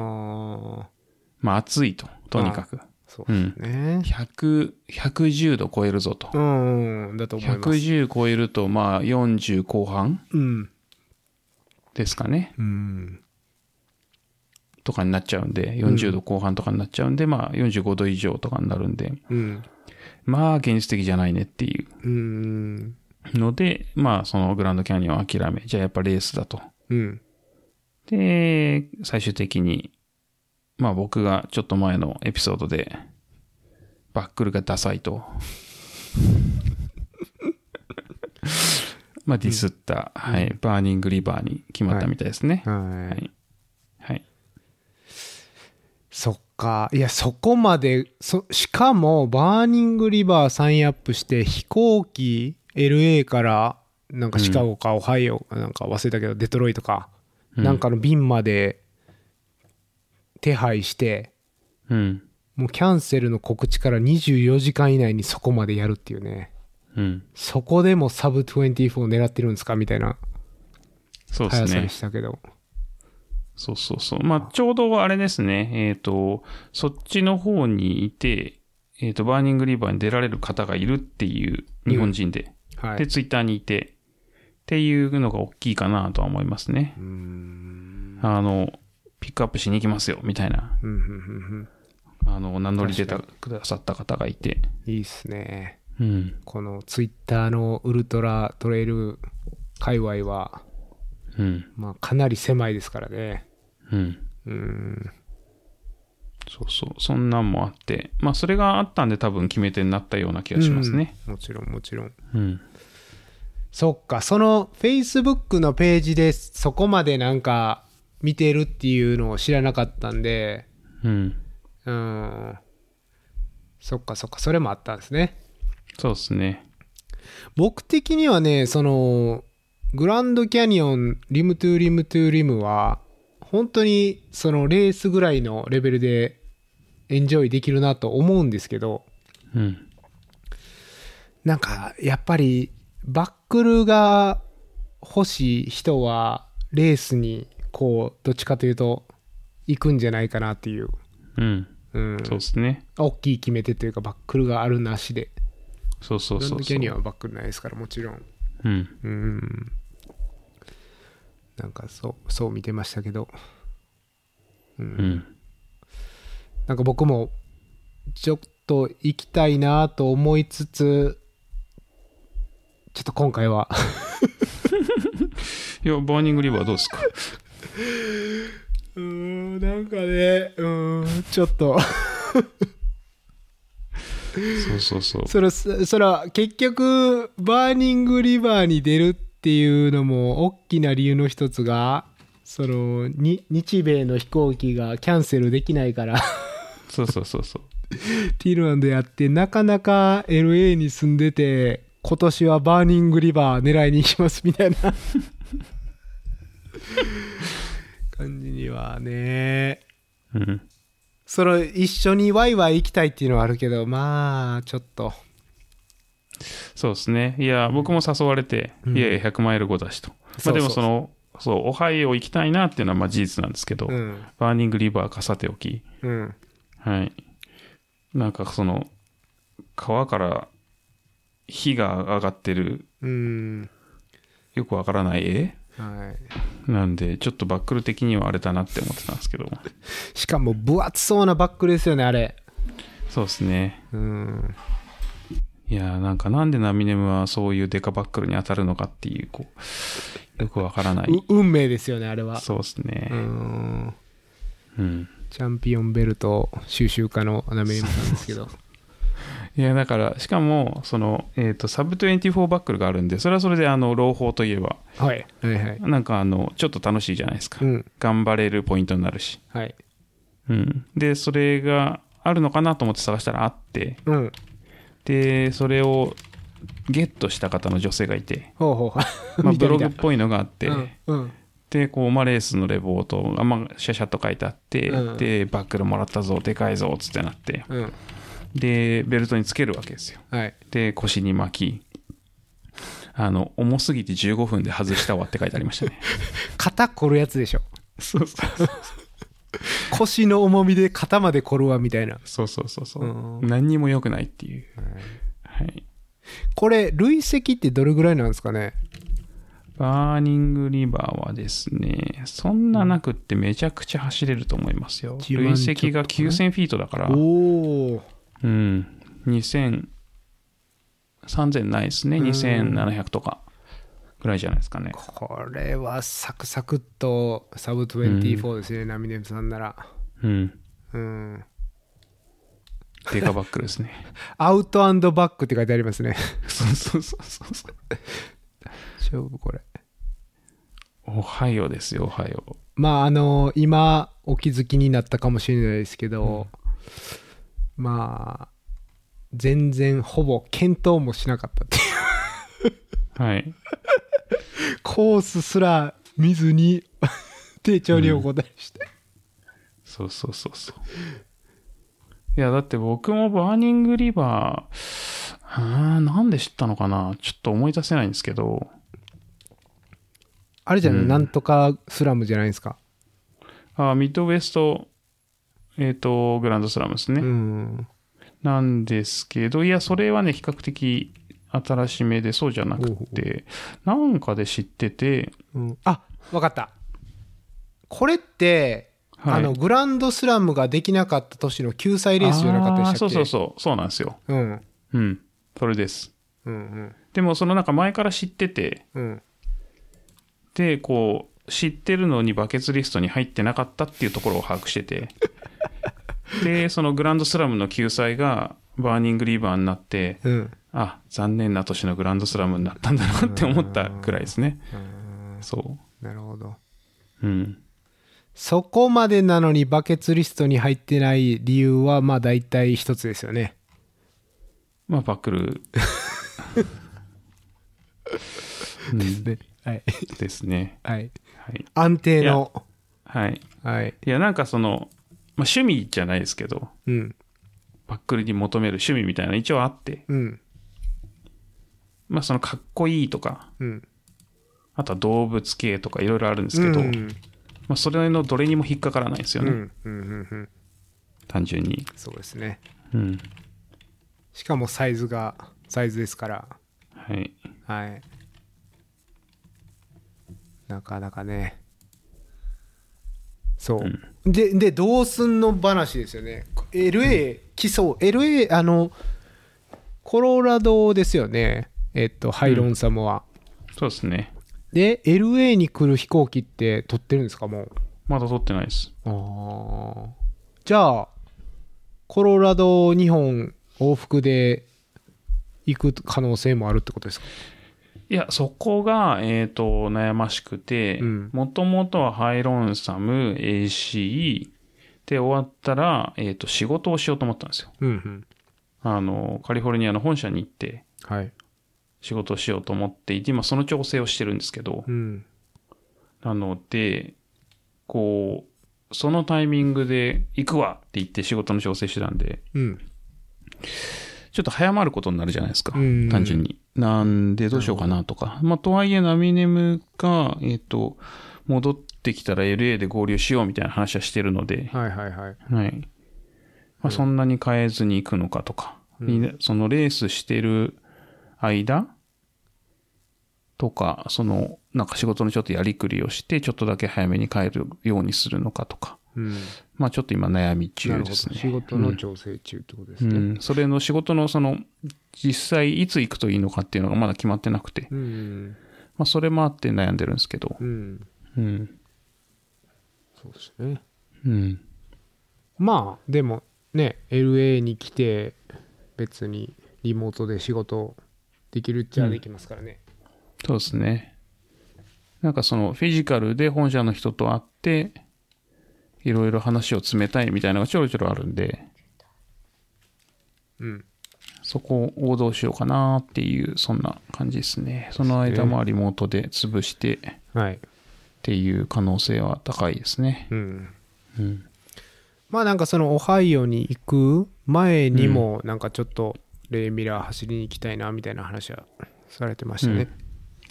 [SPEAKER 2] あ
[SPEAKER 1] まあ暑いと、とにかく。
[SPEAKER 2] そうですね
[SPEAKER 1] 100 110度超えるぞと。
[SPEAKER 2] うん、うん、だと思います
[SPEAKER 1] 110超えると、まあ40後半
[SPEAKER 2] うん
[SPEAKER 1] ですかね。
[SPEAKER 2] うん
[SPEAKER 1] とかになっちゃうんで、40度後半とかになっちゃうんで、まあ45度以上とかになるんで、
[SPEAKER 2] うん
[SPEAKER 1] まあ現実的じゃないねってい
[SPEAKER 2] うん
[SPEAKER 1] うので、まあそのグランドキャニオンを諦め、じゃあやっぱレースだと。
[SPEAKER 2] うん
[SPEAKER 1] で、最終的に、まあ僕がちょっと前のエピソードで、バックルがダサいと。 まあディスった、はい、バーニングリバーに決まったみたいですね。
[SPEAKER 2] はい、
[SPEAKER 1] はい。はい。
[SPEAKER 2] そっかいやそこまでそしかもバーニングリバーサインアップして飛行機 LA からなんかシカゴかオハイオなんか忘れたけどデトロイトか、
[SPEAKER 1] うん
[SPEAKER 2] なんかの便まで手配して
[SPEAKER 1] うん。
[SPEAKER 2] もうキャンセルの告知から24時間以内にそこまでやるっていうね
[SPEAKER 1] うん。
[SPEAKER 2] そこでもサブ24を狙ってるんですかみたいな
[SPEAKER 1] そうです
[SPEAKER 2] 速さ
[SPEAKER 1] ね
[SPEAKER 2] で。したけど
[SPEAKER 1] そうそうそう。まあ、ちょうどあれですね。えっ、と、そっちの方にいて、えっ、と、バーニングリバーに出られる方がいるっていう日本人で、
[SPEAKER 2] は
[SPEAKER 1] で、
[SPEAKER 2] い
[SPEAKER 1] ツイッターにいて、っていうのが大きいかなとは思いますね。
[SPEAKER 2] うーん
[SPEAKER 1] あの、ピックアップしに行きますよ、みたいな、
[SPEAKER 2] うんうんうん
[SPEAKER 1] あの、名乗り出た、くださった方がいて。
[SPEAKER 2] うんいいっすね
[SPEAKER 1] うん。
[SPEAKER 2] このツイッターのウルトラトレイル界隈は、
[SPEAKER 1] うん。
[SPEAKER 2] まあ、かなり狭いですからね。
[SPEAKER 1] うん。
[SPEAKER 2] うーん。
[SPEAKER 1] そうそう。そんなんもあって、まあ、それがあったんで多分決め手になったような気がしますね。
[SPEAKER 2] うん。もちろん、もちろん。
[SPEAKER 1] うん。
[SPEAKER 2] そっか、その Facebook のページでそこまでなんか見てるっていうのを知らなかったんで、
[SPEAKER 1] うん。
[SPEAKER 2] うーん。そっかそっか、それもあったんですね。
[SPEAKER 1] そうですね。
[SPEAKER 2] 僕的にはねそのグランドキャニオンリムトゥーリムトゥーリムは本当にそのレースぐらいのレベルでエンジョイできるなと思うんですけど
[SPEAKER 1] うん。
[SPEAKER 2] なんかやっぱりバックルが欲しい人はレースにこうどっちかというと行くんじゃないかなっていう、
[SPEAKER 1] うん。
[SPEAKER 2] うん、
[SPEAKER 1] そうですね。
[SPEAKER 2] 大きい決め手というかバックルがあるなしで
[SPEAKER 1] そうそう
[SPEAKER 2] グラン
[SPEAKER 1] そ
[SPEAKER 2] ド
[SPEAKER 1] う
[SPEAKER 2] キャ
[SPEAKER 1] そ
[SPEAKER 2] ニオン
[SPEAKER 1] う。
[SPEAKER 2] はバックルないですからもちろん
[SPEAKER 1] うん。
[SPEAKER 2] うん。なんかそう、そう見てましたけど、
[SPEAKER 1] うん。
[SPEAKER 2] なんか僕も、ちょっと行きたいなと思いつつ、ちょっと今回は、
[SPEAKER 1] いや、バーニングリバーどうですか
[SPEAKER 2] うーん、なんかね、うーん、ちょっと、
[SPEAKER 1] そうそうそ う。
[SPEAKER 2] それ、それは結局、バーニングリバーに出るっていうのも、大きな理由の一つが、その、に日米の飛行機がキャンセルできないから。
[SPEAKER 1] そうそうそうそう。
[SPEAKER 2] ティルランドやってなかなか LA に住んでて今年はバーニングリバー狙いに行きますみ たいな感じにはね
[SPEAKER 1] うん。
[SPEAKER 2] その一緒にワイワイ行きたいっていうのはあるけどまあちょっと
[SPEAKER 1] そうですね。いや、僕も誘われて、
[SPEAKER 2] うん
[SPEAKER 1] いやいや、100マイル後だしと。ま
[SPEAKER 2] そ
[SPEAKER 1] あ
[SPEAKER 2] う
[SPEAKER 1] で
[SPEAKER 2] そう
[SPEAKER 1] もその、そう、オハイオ行きたいなっていうのはまあ事実なんですけど、
[SPEAKER 2] うん
[SPEAKER 1] バーニングリバーかさておき、
[SPEAKER 2] うん
[SPEAKER 1] はい。なんかその、川から火が上がってる、
[SPEAKER 2] うん
[SPEAKER 1] よくわからない絵
[SPEAKER 2] はい
[SPEAKER 1] なんで、ちょっとバックル的にはあれだなって思ってたんですけど、
[SPEAKER 2] しかも分厚そうなバッグですよねあれ
[SPEAKER 1] そうですね。
[SPEAKER 2] うん
[SPEAKER 1] いやーなんかなんでナミネムはそういうデカバックルに当たるのかっていう、こう、よくわからな
[SPEAKER 2] う
[SPEAKER 1] い。
[SPEAKER 2] 運命ですよねあれは
[SPEAKER 1] そうです
[SPEAKER 2] う
[SPEAKER 1] ね。
[SPEAKER 2] ん
[SPEAKER 1] うん。
[SPEAKER 2] チャンピオンベルト収集家のナメリムさんですけど
[SPEAKER 1] いやだからしかもその、えー、とサブ24バックルがあるんでそれはそれであの朗報といえば
[SPEAKER 2] はいはいはい
[SPEAKER 1] なんかあのちょっと楽しいじゃないですか、
[SPEAKER 2] うん
[SPEAKER 1] 頑張れるポイントになるし、
[SPEAKER 2] はい
[SPEAKER 1] うん、でそれがあるのかなと思って探したらあって
[SPEAKER 2] うん
[SPEAKER 1] でそれをゲットした方の女性が いて、
[SPEAKER 2] ほうほう
[SPEAKER 1] まあ、
[SPEAKER 2] 見た
[SPEAKER 1] ブロ
[SPEAKER 2] 見
[SPEAKER 1] グ
[SPEAKER 2] た
[SPEAKER 1] っぽいのがあって、
[SPEAKER 2] うんうん
[SPEAKER 1] でこうマレースのレポートが、まあ、シャシャっと書いてあって、
[SPEAKER 2] うん
[SPEAKER 1] でバックルもらったぞでかいぞつってなって
[SPEAKER 2] うん
[SPEAKER 1] でベルトにつけるわけですよ
[SPEAKER 2] はい
[SPEAKER 1] で腰に巻きあの重すぎて15分で外したわって書いてありましたね
[SPEAKER 2] 肩凝るやつでしょ
[SPEAKER 1] そうそう
[SPEAKER 2] 腰の重みで肩まで凝るわみたいな
[SPEAKER 1] そうそうそうそう
[SPEAKER 2] うん
[SPEAKER 1] 何にも良くないっていう、はい、
[SPEAKER 2] これ累積ってどれぐらいなんですかね
[SPEAKER 1] バーニングリバーはですねそんななくってめちゃくちゃ走れると思いますよ
[SPEAKER 2] 1万
[SPEAKER 1] 累積が
[SPEAKER 2] ちょっと
[SPEAKER 1] 9000フィートだから、
[SPEAKER 2] おお
[SPEAKER 1] うん2000 3000ないですね
[SPEAKER 2] うん
[SPEAKER 1] 2700とかぐらいじゃないですかね
[SPEAKER 2] これはサクサクっとサブ24ですね、ナミネムさんなら
[SPEAKER 1] うん
[SPEAKER 2] うん
[SPEAKER 1] デカバックルですね
[SPEAKER 2] アウトバックって書いてありますね
[SPEAKER 1] そう そうそうそう そう
[SPEAKER 2] 勝負これ
[SPEAKER 1] おはようですよおはよう
[SPEAKER 2] まああの今お気づきになったかもしれないですけど、まあ全然ほぼ検討もしなかったっていう
[SPEAKER 1] はい。
[SPEAKER 2] コースすら見ずに 丁重にお答えして、
[SPEAKER 1] そうそうそうそう。いや、だって僕もバーニングリバー、あーなんで知ったのかなちょっと思い出せないんですけど、
[SPEAKER 2] あれじゃない、
[SPEAKER 1] うん
[SPEAKER 2] なんとかスラムじゃないですか
[SPEAKER 1] あーミッドウェスト、えっ、と、グランドスラムですね。
[SPEAKER 2] うん
[SPEAKER 1] なんですけど、いや、それはね、比較的新しめで、そうじゃなく
[SPEAKER 2] ほうほ
[SPEAKER 1] て、なんかで知ってて、
[SPEAKER 2] うん、あわかったこれって、
[SPEAKER 1] はい
[SPEAKER 2] あのグランドスラムができなかった年の救済レースじゃなかったでしたっ
[SPEAKER 1] あー
[SPEAKER 2] け
[SPEAKER 1] そうそうそう、そうなんですよ。
[SPEAKER 2] う、うん、
[SPEAKER 1] うん、それです。
[SPEAKER 2] うんうん
[SPEAKER 1] でも、そのなんか前から知ってて、
[SPEAKER 2] うん
[SPEAKER 1] でこう知ってるのにバケツリストに入ってなかったっていうところを把握し ててでそのグランドスラムの救済がバーニングリーバーになって
[SPEAKER 2] うん
[SPEAKER 1] あ残念な年のグランドスラムになったんだなって思ったくらいですね
[SPEAKER 2] うん
[SPEAKER 1] そ
[SPEAKER 2] なるほど
[SPEAKER 1] ううん
[SPEAKER 2] そこまでなのにバケツリストに入ってない理由はまあ大体一つですよね
[SPEAKER 1] まあバックルうん
[SPEAKER 2] で はい
[SPEAKER 1] ですね
[SPEAKER 2] はい
[SPEAKER 1] はい
[SPEAKER 2] 安定の
[SPEAKER 1] はい
[SPEAKER 2] はい
[SPEAKER 1] いやなんかその、まあ、趣味じゃないですけど
[SPEAKER 2] うん
[SPEAKER 1] バックルに求める趣味みたいなの一応あって
[SPEAKER 2] うん
[SPEAKER 1] まあそのかっこいいとか
[SPEAKER 2] うん
[SPEAKER 1] あとは動物系とかいろいろあるんですけど、
[SPEAKER 2] うん
[SPEAKER 1] まあ、それのどれにも引っかからないです
[SPEAKER 2] う
[SPEAKER 1] よ
[SPEAKER 2] んう
[SPEAKER 1] ね、
[SPEAKER 2] んうんうん
[SPEAKER 1] 単純に、
[SPEAKER 2] そうですね
[SPEAKER 1] うん
[SPEAKER 2] しかもサイズがサイズですから
[SPEAKER 1] はい。
[SPEAKER 2] はいなかなかねそう、ででどうすんの話ですよね LA 来そう、LA あのコロラドですよねえっとハイロンサムは、
[SPEAKER 1] そうですね。
[SPEAKER 2] で LA に来る飛行機って取ってるんですかもう
[SPEAKER 1] まだ撮ってないです。
[SPEAKER 2] あーじゃあコロラド2本往復で行く可能性もあるってことですか
[SPEAKER 1] いや、そこが、えっ、と、悩ましくて
[SPEAKER 2] うん、
[SPEAKER 1] もともとはハイロンサム、AC で終わったら、えっ、と、仕事をしようと思ったんですよ。
[SPEAKER 2] うんうん
[SPEAKER 1] あの、カリフォルニアの本社に行って、
[SPEAKER 2] はい
[SPEAKER 1] 仕事をしようと思っていて、今その調整をしてるんですけど、
[SPEAKER 2] うん
[SPEAKER 1] なので、こう、そのタイミングで行くわって言って仕事の調整してたんで、
[SPEAKER 2] うん。
[SPEAKER 1] ちょっと早まることになるじゃないですか、
[SPEAKER 2] うん
[SPEAKER 1] 単純に。なんでどうしようかなとか。まあ、とはいえ、ナミネムが、えっ、と、戻ってきたら LA で合流しようみたいな話はしてるので、
[SPEAKER 2] はいはいはい。
[SPEAKER 1] はい。まあ、そんなに変えずに行くのかとか、にそのレースしてる間とか、その、なんか仕事のちょっとやりくりをして、ちょっとだけ早めに帰るようにするのかとか、
[SPEAKER 2] うん。
[SPEAKER 1] まあちょっと今悩み
[SPEAKER 2] な
[SPEAKER 1] 中
[SPEAKER 2] るほど。
[SPEAKER 1] ですね。
[SPEAKER 2] 仕事の調整中ってことです
[SPEAKER 1] う
[SPEAKER 2] ね。
[SPEAKER 1] ん、それの仕事のその、実際いつ行くといいのかっていうのがまだ決まってなくて、
[SPEAKER 2] うん。
[SPEAKER 1] まあそれもあって悩んでるんですけど、
[SPEAKER 2] うん。
[SPEAKER 1] うん。
[SPEAKER 2] そうですね。
[SPEAKER 1] うん。
[SPEAKER 2] まあ、でもね、LA に来て、別にリモートで仕事できるっちゃできますからね。
[SPEAKER 1] そうですね。なんかそのフィジカルで本社の人と会って、いろいろ話を詰めたいみたいなのがちょろちょろあるんで、
[SPEAKER 2] うん。
[SPEAKER 1] そこを王道しようかなっていう、そんな感じですね。その間まあリモートで潰してっ
[SPEAKER 2] はい。
[SPEAKER 1] ていう可能性は高いですね。
[SPEAKER 2] うん。
[SPEAKER 1] うん。
[SPEAKER 2] まあなんかそのオハイオに行く前にもなんかちょっとレイミラー走りに行きたいなみたいな話はされてましたね、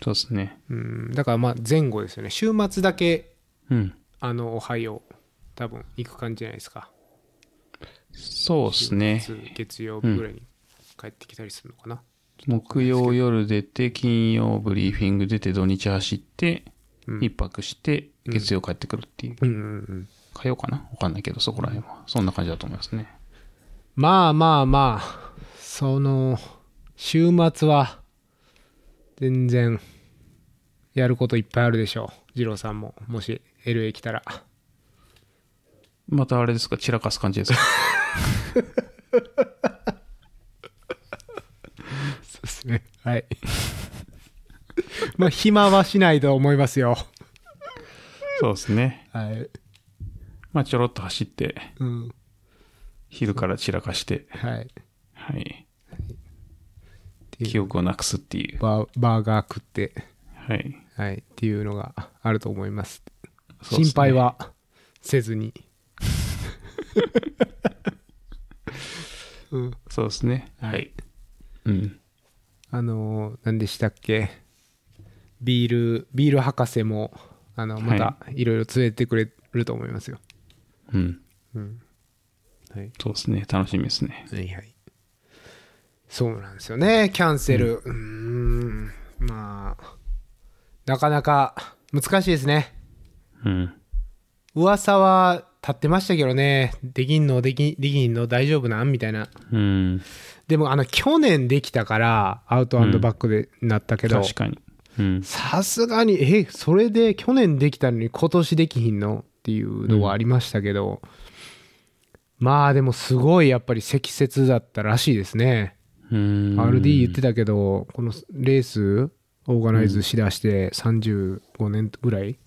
[SPEAKER 1] そうですね。
[SPEAKER 2] うんだからまあ前後ですよね週末だけ
[SPEAKER 1] うん。
[SPEAKER 2] あのオハイオ多分行く感じじゃないですか
[SPEAKER 1] そうですね。
[SPEAKER 2] 週末月曜日ぐらいに帰ってきたりするのかな
[SPEAKER 1] 木曜夜出て、金曜ブリーフィング出て、土日走って、
[SPEAKER 2] うん
[SPEAKER 1] 一泊して、月曜帰ってくるっていう。
[SPEAKER 2] うんうんうん
[SPEAKER 1] 火曜かなわかんないけど、そこら辺は。そんな感じだと思いますね。
[SPEAKER 2] まあまあまあその週末は全然やることいっぱいあるでしょう二郎さんももし LA 来たら
[SPEAKER 1] またあれですか散らかす感じですか
[SPEAKER 2] そうですね。はい。 まあ、暇はしないと思いますよ。
[SPEAKER 1] そうですね。
[SPEAKER 2] はい。
[SPEAKER 1] まあ、ちょろっと走って、
[SPEAKER 2] うん。
[SPEAKER 1] 昼から散らかして、
[SPEAKER 2] はい。
[SPEAKER 1] はい。
[SPEAKER 2] ていう
[SPEAKER 1] 記憶をなくすっていう。
[SPEAKER 2] バーバーガー食って、
[SPEAKER 1] はい。
[SPEAKER 2] はい。っていうのがあると思います。
[SPEAKER 1] そうっすね
[SPEAKER 2] 心配はせずに。うん。
[SPEAKER 1] そうですね。
[SPEAKER 2] はい
[SPEAKER 1] はい。うん。
[SPEAKER 2] あのー何でしたっけビール、ビール博士も、あの、またいろいろ連れてくれると思いますよ。
[SPEAKER 1] うん。
[SPEAKER 2] うん。はい。
[SPEAKER 1] そうですね。楽しみですね。
[SPEAKER 2] はいはい。そうなんですよね、キャンセル。うーん、まあ、なかなか難しいですね。
[SPEAKER 1] うん。
[SPEAKER 2] 噂は立ってましたけどね、できんの、できできんの、大丈夫なんみたいな。
[SPEAKER 1] うん。
[SPEAKER 2] でも、あの、去年できたから、アウトバックでなったけど、
[SPEAKER 1] 確かに。うん。
[SPEAKER 2] さすがに、え、それで去年できたのに今年できひんのっていうのはありましたけど、まあでもすごいやっぱり積雪だったらしいですね。
[SPEAKER 1] うん。
[SPEAKER 2] RD 言ってたけど、このレースオーガナイズしだして35年ぐらい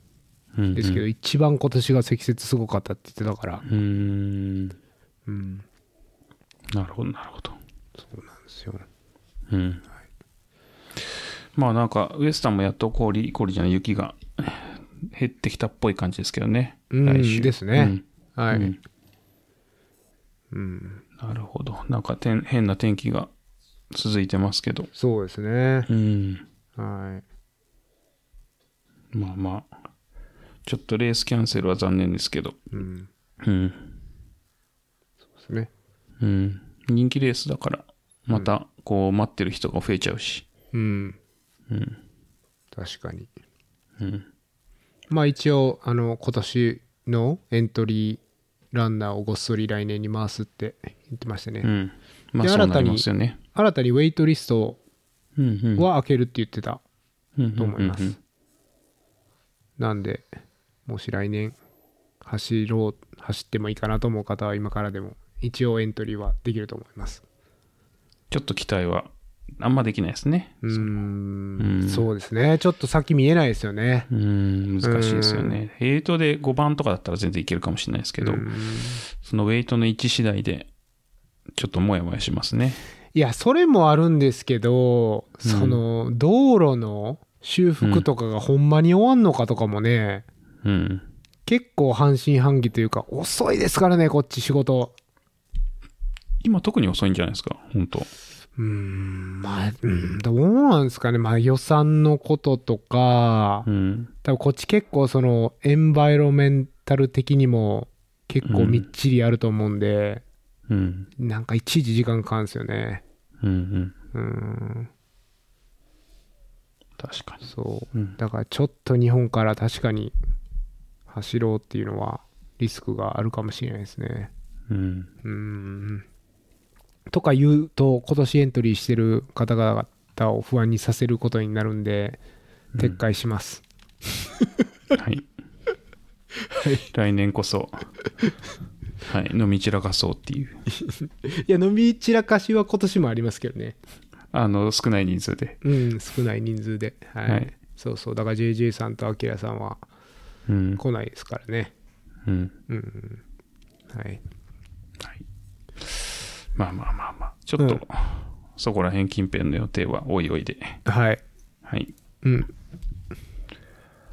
[SPEAKER 1] うん
[SPEAKER 2] ですけど、一番今年が積雪すごかったって言ってたから、
[SPEAKER 1] うん。
[SPEAKER 2] うん、
[SPEAKER 1] なるほど、なるほど。
[SPEAKER 2] そうなんですよ。
[SPEAKER 1] うん。まあなんか、ウエスタンもやっと氷、氷じゃない、雪が減ってきたっぽい感じですけどね。
[SPEAKER 2] うん
[SPEAKER 1] 来週
[SPEAKER 2] ですね。
[SPEAKER 1] うん
[SPEAKER 2] はい、
[SPEAKER 1] うん
[SPEAKER 2] うん
[SPEAKER 1] なるほど。なんかてん変な天気が続いてますけど。
[SPEAKER 2] そうですね
[SPEAKER 1] う。ん。
[SPEAKER 2] はい。
[SPEAKER 1] まあまあ。ちょっとレースキャンセルは残念ですけど。
[SPEAKER 2] うん、
[SPEAKER 1] うん。
[SPEAKER 2] そうですね。
[SPEAKER 1] うん。人気レースだから、また、こう、待ってる人が増えちゃうし。
[SPEAKER 2] うん、
[SPEAKER 1] うん。
[SPEAKER 2] 確かに。
[SPEAKER 1] うん。
[SPEAKER 2] まあ一応、あの、今年のエントリーランナーをごっそり来年に回すって言ってましたね。
[SPEAKER 1] うん。まあ、
[SPEAKER 2] で
[SPEAKER 1] そう
[SPEAKER 2] 新
[SPEAKER 1] な
[SPEAKER 2] たに
[SPEAKER 1] りますよね。
[SPEAKER 2] 新たにウェイトリスト
[SPEAKER 1] うんうん。
[SPEAKER 2] は開けるって言ってた。と
[SPEAKER 1] と
[SPEAKER 2] 思います。なんで、もし来年、走ろう、走ってもいいかなと思う方は、今からでも、一応エントリーはできると思います。
[SPEAKER 1] ちょっと期待はあんまできないですね。
[SPEAKER 2] うー
[SPEAKER 1] うん
[SPEAKER 2] ん、そうですね。ちょっと先見えないですよね。
[SPEAKER 1] うん、難しいですよね。エイトで5番とかだったら全然いけるかもしれないですけど、
[SPEAKER 2] うん
[SPEAKER 1] そのウェイトの位置次第で、ちょっともやもやしますね。
[SPEAKER 2] いや、それもあるんですけど、
[SPEAKER 1] うん
[SPEAKER 2] その、道路の修復とかがほんまに終わんのかとかもね、
[SPEAKER 1] うん。
[SPEAKER 2] 結構半信半疑というか、遅いですからね、こっち仕事。
[SPEAKER 1] 今特に遅いんじゃないですか本当
[SPEAKER 2] うーん、まあ、うん、どうなんですかね。まあ予算のこととか
[SPEAKER 1] う、ん。
[SPEAKER 2] 多分こっち結構そのエンバイロメンタル的にも結構みっちりあると思うんで、
[SPEAKER 1] うん。
[SPEAKER 2] なんかいちいち時間かかるんですよね。
[SPEAKER 1] うん。う
[SPEAKER 2] う
[SPEAKER 1] ん。
[SPEAKER 2] ん、
[SPEAKER 1] 確かに。
[SPEAKER 2] そう。
[SPEAKER 1] うん。
[SPEAKER 2] だからちょっと日本から確かに走ろうっていうのはリスクがあるかもしれないですね。
[SPEAKER 1] うん。
[SPEAKER 2] うーん。とか言うと今年エントリーしてる方々を不安にさせることになるんで撤回します。
[SPEAKER 1] はい。来年こそ、はい、飲み散らかそうっていう、
[SPEAKER 2] いや飲み散らかしは今年もありますけどね。
[SPEAKER 1] あの、少ない人数で。
[SPEAKER 2] うん少ない人数で。はい。
[SPEAKER 1] はい
[SPEAKER 2] そうそうだから JJ さんとアキラさんは
[SPEAKER 1] うん。
[SPEAKER 2] 来ないですからね。
[SPEAKER 1] うん。
[SPEAKER 2] うん。はい。
[SPEAKER 1] はい。まあまあまあまあ、ちょっと、
[SPEAKER 2] うん
[SPEAKER 1] そこら辺近辺の予定はおいおいで。
[SPEAKER 2] はい。
[SPEAKER 1] はい。
[SPEAKER 2] うん。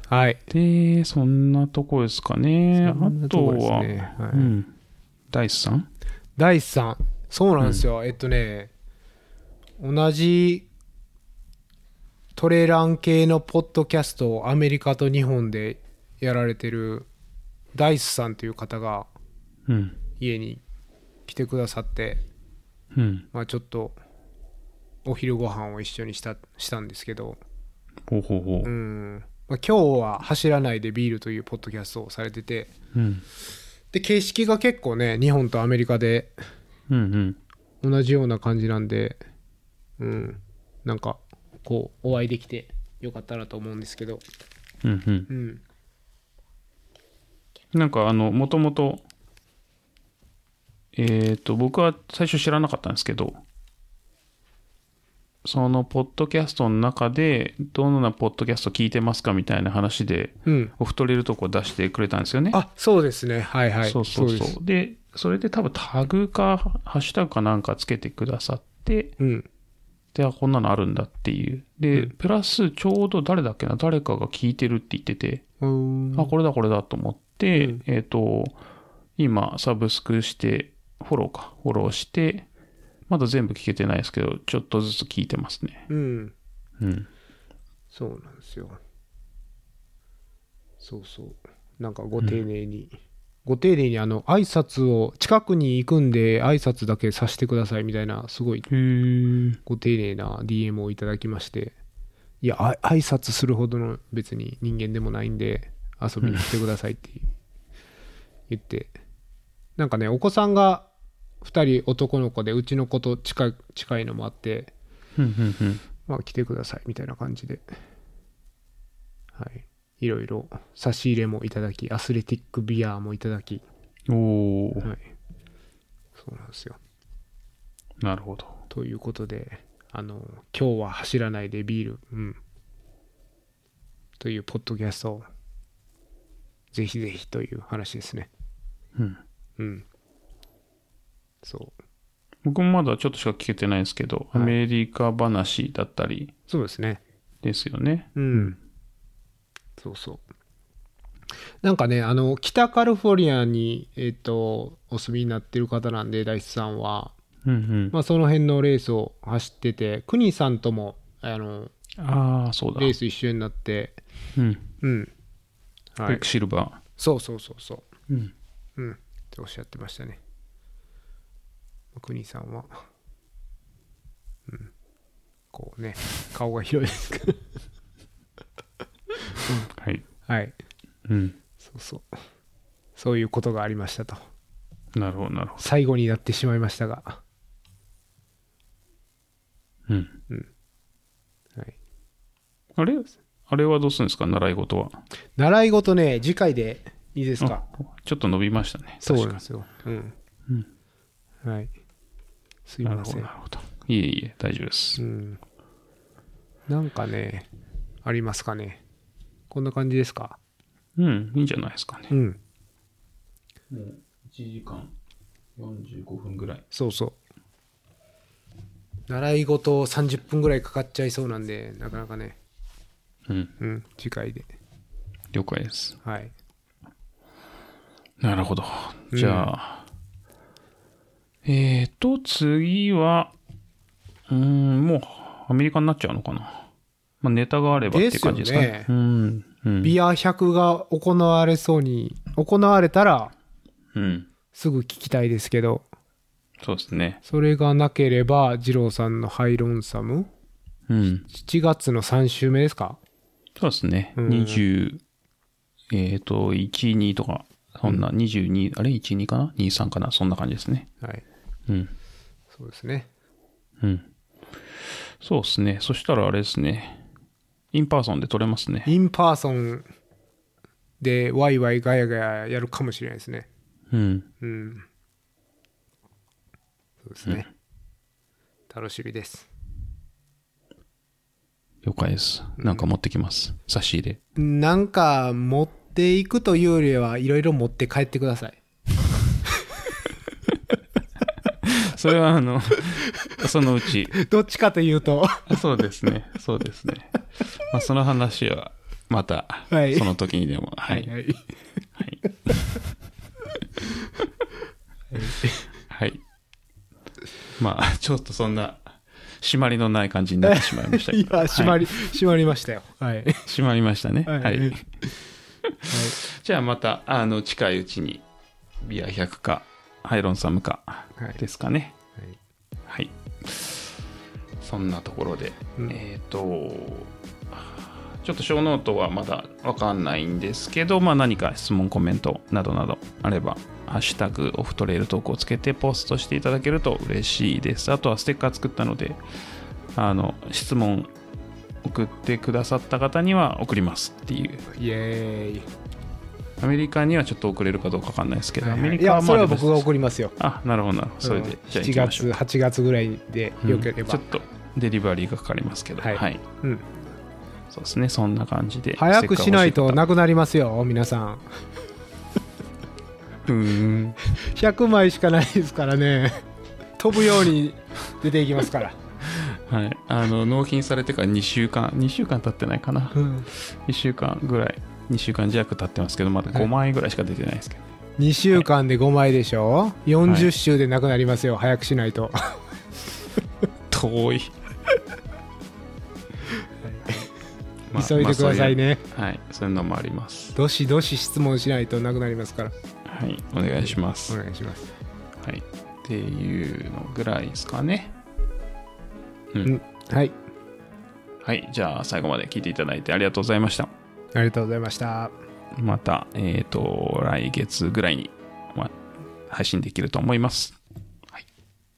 [SPEAKER 2] はい。
[SPEAKER 1] で、そんなとこですかね。
[SPEAKER 2] そんな
[SPEAKER 1] あ
[SPEAKER 2] と
[SPEAKER 1] と
[SPEAKER 2] こです
[SPEAKER 1] は、
[SPEAKER 2] ねはい
[SPEAKER 1] うん。大地さん
[SPEAKER 2] 第3そうなんですよ、えっとね同じトレラン系のポッドキャストをアメリカと日本でやられてるダイスさんという方が
[SPEAKER 1] うん。
[SPEAKER 2] 家に来てくださって、
[SPEAKER 1] うん。
[SPEAKER 2] まあ、ちょっとお昼ご飯を一緒にしたしたんですけど、
[SPEAKER 1] ほうほうほ
[SPEAKER 2] う
[SPEAKER 1] う。
[SPEAKER 2] んまあ、今日は「走らないでビール」というポッドキャストをされてて
[SPEAKER 1] うん。
[SPEAKER 2] で形式が結構ね日本とアメリカで
[SPEAKER 1] うんうん。
[SPEAKER 2] 同じような感じなんでうんなんかこうお会いできてよかったなと思うんですけど
[SPEAKER 1] うんうん
[SPEAKER 2] う。ん
[SPEAKER 1] なんかあの、もともと、えっ、と、僕は最初知らなかったんですけど、そのポッドキャストの中で、どんなポッドキャスト聞いてますかみたいな話で、
[SPEAKER 2] うん
[SPEAKER 1] お太れるとこ出してくれたんですよね。
[SPEAKER 2] あそうですねはいはい
[SPEAKER 1] そうそうそう。
[SPEAKER 2] です
[SPEAKER 1] でそれで多分タグか、ハッシュタグかなんかつけてくださって、
[SPEAKER 2] うん
[SPEAKER 1] で、あこんなのあるんだっていう。で、プラス、ちょうど誰だっけな、誰かが聞いてるって言ってて、
[SPEAKER 2] うーん
[SPEAKER 1] あ、これだこれだと思って、
[SPEAKER 2] うん
[SPEAKER 1] えっ、と、今、サブスクして、フォローか、フォローして、まだ全部聞けてないですけど、ちょっとずつ聞いてますね。
[SPEAKER 2] うん
[SPEAKER 1] うん。
[SPEAKER 2] そうなんですよそうそうなんかご丁寧に、ご丁寧にあの挨拶を近くに行くんで挨拶だけさせてくださいみたいなすごい
[SPEAKER 1] へ
[SPEAKER 2] ご丁寧な DM をいただきまして、いや、あ挨拶するほどの別に人間でもないんで、遊びに来てくださいって言って、なんかね、お子さんが2人男の子で、うちの子と近い近いのもあって、
[SPEAKER 1] ふんふんふん。
[SPEAKER 2] まあ来てくださいみたいな感じで、はい、いろいろ差し入れもいただき、アスレティックビアもいただき、
[SPEAKER 1] おー、
[SPEAKER 2] はい、そうなんですよ。
[SPEAKER 1] なるほど。
[SPEAKER 2] ということで、あの、今日は走らないでビール、うん。というポッドキャストを、ぜひぜひという話ですね。
[SPEAKER 1] うん。
[SPEAKER 2] うん。そう。
[SPEAKER 1] 僕もまだちょっとしか聞けてないですけど、
[SPEAKER 2] はい
[SPEAKER 1] アメリカ話だったり
[SPEAKER 2] そうですね。
[SPEAKER 1] ですよね。
[SPEAKER 2] うん。そうそう。なんかね、あの、北カリフォルニアに、えっ、と、お住みになってる方なんで、大地さんは、
[SPEAKER 1] うん
[SPEAKER 2] まあ、その辺のレースを走ってて、クニさんとも、あの、
[SPEAKER 1] うん。ああ、そうだ。
[SPEAKER 2] レース一緒になって、
[SPEAKER 1] うん。
[SPEAKER 2] うん。は
[SPEAKER 1] ベ
[SPEAKER 2] い
[SPEAKER 1] ク。シルバ
[SPEAKER 2] そうそうそうそう。
[SPEAKER 1] ー。うん。
[SPEAKER 2] うん、っておっしゃってましたね。国さんは、うん、こうね、顔が広いです から。
[SPEAKER 1] はい。
[SPEAKER 2] はい、
[SPEAKER 1] うん。
[SPEAKER 2] そうそう。そういうことがありましたと。
[SPEAKER 1] なるほど、なるほ
[SPEAKER 2] 最後になってしまいましたが、は
[SPEAKER 1] ど。うん。
[SPEAKER 2] い。
[SPEAKER 1] あれあれはどうするんですか習い事は。
[SPEAKER 2] 習い事ね、次回でいいです
[SPEAKER 1] あ
[SPEAKER 2] か。
[SPEAKER 1] ちょっと伸びましたね。
[SPEAKER 2] そうなん
[SPEAKER 1] 確
[SPEAKER 2] で
[SPEAKER 1] か
[SPEAKER 2] すよ。うん。
[SPEAKER 1] うん
[SPEAKER 2] はい。すい
[SPEAKER 1] になる
[SPEAKER 2] ま
[SPEAKER 1] ほ
[SPEAKER 2] せ
[SPEAKER 1] ど、
[SPEAKER 2] ん
[SPEAKER 1] な。るほど。いえいえ、大丈夫で
[SPEAKER 2] う
[SPEAKER 1] す。
[SPEAKER 2] ん。なんかね、ありますかね。こんな感じですか。
[SPEAKER 1] うん、いいんじゃないですかね。
[SPEAKER 2] うん。
[SPEAKER 1] もう1時間45分ぐらい。
[SPEAKER 2] そうそう。習い事30分ぐらいかかっちゃいそうなんで、なかなかね、
[SPEAKER 1] うん、
[SPEAKER 2] うん、次回で。
[SPEAKER 1] 了解です。
[SPEAKER 2] はい。
[SPEAKER 1] なるほど。じゃあ、えーと、次は、うーん、もう、アメリカになっちゃうのかな。まあ、ネタがあればっていう感じですかね。
[SPEAKER 2] ですよね
[SPEAKER 1] うん。うん。
[SPEAKER 2] ビア100が行われそうに、行われたら
[SPEAKER 1] うん。
[SPEAKER 2] すぐ聞きたいですけど、
[SPEAKER 1] そうですね。
[SPEAKER 2] それがなければ、二郎さんのハイロンサム、
[SPEAKER 1] うん。
[SPEAKER 2] 7月の3週目ですか
[SPEAKER 1] そうですね。
[SPEAKER 2] うん
[SPEAKER 1] 20、えっと、1、2とか、そんな、22、あれ ?1、2かな ?2、3かなそんな感じですね。
[SPEAKER 2] はい。
[SPEAKER 1] うん。
[SPEAKER 2] そうですね。
[SPEAKER 1] うん。そうですね。そしたらあれですね。インパーソンで撮れますね。
[SPEAKER 2] インパーソンでワイワイガヤガヤやるかもしれないですね。
[SPEAKER 1] うん。
[SPEAKER 2] うん。そうですね。楽しみです。
[SPEAKER 1] 了解です。なんか持ってきます。差し入れ。
[SPEAKER 2] なんか持っていくというよりはいろいろ持って帰ってください。
[SPEAKER 1] それはあ の、そのうち。
[SPEAKER 2] どっちかというと、
[SPEAKER 1] そうですね。そうですね。まあ、その話は、また、
[SPEAKER 2] はい
[SPEAKER 1] その時にでも。はい。はい。
[SPEAKER 2] はい
[SPEAKER 1] はい。まあ、ちょっとそんな、締まりのない感じになってしま いましたけ
[SPEAKER 2] いや
[SPEAKER 1] ど。
[SPEAKER 2] 閉まり、
[SPEAKER 1] はい
[SPEAKER 2] 閉まりましたよ。はい。
[SPEAKER 1] 締まりましたね。
[SPEAKER 2] はい
[SPEAKER 1] は
[SPEAKER 2] はい
[SPEAKER 1] い。じゃあまた、あの、近いうちに、ビア100か、ハイロンサムか
[SPEAKER 2] はい、
[SPEAKER 1] ですかね。
[SPEAKER 2] はい
[SPEAKER 1] はい。そんなところで、
[SPEAKER 2] うん
[SPEAKER 1] えっ、と、ちょっと小ノートはまだわかんないんですけど、まあ何か質問、コメントなどなどあれば、ハッシュタグオフトレイルトークをつけてポストしていただけると嬉しいです。あとはステッカー作ったので、あの、質問送ってくださった方には送りますっていう。
[SPEAKER 2] イエーイ。
[SPEAKER 1] アメリカにはちょっと送れるかどうかわかんないですけど、アメリ
[SPEAKER 2] い
[SPEAKER 1] カ
[SPEAKER 2] や、それは
[SPEAKER 1] まあ
[SPEAKER 2] 僕が送りますよ。
[SPEAKER 1] あ、なるほどなるほど。それで、
[SPEAKER 2] うん
[SPEAKER 1] じゃあ行
[SPEAKER 2] 7
[SPEAKER 1] きましょう
[SPEAKER 2] 月、。8月ぐらいで
[SPEAKER 1] うん
[SPEAKER 2] よけれ
[SPEAKER 1] ちょ
[SPEAKER 2] ば
[SPEAKER 1] っ。とデリバリーがかかりますけど、
[SPEAKER 2] は
[SPEAKER 1] はいい、
[SPEAKER 2] うん
[SPEAKER 1] そうですね、そんな感じで。
[SPEAKER 2] 早くしないと
[SPEAKER 1] せっか
[SPEAKER 2] なくなりますよ、皆さん。
[SPEAKER 1] く欲しい方うーん
[SPEAKER 2] 100枚しかないですからね。飛ぶように出ていきますから。
[SPEAKER 1] はい、あの納品されてから2週間、2週間経ってないかな、
[SPEAKER 2] うん
[SPEAKER 1] 1週間ぐらい、2週間弱経ってますけど、まだ
[SPEAKER 2] はい
[SPEAKER 1] 5万円ぐらいしか出てないですけど、
[SPEAKER 2] 2週間で5枚でしょ40週でなくなりますよ、早くしない と
[SPEAKER 1] 遠い。まあ
[SPEAKER 2] 急いでください。ね、
[SPEAKER 1] まあそううはい、そういうのもあります。
[SPEAKER 2] どしどし質問しないとなくなりますから
[SPEAKER 1] はい、お願いします。
[SPEAKER 2] お
[SPEAKER 1] はい、
[SPEAKER 2] 願いします
[SPEAKER 1] っていうのぐらいですかね。
[SPEAKER 2] うんはい
[SPEAKER 1] はい、じゃあ最後まで聞いていただいてありがとうございました。
[SPEAKER 2] ありがとうございました
[SPEAKER 1] また、えっ、と、来月ぐらいに、まあ、配信できると思います。